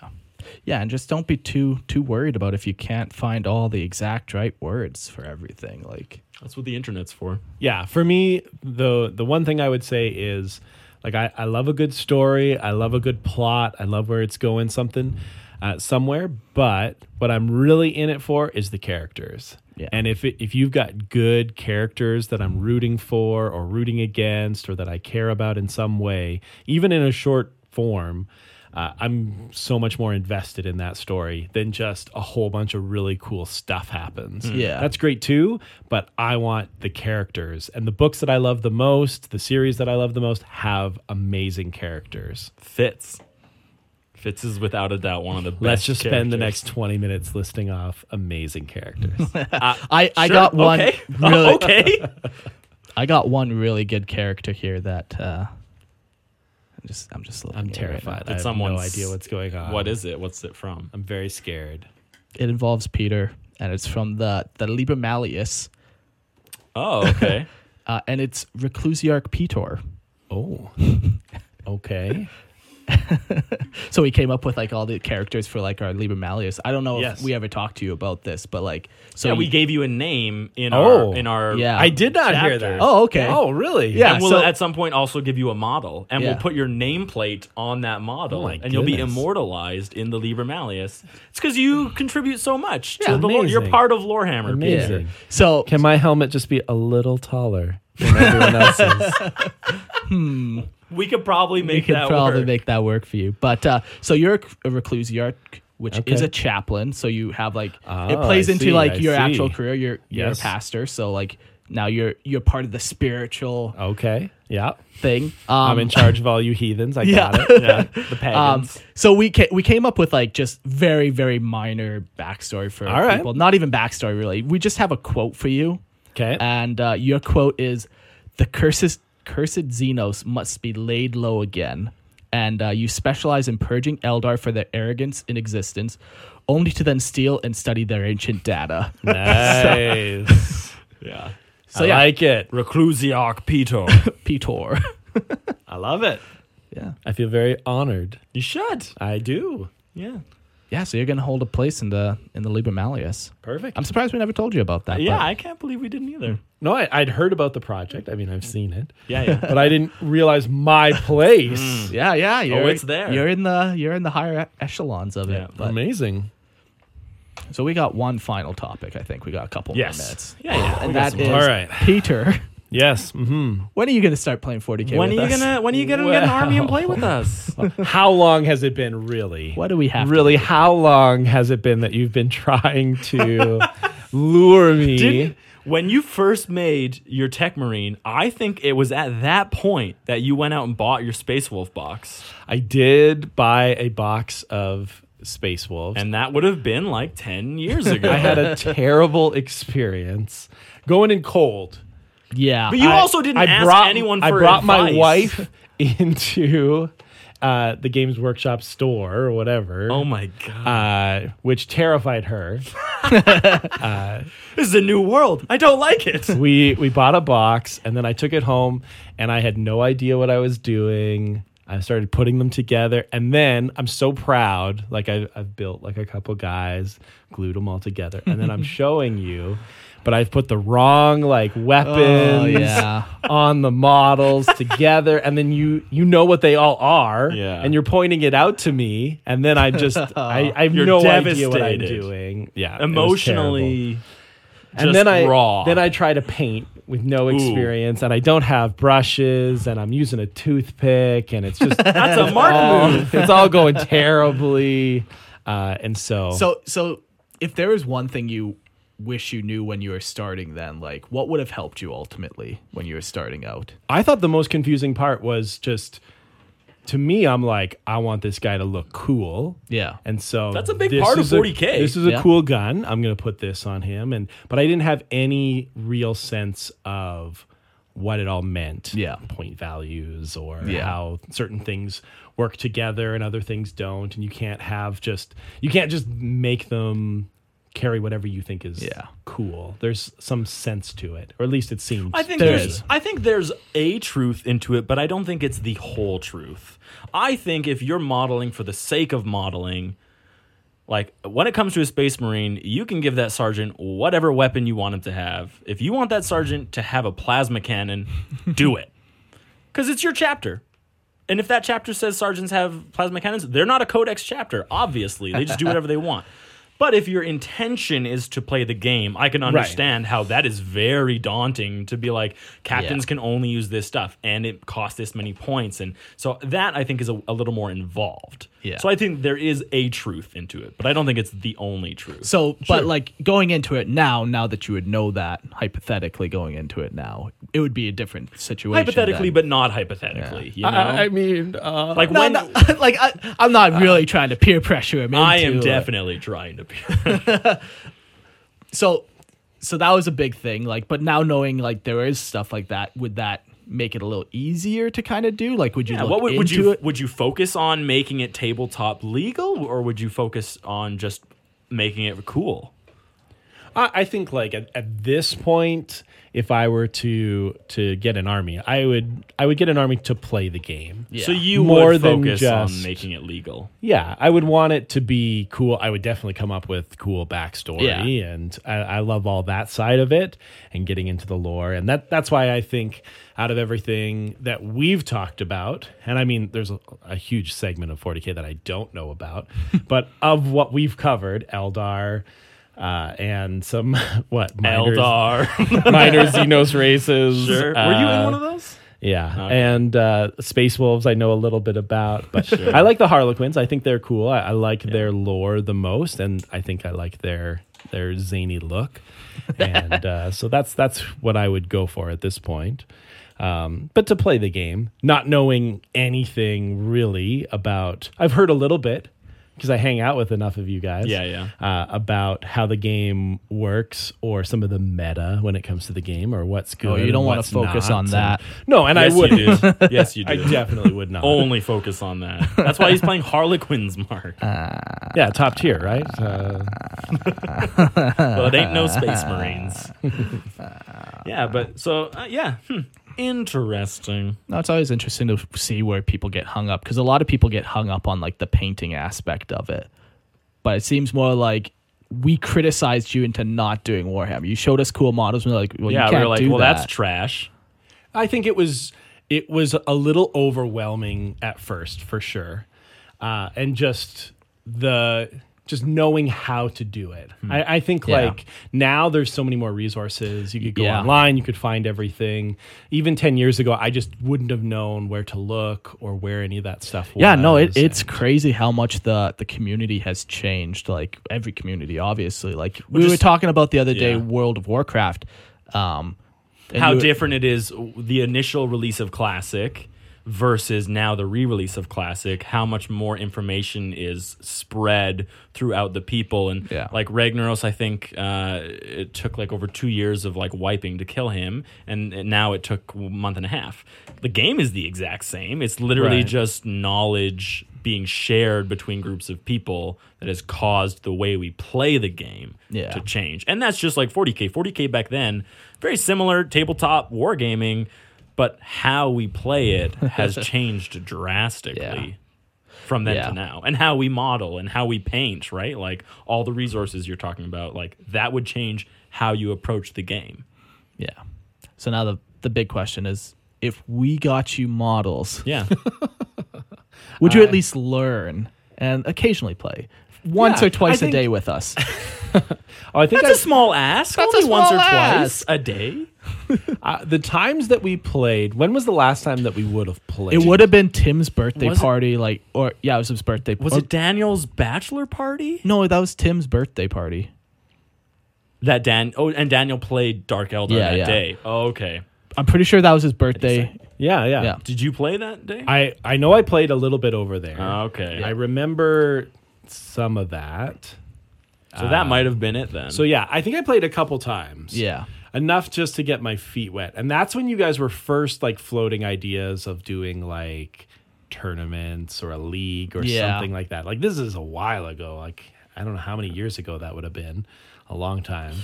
C: Yeah, and just don't be too too worried about if you can't find all the exact right words for everything. Like
B: That's what the internet's for.
D: Yeah, for me, the the one thing I would say is like I, I love a good story, I love a good plot, I love where it's going something uh, somewhere, but what I'm really in it for is the characters.
C: Yeah.
D: And if it, if you've got good characters that I'm rooting for or rooting against or that I care about in some way, even in a short form, uh, I'm so much more invested in that story than just a whole bunch of really cool stuff happens.
C: Yeah.
D: Hmm. That's great too, but I want the characters. And the books that I love the most, the series that I love the most, have amazing characters.
B: Fitz. Fitz is without a doubt one of the best.
D: Let's just spend the
B: characters.
D: next 20 minutes listing off amazing characters.
C: I, I
B: Sure,
C: got one
B: Okay.
C: really
B: okay.
C: I got one really good character here that uh I'm just I'm just looking
D: I'm
C: at it right now.
D: terrified.
B: Did
D: I have
B: someone
D: no
B: s-
D: idea what's going on. Um,
B: What is it? What's it from?
D: I'm very scared.
C: It involves Peter and it's from the the Liber Malleus
B: Oh, okay.
C: uh, and it's Reclusiarch Petor.
D: Oh. okay.
C: So we came up with like all the characters for like our Liber Malleus. I don't know
D: Yes.
C: if we ever talked to you about this, but like so
B: so yeah,
C: you-
B: we gave you a name in
D: Oh.
B: our in our
C: Yeah.
D: I did not hear that.
B: Chapters.
C: Oh, okay.
D: Oh, really?
C: Yeah,
B: and we'll
C: so-
B: at some point also give you a model, and
C: Yeah.
B: we'll put your nameplate on that model,
D: Oh my
B: and you'll be
D: goodness.
B: immortalized in the Liber Malleus. It's because you contribute so much to the lore.
D: amazing.
B: You're part of Lorehammer. Peter.
D: Amazing.
C: so
D: Can my helmet just be a little taller than everyone else's?
B: We could probably make
C: could
B: that
C: probably
B: work.
C: make that work for you. But uh, so you're a recluse, you're which is
D: Okay.
C: a chaplain. So you have like it
D: Ah,
C: plays
D: I
C: into
D: see,
C: like
D: I
C: your
D: see.
C: actual career. You're you're a
D: Yes.
C: pastor, so like now you're you're part of the spiritual
D: okay. Yeah.
C: thing. Um,
D: Uh, I'm in charge of all you heathens. I
C: Yeah.
D: got it.
B: yeah, the
C: Um,
B: pagans.
C: so we ca- we came up with like just very very minor backstory for
D: All right.
C: people. Not even backstory really. We just have a quote for you,
D: Okay.
C: and uh, your quote is, "The curses cursed Xenos must be laid low again." And uh, you specialize in purging Eldar for their arrogance in existence, only to then steal and study their ancient data.
D: Nice.
B: yeah,
C: So
D: I
C: yeah,
D: like it.
B: Reclusiarch Peter.
C: Petor.
D: I love it.
C: yeah,
D: I feel very honored.
B: you should.
D: I do.
B: Yeah.
C: yeah. So you're gonna hold a place in the in the Liber Malleus.
D: Perfect.
C: I'm surprised we never told you about that.
B: Yeah,
C: but-
B: I can't believe we didn't either.
D: no, I, I'd heard about the project. I mean,
C: Mm.
D: I've seen it,
B: Yeah, yeah.
D: but I didn't realize my place.
C: Yeah, yeah. You're,
B: Oh, it's there.
C: You're in the you're in the higher e- echelons of
B: Yeah.
C: it. But,
D: Amazing.
C: so we got one final topic. I think we got a couple
B: Yes.
C: more minutes.
B: Yeah, yeah. We
C: And
B: got
C: that
B: some-
C: is
D: All right.
C: Peter.
D: Yes. hmm
C: When are you going to start playing 40k?
B: when are
C: with
B: you
C: us?
B: gonna when are you gonna get an army and play with us?
D: How long has it been, really?
C: What do we have? to
D: Really,
C: do?
D: how long has it been that you've been trying to lure me?
B: Didn't, when you first made your Tech Marine, I think it was at that point that you went out and bought your Space Wolf box,
D: I did buy a box of Space Wolves.
B: and that would have been like ten years ago.
D: I had a terrible experience going in cold.
C: Yeah.
B: but you
D: I-
B: also didn't
D: I
B: ask
D: brought,
B: anyone for
D: I brought my
B: advice.
D: wife into uh, the Games Workshop store or whatever,
B: Oh my god!
D: uh, which terrified her.
B: This is a new world. I don't like it.
D: we we bought a box and then I took it home and I had no idea what I was doing. I started putting them together and then I'm so proud. Like I, I've built like a couple guys, glued them all together, and then I'm showing you. But I've put the wrong like weapons
C: Oh, yeah.
D: on the models together, and then you you know what they all are,
B: Yeah.
D: and you're pointing it out to me, and then I just I, I have
B: You're
D: no idea what I'm
B: devastated.
D: doing. Yeah, it was terrible.
B: Emotionally
E: and
B: Just
E: then I
B: raw.
E: then I try to paint with no experience, and I don't have brushes, and I'm using a toothpick, and it's just
B: That's a mark
D: Um,
B: move.
E: it's all going terribly. Uh, and so,
C: So so if there is one thing you wish you knew when you were starting then like what would have helped you ultimately when you were starting out?
D: I thought the most confusing part was just to me, I'm like, I want this guy to look cool.
C: Yeah.
D: And so
B: That's a big
D: this
B: part of
D: is a-
B: 40K.
D: This is a
C: Yeah.
D: cool gun. I'm going to put this on him and but I didn't have any real sense of what it all meant.
C: Yeah.
D: Point values or
C: Yeah.
D: how certain things work together and other things don't and you can't have just you can't just make them carry whatever you think is
C: Yeah.
D: cool. There's some sense to it. Or at least it seems
B: I think
D: to
B: there's,
D: me.
B: I think there's a truth into it, but I don't think it's the whole truth. I think if you're modeling for the sake of modeling, like when it comes to a space marine, you can give that sergeant whatever weapon you want him to have. If you want that sergeant to have a plasma cannon, do it. Cuz it's your chapter. And if that chapter says sergeants have plasma cannons, they're not a codex chapter, obviously. They just do whatever they want. But if your intention is to play the game, I can understand how that is very daunting to be like, captains can only use this stuff and it costs this many points. And so that I think is a, a little more involved.
C: Yeah.
B: So I think there is a truth into it, but I don't think it's the only truth.
C: So but like going into it now, now that you would know that, hypothetically going into it now, it would be a different situation.
B: hypothetically,
C: then.
B: but not hypothetically. You know?
E: I, I mean, uh,
B: like
C: No,
B: when
C: no, like I, I'm not really trying to peer pressure him.
B: I am
C: into it.
B: definitely trying to be.
C: so so that was a big thing like but now knowing like there is stuff like that would that make it a little easier to kind of do like would you
B: Yeah,
C: look
B: what would,
C: into
B: would you
C: it
B: would you focus on making it tabletop legal, or would you focus on just making it cool?
D: I, I think like at, at this point, if I were to to get an army, I would I would get an army to play the game.
C: Yeah.
B: So you
D: More
B: would
D: than
B: focus on
D: just-
B: making it legal.
D: Yeah, I would want it to be cool. I would definitely come up with cool backstory,
C: Yeah.
D: and I, I love all that side of it and getting into the lore. And that that's why I think out of everything that we've talked about, and I mean, there's a, a huge segment of 40k that I don't know about, but of what we've covered, Eldar. Uh, and some what minor-
B: Eldar.
D: minor Xenos races.
B: Sure. Were you in one
D: Uh,
B: of those?
D: Yeah, and uh, Space Wolves I know a little bit about, but I like the Harlequins. I think they're cool. I, I like their lore the most, and I think I like their their zany look. and uh, so that's that's what I would go for at this point. Um, but to play the game, not knowing anything really about, I've heard a little bit because I hang out with enough of you guys.
B: Yeah, yeah.
D: Uh, about how the game works or some of the meta when it comes to the game or what's good.
C: Oh, you don't
D: want
C: wanna
D: to
C: focus on that.
D: no, and
B: yes,
D: I would.
B: you do. Yes, you do.
D: I definitely would not.
B: Uh, Only focus on that. That's why he's playing Harlequins, Mark.
D: Yeah, top tier, right? Uh,
B: but it ain't no Space Marines. yeah, but so uh, yeah, hmm. interesting.
C: no it's always interesting to see where people get hung up because a lot of people get hung up on like the painting aspect of it but it seems more like we criticized you into not doing warhammer you showed us cool models and we're like well
B: Yeah,
C: you
B: we
C: can't
B: were like,
C: do
B: well,
C: that
B: that's trash.
D: I think it was it was a little overwhelming at first, for sure, uh, and just the just knowing how to do it. I, I think
C: Hmm. Yeah.
D: like now there's so many more resources. You could go
C: Yeah.
D: online, you could find everything. Even ten years ago, I just wouldn't have known where to look or where any of that stuff was.
C: Yeah, no, it, it's
D: And-
C: crazy how much the the community has changed. Like every community, obviously. Like we
B: Which
C: were
B: is-
C: talking about the other day,
B: yeah.
C: World of Warcraft. Um, and
B: how
C: you-
B: different it is the initial release of classic versus now the re-release of classic how much more information is spread throughout the people and
C: Yeah.
B: like Ragnaros I think uh, it took like over 2 years of like wiping to kill him and and now it took a month and a half the game is the exact same it's literally
D: Right.
B: just knowledge being shared between groups of people that has caused the way we play the game
C: Yeah.
B: to change. And that's just like 40K. 40K back then, very similar tabletop wargaming, but how we play it has changed drastically from then
C: Yeah.
B: to now. And how we model and how we paint, right? Like all the resources you're talking about, like that would change how you approach the game.
C: Yeah. So now the the big question is, if we got you models,
B: Yeah.
C: would you at least learn and occasionally play once
D: Yeah,
C: or twice
D: I
C: a day with us?
D: Oh, I think
B: That's a
D: I-
B: small ask.
C: That's a
B: Only once or
C: small
B: twice
C: ask.
B: a day.
D: uh, the times that we played. When was the last time that we would have played?
C: It would have been Tim's birthday
B: Was it-
C: party, like, or yeah, it was his birthday.
B: Was
C: or-
B: it Daniel's bachelor party?
C: No, that was Tim's birthday party.
B: That Dan. Oh, and Daniel played Dark Elder
C: Yeah,
B: that
C: yeah.
B: day. Oh, okay.
C: I'm pretty sure that was his birthday.
D: Yeah, yeah.
C: Yeah.
B: Did you play that day?
D: I I know I played a little bit over there.
B: okay.
D: I remember some of that.
B: so
C: Uh,
B: that might have been it then.
D: So yeah, I think I played a couple times.
C: Yeah.
D: Enough just to get my feet wet. And that's when you guys were first like floating ideas of doing like tournaments or a league or
C: Yeah.
D: something like that. Like this is a while ago. Like I don't know how many years ago that would have been. A long time.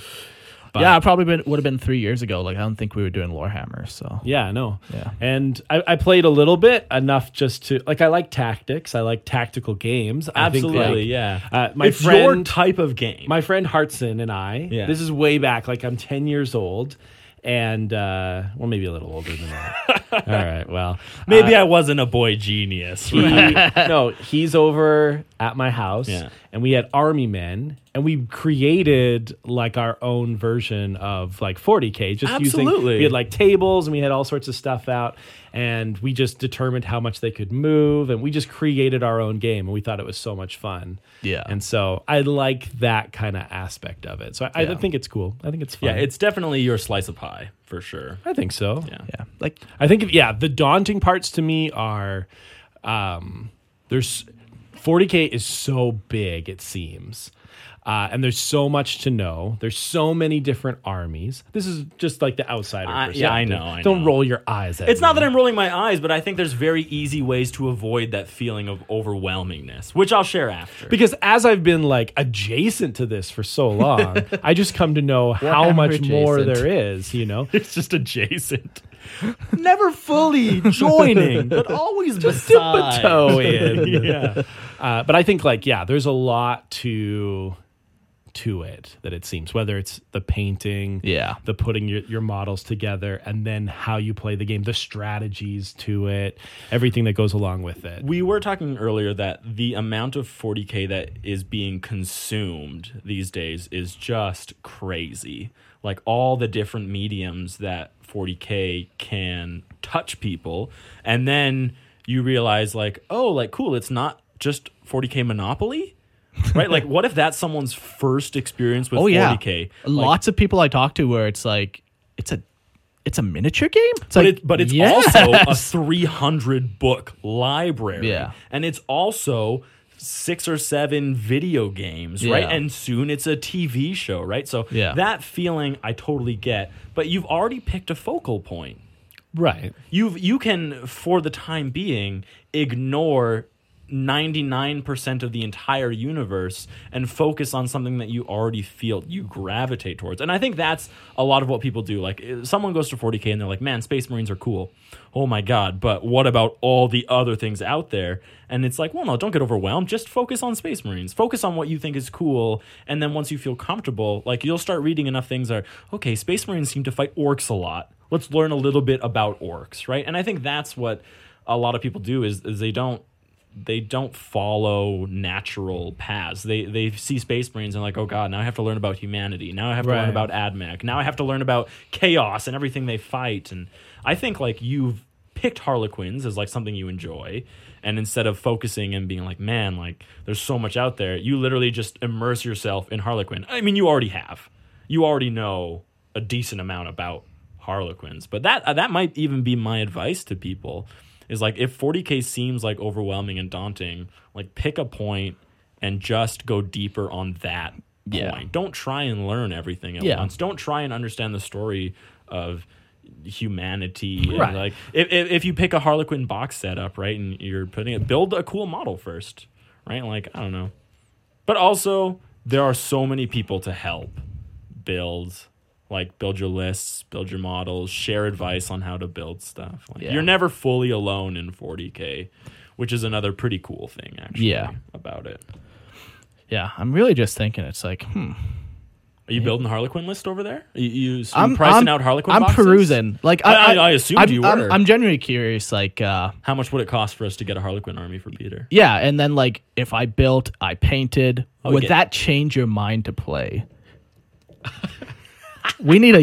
D: But-
C: yeah, it probably been would have been three years ago. Like I don't think we were doing Lorehammer, so
D: Yeah, no.
C: Yeah.
D: And I, I played a little bit, enough just to like I like tactics. I like tactical games. I think,
B: absolutely,
D: like,
B: yeah.
D: Uh, my
B: it's your
D: friend
B: type of game.
D: my friend Hartson and I.
B: Yeah.
D: This is way back, like I'm 10 years old, and uh, well, maybe a little older than that. All right, well,
B: Maybe
D: uh,
B: I wasn't a boy genius.
D: he, no, he's over at my house,
B: Yeah.
D: and we had army men, and we created like our own version of like 40k. Just
B: Absolutely.
D: using we had like tables, and we had all sorts of stuff out, and we just determined how much they could move, and we just created our own game, and we thought it was so much fun.
C: Yeah.
D: and so I like that kind of aspect of it. So I, I think it's cool. I think it's fun.
B: yeah, it's definitely your slice of pie for sure.
D: I think so.
B: Yeah.
C: yeah, like
D: I think if, yeah, the daunting parts to me are um there's 40k is so big it seems. Uh, and there's so much to know. There's so many different armies. This is just like the outsider.
B: I-
D: perspective.
B: yeah, I know, I
D: Don't
B: know.
D: roll your eyes at
B: It's
D: me.
B: not that I'm rolling my eyes, but I think there's very easy ways to avoid that feeling of overwhelmingness, which I'll share after.
D: because as I've been like adjacent to this for so long, I just come to know how
C: am
D: much
C: adjacent?
D: more there is. You know,
B: it's just adjacent. Never fully joining, but always beside.
D: toe in. yeah. Uh, but I think like yeah, there's a lot to to it that it seems whether it's the painting,
C: Yeah.
D: the putting your, your models together, and then how you play the game, the strategies to it, everything that goes along with it.
B: We were talking earlier that the amount of 40k that is being consumed these days is just crazy. Like all the different mediums that 40k can touch people, and then you realize like, oh, like cool, it's not just 40k Monopoly, right? like, what if that's someone's first experience with
C: oh yeah,
B: 40k?
C: lots of people I talk to where it's like it's a it's a miniature game. It's
B: but
C: like,
B: it, but it's
C: yeah.
B: also a 300 book library
C: Yeah.
B: and it's also six or seven video games right
C: Yeah.
B: and soon it's a tv show right so
C: Yeah.
B: that feeling i totally get but you've already picked a focal point
D: Right.
B: you've you can for the time being ignore 99% of the entire universe and focus on something that you already feel you gravitate towards and i think that's a lot of what people do like eh, someone goes to 40k and they're like man space marines are cool oh my god but what about all the other things out there and it's like well no don't get overwhelmed just focus on space marines focus on what you think is cool and then once you feel comfortable like you'll start reading enough things that are okay space marines seem to fight orcs a lot let's learn a little bit about orcs right and i think that's what a lot of people do is, is they don't they don't follow natural paths they they see space marines and like oh god now i have to learn about humanity now i have to learn
D: Right.
B: about admech now i have to learn about chaos and everything they fight and i think like you've picked harlequins as like something you enjoy and instead of focusing and being like man like there's so much out there you literally just immerse yourself in harlequin i mean you already have you already know a decent amount about Harlequins. But that uh, that might even be my advice to people is like if 40k seems like overwhelming and daunting, like pick a point and just go deeper on that
C: Yeah.
B: point. Don't try and learn everything at
C: Yeah.
B: once. Don't try and understand the story of humanity and,
C: Right.
B: like if, if, if you pick a harlequin box setup right and you're putting it build a cool model first right like i don't know but also there are so many people to help build like build your lists build your models share advice on how to build stuff like
C: Yeah.
B: you're never fully alone in 40k which is another pretty cool thing actually
C: Yeah.
B: about it
C: yeah. I'm really just thinking it's like hmm,
B: are you building harlequin list over there you, you, so you
C: I'm
B: pricing
C: I'm,
B: out harlequin
C: I'm
B: boxes?
C: perusing. Like
B: I-
C: I
B: I- I assumed
C: I'm-
B: you
C: I'm-
B: were.
C: I'm genuinely curious. Like uh,
B: how much would it cost for us to get a harlequin army for peter
C: Yeah, and then like if I built, I painted, Would
B: Oh, yeah.
C: that change your mind to play? we need a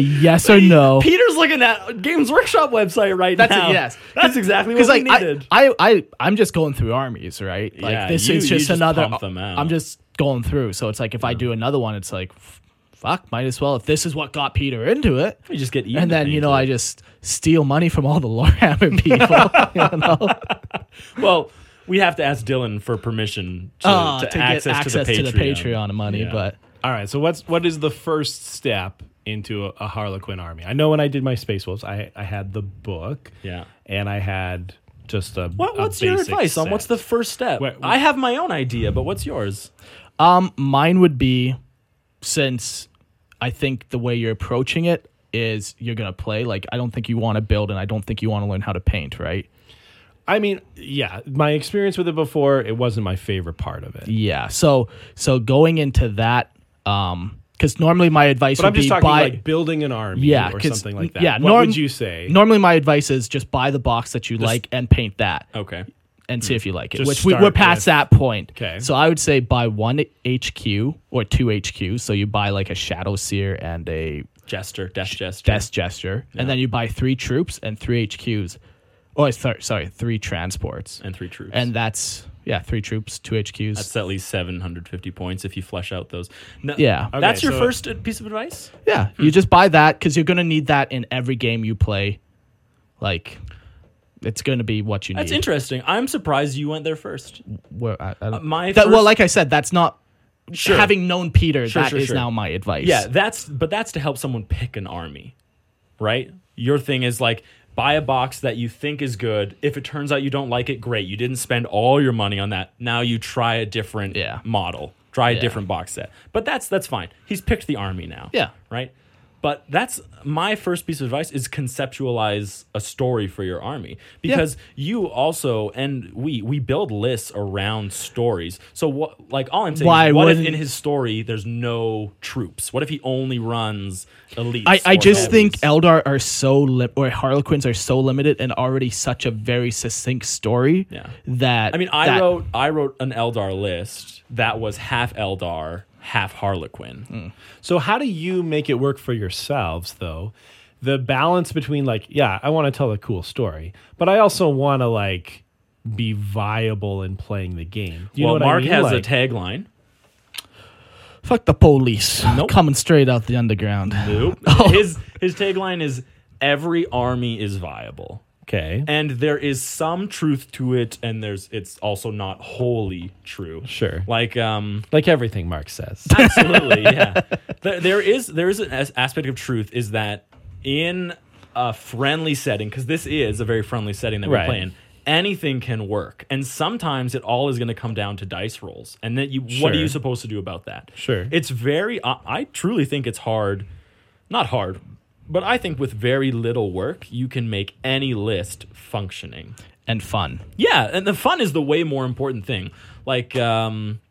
C: yes or no.
B: Peter's looking at Games Workshop website right
C: That's a
B: now.
C: yes.
B: That's exactly what
C: Because
B: we
C: like I,
B: needed.
C: I, I, I'm just going through armies, right? Like
B: Yeah,
C: this
B: you-
C: is
B: you
C: just
B: just
C: another.
B: pump them out.
C: I'm just going through. So it's like if I do another one, it's like, f- fuck, might as well. If this is what got Peter into it,
B: we just get eaten
C: and then you know I
B: painfully.
C: just steal money from all the Lorehammer people. you know?
B: well, we have to ask Dylan for permission to,
C: Uh,
B: to, access, to, the
C: Patreon money,
B: Yeah.
C: but
D: All right. So what's what is the first step into a, a Harlequin army? I know when I did my Space Wolves, I, I had the book.
B: Yeah.
D: And I had just a.
B: What,
D: a
B: what's your
D: basic
B: advice on
D: set.
B: what's the first step?
D: Wait, wait.
B: I have my own idea, but what's yours?
C: Um, mine would be since I think the way you're approaching it is you're gonna play. Like I don't think you want to build, and I don't think you want to learn how to paint, right?
D: I mean, yeah, my experience with it before, it wasn't my favorite part of it.
C: Yeah. So so going into that, um, because normally my advice
D: But
C: would
D: I'm just
C: be
D: talking
C: buy.
D: like building an army
C: yeah,
D: or
C: 'cause-
D: something like that.
C: Yeah,
D: what
C: norm-
D: would you say?
C: Normally, my advice is just buy the box that you like and paint that.
B: Okay.
C: and see if you like it.
D: Oh. Just
C: Which we,
D: start
C: we're past
D: with-
C: that point.
D: Okay.
C: So I would say buy one HQ or two HQs. So you buy like a Shadow Seer and a
B: Jester, Death Jester.
C: Death Gesture, and then you buy three troops and three HQs. Oh, sorry, sorry, three transports,
B: And three troops.
C: and that's yeah, three troops, two HQs.
B: that's at least 750 points if you flesh out those. No,
C: Yeah. Okay,
B: that's your
D: so-
B: first uh, piece of advice?
C: yeah,
B: Hmm.
C: you just buy that because you're gonna need that in every game you play. Like, it's gonna be what you
B: That's
C: need.
B: interesting. I'm surprised you went there first.
C: Where- I- I don't-
B: Uh, my
C: that, well,
B: first-
C: like I said, that's not.
B: Sure.
C: Having known Peter, that is
B: Sure, sure, sure.
C: now my advice.
B: Yeah, that's but that's to help someone pick an army, right? Your thing is like buy a box that you think is good. If it turns out you don't like it, great. You didn't spend all your money on that. Now you try a different
C: Yeah.
B: model, try a different box set. But that's that's fine. He's picked the army now.
C: Yeah.
B: Right? But that's my first piece of advice is conceptualize a story for your army because you also and we we build lists around stories. So what like all I'm saying
C: Why
B: is what if
C: wouldn't-
B: in his story there's no troops? What if he only runs elites?
C: I, I
B: or
C: just think
B: heavies?
C: Eldar are so li- or Harlequins are so limited and already such a very succinct story
B: Yeah.
C: that
B: I mean, I
C: that-
B: wrote I wrote an Eldar list that was half Eldar, half Harlequin.
C: Hmm.
D: So how do you make it work for yourselves though? The balance between like, yeah, I want to tell a cool story, but I also want to like be viable in playing the game. Do You
B: well,
D: know what
B: Mark
D: I mean?
B: has a
D: like,
B: tagline.
C: fuck the police
B: Nope.
C: coming straight out the underground.
B: Nope. His his tagline is every army is viable.
D: okay.
B: and there is some truth to it and there's it's also not wholly true
D: Sure.
B: like um
D: Like everything Mark says.
B: absolutely yeah there, there is there is an as- aspect of truth is that in a friendly setting because this is a very friendly setting that we
D: Right.
B: play in anything can work and sometimes it all is going to come down to dice rolls and then you what
D: Sure.
B: are you supposed to do about that
D: Sure.
B: it's very I, I truly think it's hard not hard but i think with very little work you can make any list functioning
C: and fun.
B: yeah, and the fun is the way more important thing. Like, um,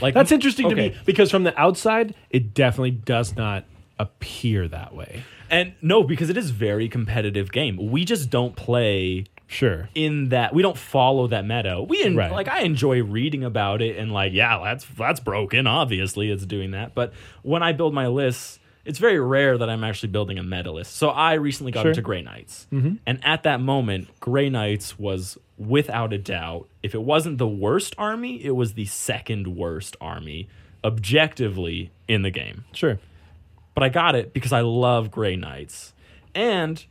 B: like
D: That's interesting
B: Okay.
D: to me because from the outside, it definitely does not appear that way.
B: And no, because it is very competitive game. We just don't play
D: Sure.
B: in that. We don't follow that meta. We en-
D: Right.
B: like I enjoy reading about it and like yeah, that's that's broken. Obviously, it's doing that. But when I build my lists. It's very rare that I'm actually building a meta list. So I recently got into Grey Knights. And at that moment, Grey Knights was without a doubt, if it wasn't the worst army, it was the second worst army objectively in the game
D: Sure.
B: but I got it because I love Grey Knights. And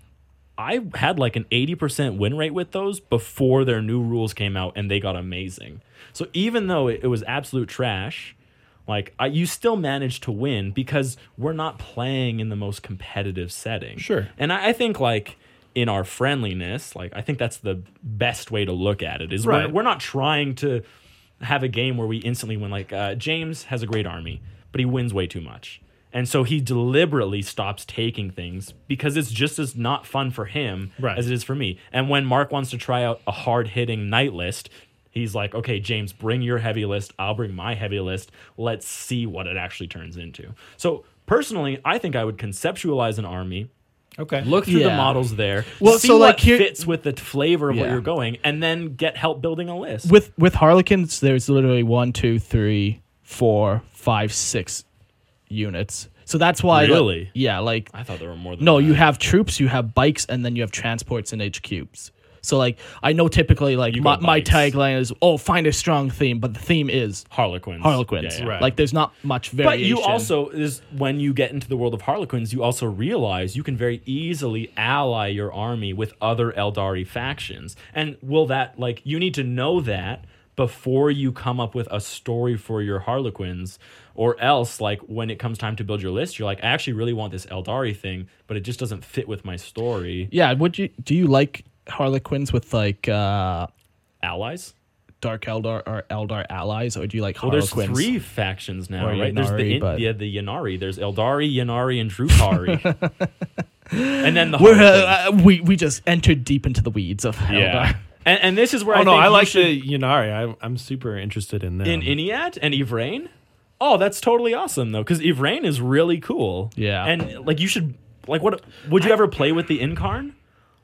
B: I had like an 80% win rate with those before their new rules came out and they got amazing. So even though it, it was absolute trash, like I, you still managed to win because we're not playing in the most competitive setting.
D: Sure.
B: And I, I think like in our friendliness, like I think that's the best way to look at it is we're-
D: Right.
B: we're, not trying to have a game where we instantly win. Like uh, James has a great army, but he wins way too much. And so he deliberately stops taking things because it's just as not fun for him
D: Right.
B: as it is for me. And when Mark wants to try out a hard hitting night list, he's like, okay, James, bring your heavy list. I'll bring my heavy list. Let's see what it actually turns into. So personally, I think I would conceptualize an army
D: Okay.
B: look through the
C: Yeah.
B: models there.
C: Well,
B: see
C: so,
B: what
C: like, here-
B: fits with the flavor of what
C: Yeah.
B: you're going, and then get help building a list.
C: With with Harlequins, there's literally one, two, three, four, five, six units. So that's why. like-
B: Really?
C: yeah, like
B: I thought there were more than
C: no,
B: that.
C: you have troops, you have bikes, and then you have transports and HQs. So like I know typically like
B: You
C: my,
B: got
C: my
B: bikes.
C: tagline is oh find a strong theme, but the theme is
B: Harlequins.
C: Harlequins.
B: Yeah, yeah.
C: Like there's not much
B: But
C: variation.
B: you also is when you get into the world of Harlequins, you also realize you can very easily ally your army with other Eldari factions. And will that like you need to know that before you come up with a story for your Harlequins, or else like when it comes time to build your list, you're like, I actually really want this Eldari thing, but it just doesn't fit with my story.
C: yeah. Would you do you like Harlequins with like uh
B: Allies?
C: Dark Eldar or Eldar allies, or do you like
B: Well, there's
C: Harlequins?
B: three factions now,
C: Or
B: right? there's the
C: Yanari,
B: In-
C: but-
B: yeah, the Yanari. There's Eldari, Yanari, and Drukari. and then the
C: We're,
B: Harlequins.
C: uh, uh, we we just entered deep into the weeds of
B: yeah.
C: Eldar.
B: And, and this is where
D: Oh
B: I
D: no,
B: think
D: I
B: you
D: like
B: should-
D: the Yanari. I'm, I'm super interested in that.
B: in Iniad and Ivrain. Oh, that's totally awesome though, because Ivrain is really cool.
C: Yeah.
B: and like you should like what would you ever play with the Incarn,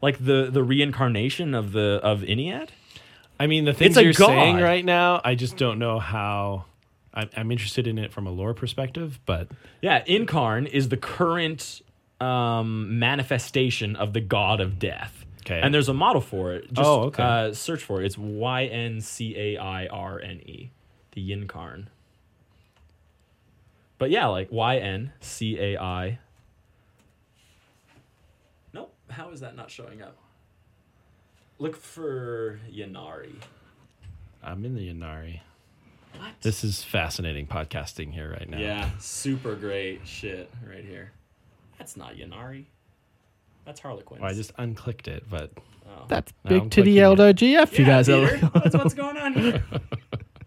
B: like the the reincarnation of the of Iniad?
D: I mean, the things
B: a
D: you're saying
B: god.
D: right now, I just don't know how. I'm, I'm interested in it from a lore perspective, but
B: Yeah, Incarn is the current um, manifestation of the god of death.
D: 'Kay.
B: And there's a model for it. Just,
D: Oh, okay.
B: Uh, search for it. It's Y N C A I R N E, the Yincarn. But yeah, like Y N C A I. Nope. How is that not showing up? Look for Yanari.
D: I'm in the Yanari.
B: What?
D: This is fascinating podcasting here right now.
B: Yeah, super great shit right here. That's not Yanari. That's Harlequin.
D: Well, I just unclicked it, but
C: That's
D: No, I'm
C: big titty
D: clicking
C: Eldar GF. you guys are
B: Peter, that's what's going on here.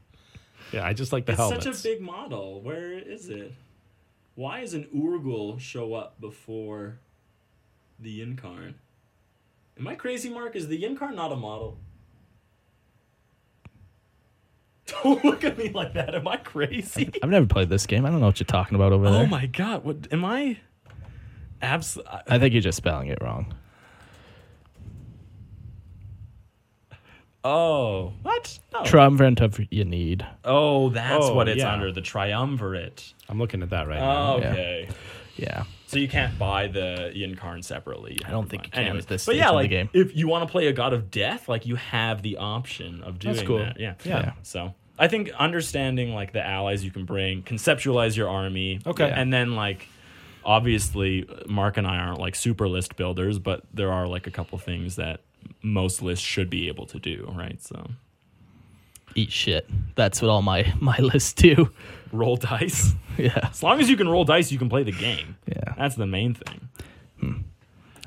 D: yeah, I just like the
B: It's
D: helmets.
B: such a big model. Where is it? Why is an Urgul show up before the Incarn? Am I crazy, Mark? Is the Incarn not a model? Don't look at me like that. Am I crazy?
C: I've never played this game. I don't know what you're talking about over there.
B: Oh my god! What am I? Abs. I-
C: I think you're just spelling it wrong.
B: Oh, what? No.
C: Triumvirate of you need.
B: oh, that's
D: Oh,
B: what it's
D: yeah.
B: under the triumvirate.
D: I'm looking at that right now.
B: Oh,
C: Yeah.
B: okay.
C: Yeah.
B: So you can't buy the Yinkarn separately.
C: I don't think you can
B: Anyways,
C: at this
B: but
C: stage
B: yeah,
C: of the
B: like
C: game.
B: if you want to play a god of death, like you have the option of doing
D: cool.
B: that. Yeah.
D: Yeah. Yeah.
B: So I think understanding like the allies you can bring, conceptualize your army.
D: Okay. Yeah.
B: And then like obviously Mark and I aren't like super list builders, but there are like a couple things that most lists should be able to do, right? So
C: Eat shit. That's what all my my lists do.
B: roll dice.
C: Yeah.
B: As long as you can roll dice, you can play the game.
C: Yeah.
B: That's the main thing.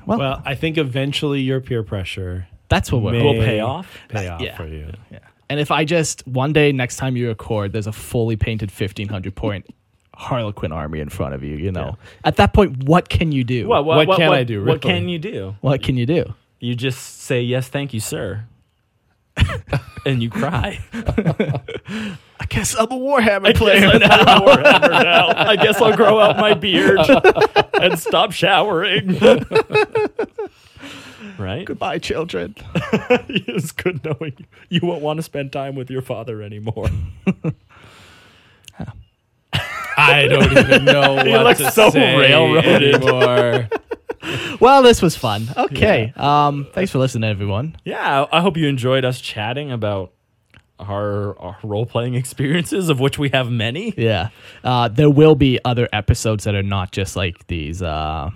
C: Well,
D: Well, I think eventually your peer pressure
C: that's what we're.
D: may
B: Will pay off?
D: Pay off
C: Yeah.
D: for you.
C: Yeah. And if I just one day next time you record, there's a fully painted 1500 point Harlequin army in front of you. You know, at that point, what can you do?
B: What, what,
D: What can I do,
B: What
D: really?
B: can you do?
C: What can you do?
B: You just say yes, thank you, sir, and you cry.
C: I guess I'm a Warhammer player.
B: I guess I'll grow out my beard and stop showering. right?
C: Goodbye, children.
B: It's good knowing you. You won't want to spend time with your father anymore.
D: I don't even know what
B: looks
D: to
B: so
D: say
B: railroaded.
D: anymore.
C: Well, this was fun. Okay. Um, thanks for listening, everyone.
B: Yeah, I I hope you enjoyed us chatting about our, our role playing experiences, of which we have many.
C: Yeah. Uh, there will be other episodes that are not just like these. Uh,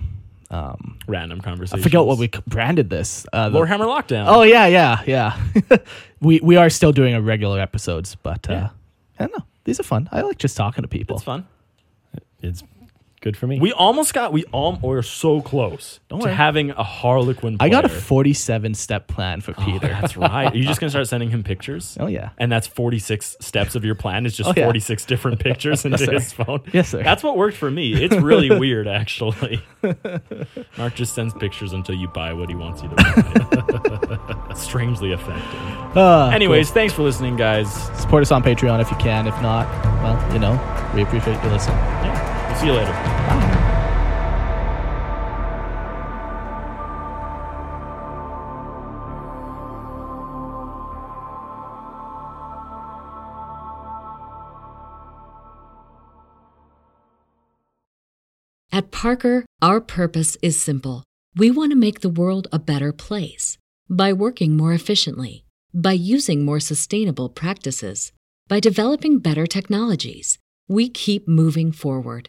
C: um,
B: Random
C: I
B: conversations.
C: forgot what we c- branded this. Uh, the-
B: Warhammer Lockdown.
C: Oh yeah, yeah, yeah. we we are still doing a regular episodes, but uh,
B: Yeah.
C: I don't know. These are fun. I like just talking to people.
B: it's fun.
D: It's good for me.
B: We almost got. We all we are so close
C: Don't
B: to
C: worry.
B: having a Harlequin.
C: I
B: Player. Oh,
C: got a forty-seven step plan for Peter.
B: That's right. Are you just gonna start sending him pictures?
C: Oh, yeah.
B: And that's forty six steps of your plan. It's just
C: Oh, yeah.
B: forty six different pictures into
C: sir.
B: his phone.
C: Yes, sir.
B: That's what worked for me. It's really weird, actually. Mark just sends pictures until you buy what he wants you to buy. Strangely effective.
C: Uh,
B: Anyways, thanks for listening, guys.
C: cool. support us on Patreon if you can. If not, well, you know, we appreciate you listening.
B: Yeah. We'll see you later.
F: At Parker, our purpose is simple. We want to make the world a better place by working more efficiently, by using more sustainable practices, by developing better technologies. We keep moving forward.